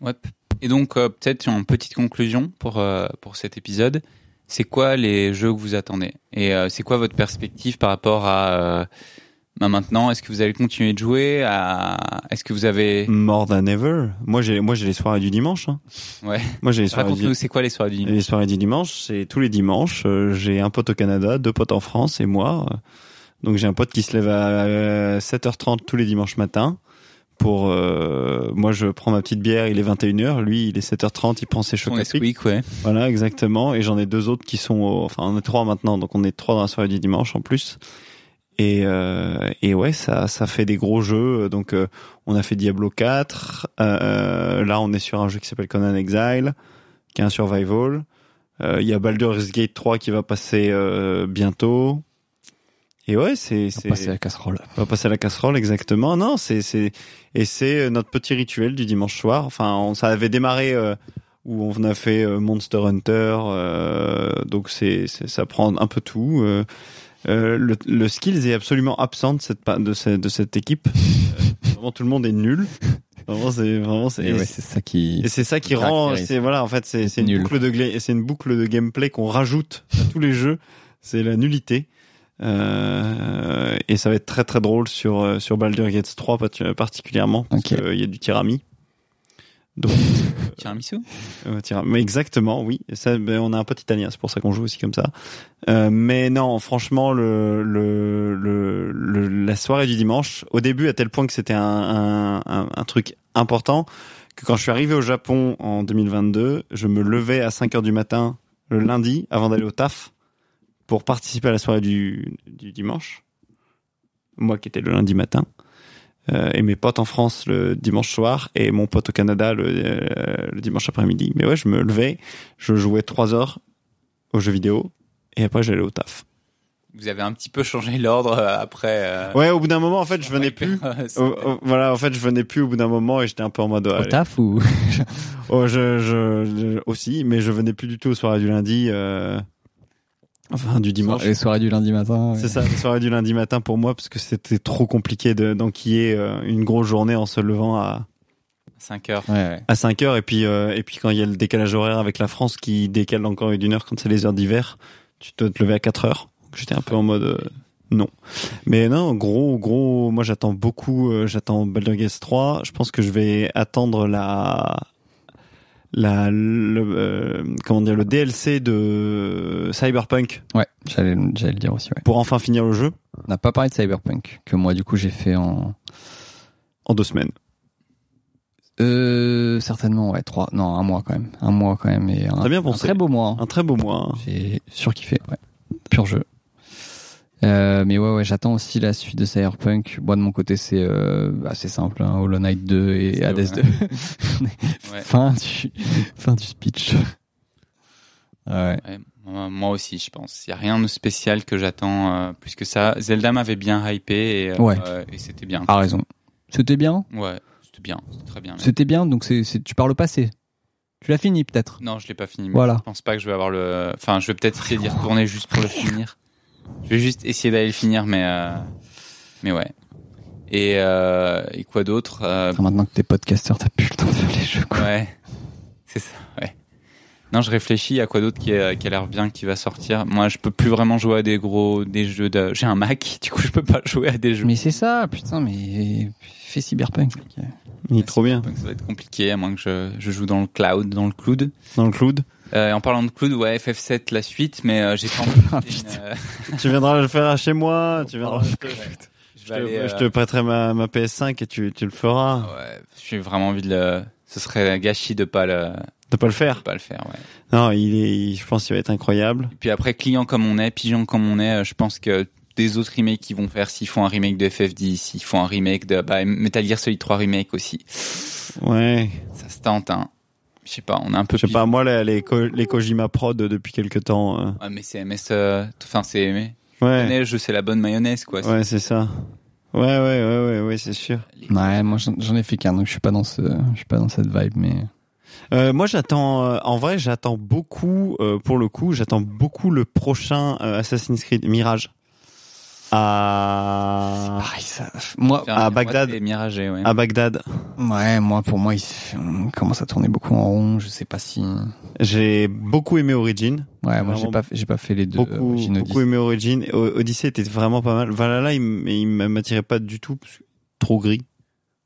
A: Ouais. Et donc, euh, peut-être en petite conclusion pour, euh, pour cet épisode, c'est quoi les jeux que vous attendez Et euh, c'est quoi votre perspective par rapport à euh, bah, maintenant Est-ce que vous allez continuer de jouer à... Est-ce que vous avez...
C: More than ever. Moi, j'ai, moi, j'ai les soirées du dimanche. hein.
A: Ouais.
C: Moi, j'ai les soirées du
A: Raconte-nous, c'est quoi les soirées du
C: Et Les soirées du dimanche, c'est tous les dimanches. Euh, j'ai un pote au Canada, deux potes en France et moi. Euh, Donc j'ai un pote qui se lève à euh, 7h30 tous les dimanches matin. Pour euh, moi, je prends ma petite bière. Il est 21h. Lui, il est 7h30. Il prend ses
A: Ton
C: chocolats.
A: Nesquik, ouais.
C: Voilà, exactement. Et j'en ai deux autres qui sont, au- enfin, on est trois maintenant, donc on est trois dans la soirée du dimanche en plus. Et, euh, et ouais, ça, ça fait des gros jeux. Donc, euh, on a fait Diablo 4. Euh, là, on est sur un jeu qui s'appelle Conan Exile, qui est un survival. Euh, Il y a Baldur's Gate 3 qui va passer euh, bientôt. Et ouais, c'est
B: On
C: c'est-
B: passe à la casserole.
C: on va passer à la casserole, exactement. Non, c'est c'est et c'est euh, notre petit rituel du dimanche soir. Enfin, on, ça avait démarré euh, où on a fait euh, Monster Hunter, euh, donc c'est c'est- ça prend un peu tout. euh. Euh, le, le skills est absolument absent de cette pa- de cette, de cette équipe. Euh, vraiment, tout le monde est nul. Vraiment, c'est vraiment c'est
B: Et ouais, c'est ça qui.
C: et c'est ça qui rend,
B: Caractérise.
C: c'est voilà, en fait, c'est c'est une
B: Nul.
C: boucle de gla- c'est une boucle de gameplay qu'on rajoute à tous les jeux. C'est la nullité. Euh, et ça va être très très drôle sur euh, sur Baldur's Gate 3 patu- particulièrement parce
B: Ok.
C: qu'il y a du tirami. Donc
A: Tiramisu
C: euh, tirami- mais exactement, oui. Ça, ben, on a un petit italien, c'est pour ça qu'on joue aussi comme ça. Euh, mais non, franchement, le, le, le, le- la soirée du dimanche, au début, à tel point que c'était un, un, un, un truc important, que quand je suis arrivé au Japon en 2022, je me levais à 5 heures du matin le lundi avant d'aller au taf pour participer à la soirée du, du dimanche. Moi qui étais le lundi matin. euh, et mes potes en France le dimanche soir et mon pote au Canada le, euh, le dimanche après-midi. Mais ouais, je me levais, je jouais trois heures aux jeux vidéo et après j'allais au taf.
A: Vous avez un petit peu changé l'ordre euh, après. euh,
C: Ouais, au bout d'un moment, en fait, je venais plus.
A: C'est-
C: Au- au- voilà, en fait, je venais plus au bout d'un moment et j'étais un peu en mode.
B: Au
C: allez.
B: taf ou
C: Oh, je, je, je- aussi, mais je venais plus du tout aux soirées du lundi. euh, Enfin, du dimanche.
B: les soirées du lundi matin. ouais.
C: C'est ça, les soirées du lundi matin pour moi, parce que c'était trop compliqué de- d'enquiller euh, une grosse journée en se levant à,
A: 5 heures.
B: Ouais, ouais.
C: à 5 heures. Et puis, euh, et puis quand il y a le décalage horaire avec la France qui décale encore d'une heure quand c'est les heures d'hiver, tu dois te lever à 4 heures. Donc, J'étais un peu en mode euh, non. Mais non, gros, gros, moi j'attends beaucoup, euh, j'attends Baldur's Gate 3. Je pense que je vais attendre la. La, le, euh, comment dire, le DLC de Cyberpunk
B: Ouais, j'allais, j'allais le dire aussi. Ouais.
C: pour enfin finir le jeu
B: On n'a pas parlé de Cyberpunk que moi du coup j'ai fait en
C: en deux semaines.
B: euh, certainement ouais trois non un mois quand même un mois quand même et un,
C: T'as bien
B: un
C: pensé.
B: très beau mois. hein.
C: Un très beau mois. hein.
B: J'ai surkiffé, ouais. Pur jeu. Euh, mais ouais, ouais, j'attends aussi la suite de Cyberpunk. Moi, de mon côté, c'est euh, assez simple. hein. Hollow Knight 2 et
A: C'est
B: Hades
A: vrai.
B: 2.
A: Ouais.
B: fin, du, fin du speech. Ouais.
A: Ouais, moi moi aussi, je pense. Il n'y a rien de spécial que j'attends euh, plus que ça. Zelda m'avait bien hypé et, euh,
B: Ouais.
A: euh, et c'était bien.
B: A raison. C'était bien
A: Ouais, c'était bien, c'était très bien.
B: C'était bien, donc c'est c'est- tu parles au passé. Tu l'as fini peut-être
A: Non, je l'ai pas fini. mais
B: Voilà.
A: Je pense pas que je vais avoir le. Enfin, je vais peut-être essayer d'y retourner juste pour le finir. Je vais juste essayer d'aller le finir, mais euh, mais ouais. Et, euh, et quoi d'autre Euh,
B: Enfin, Maintenant que t'es podcasteur, t'as plus le temps de faire les jeux, quoi.
A: Ouais, c'est ça. Ouais. Non, je réfléchis à quoi d'autre qui, est- qui a l'air bien, qui va sortir. Moi, je peux plus vraiment jouer à des gros des jeux. De... J'ai un Mac, du coup, je peux pas jouer à des jeux.
B: Mais c'est ça, putain, mais fais Cyberpunk. mec.
C: Il est trop bien.
A: Donc ça va être compliqué, à moins que je, je joue dans le cloud, dans le cloud.
C: Dans le cloud.
A: Euh, et en parlant de cloud, ouais, FF7 la suite, mais euh, j'ai pas envie. de-
B: Ah, putain.
A: euh,
C: tu viendras le faire chez moi. Tu viendras.
A: je, vais
C: Je,
A: aller,
C: te,
A: euh,
C: je te prêterai ma, ma PS5 et tu, tu le feras.
A: Ouais, j'ai vraiment envie de le. Ce serait un gâchis de pas le,
C: De pas le
A: de
C: faire.
A: pas le faire. Ouais.
C: Non, il est, il- je pense qu'il va être incroyable.
A: Et puis après, client comme on est, pigeon comme on est, euh, je pense que des autres remakes qu'ils vont faire, s'ils font un remake de FF10, s'ils font un remake de bah, Metal Gear Solid 3 remake aussi,
C: Ouais.
A: ça se tente. Hein. Je sais pas, on a un peu.
C: Je sais
A: pigeon.
C: pas, moi, les, les, Ko- les Kojima prod depuis quelques temps. euh,
A: Ouais, mais c'est MS. euh, Enfin, c'est aimé.
C: Ouais.
A: Mayonnaise, c'est la bonne mayonnaise, quoi.
C: Ouais, c'est ça. Ouais, ouais, ouais, ouais, ouais, c'est sûr.
B: Ouais, moi j'en j'en ai fait qu'un, donc je suis pas dans ce, je suis pas dans cette vibe, mais.
C: Euh, moi, j'attends. euh, en vrai, j'attends beaucoup. euh, pour le coup, j'attends beaucoup le prochain euh, Assassin's Creed Mirage. À
B: Pareil, Ah, ça. Moi,
A: Faire
C: à
A: un-
C: Ah, Bagdad. Ah.
A: ouais, c'est Miragé, ouais.
C: à Bagdad.
B: ouais, moi, pour moi, il se- on commence à tourner beaucoup en rond. Je sais pas si.
C: J'ai beaucoup aimé Origin.
B: Ouais, moi,
C: Vraiment
B: j'ai pas, fait- j'ai pas fait les deux. euh,
C: beaucoup,
B: Origin
C: beaucoup
B: Odyssey.
C: aimé Origin. O- Odyssey était vraiment pas mal. Valhalla, il, m- il m'attirait pas du tout. parce que Trop gris.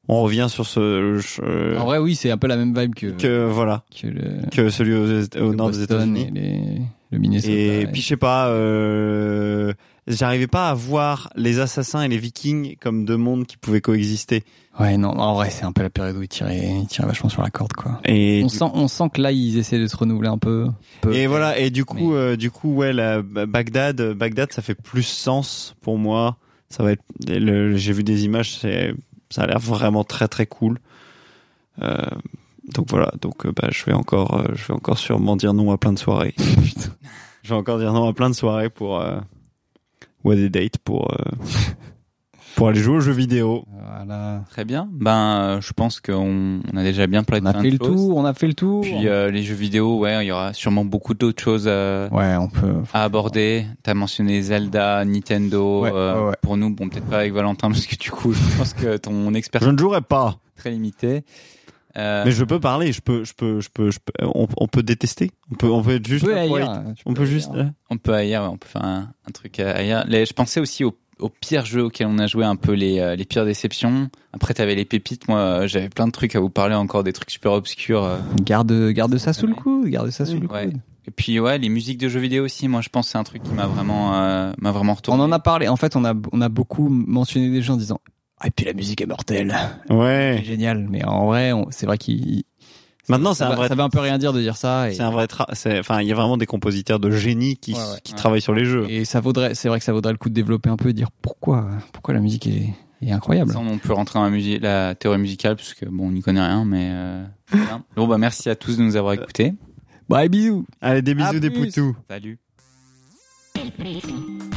C: On revient sur ce. je-
B: En vrai, Ah, oui, c'est un peu la même vibe que, que,
C: que voilà,
B: le,
C: que celui aux, au
B: que
C: nord des
B: Boston
C: États-Unis.
B: et les, le Minnesota.
C: Et,
B: ouais.
C: puis je sais pas, euh, j'arrivais pas à voir les assassins et les Vikings comme deux mondes qui pouvaient coexister.
B: Ouais, non, en vrai, c'est un peu la période où ils tiraient, ils tiraient vachement sur la corde, quoi.
C: Et
B: on
C: du-
B: sent, on sent que là, ils essaient de se renouveler un peu. peu.
C: Et voilà, et du coup,
B: Mais-
C: euh, du coup, ouais, la Ba- Bagdad, euh, Bagdad, ça fait plus sens pour moi. Ça va être, le- j'ai vu des images, c'est, ça a l'air vraiment très très cool. Euh, donc voilà, donc euh, bah, je vais encore, euh, je vais encore sûrement dire non à plein de soirées. Putain. je vais encore dire non à plein de soirées pour euh, ou à des dates pour euh, pour aller jouer aux jeux vidéo.
B: Voilà.
A: Très bien. Ben, euh, je pense qu'on on a déjà bien parlé
B: On
A: de
B: a
A: plein
B: fait
A: de
B: le
A: choses.
B: tour, on a fait le tour.
A: Puis euh, les jeux vidéo, ouais, il y aura sûrement beaucoup d'autres choses euh,
B: Ouais, on peut.
A: à aborder. T'as mentionné Zelda, Nintendo.
B: Ouais,
A: euh,
B: ouais, ouais.
A: Pour nous, bon, peut-être pas avec Valentin parce que du coup, je pense que ton
C: Je
A: expertise
C: ne jouerai pas,
A: est très limitée. Euh,
C: mais je peux parler, je peux, je peux, je peux, je peux- on, on peut détester, on peut, on peut être juste,
B: Tu peux
C: là pour
B: haïr,
C: hate.
B: hein, tu
C: on
B: peux
C: peut
B: haïr.
C: juste.
A: On peut ailleurs, ouais, on peut faire un, un truc euh, ailleurs. Les- je pensais aussi aux au pires jeux auxquels on a joué, un peu les, euh, les pires déceptions. Après, t'avais les pépites. Moi, euh, j'avais plein de trucs à vous parler, encore des trucs super obscurs. euh.
B: Garde, garde ça sous le coude, garde ça sous le
A: Ouais.
B: coude.
A: Et puis, ouais, les musiques de jeux vidéo aussi. Moi, je pense que c'est un truc qui m'a vraiment, euh, m'a vraiment
B: On
A: retourné.
B: en a parlé. En fait, on a, on a beaucoup mentionné des gens en disant Ah, et puis la musique est mortelle,
C: Ouais.
B: c'est génial. Mais en vrai, on- c'est vrai qu'il.
C: Maintenant, c'est
B: Ça,
C: un
B: va-
C: vrai.
B: ça veut un peu rien dire de dire ça. Et,
C: C'est un vrai. tra- c'est- Enfin, il y a vraiment des compositeurs de génie qui,
B: Ouais, ouais.
C: qui
A: Ouais.
C: travaillent sur les jeux.
B: et ça vaudrait, c'est vrai que ça vaudrait le coup de développer un peu et dire pourquoi, pourquoi la musique est, est incroyable.
A: Ça, on peut rentrer dans la, musi- la théorie musicale, parce que bon, on n'y connaît rien, mais. euh, bien. bon, bah, merci à tous de nous avoir écoutés.
B: Bye, Bah, bisous
C: Allez, des bisous,
B: À
C: des
B: plus.
C: poutous.
A: Salut.
G: Bye.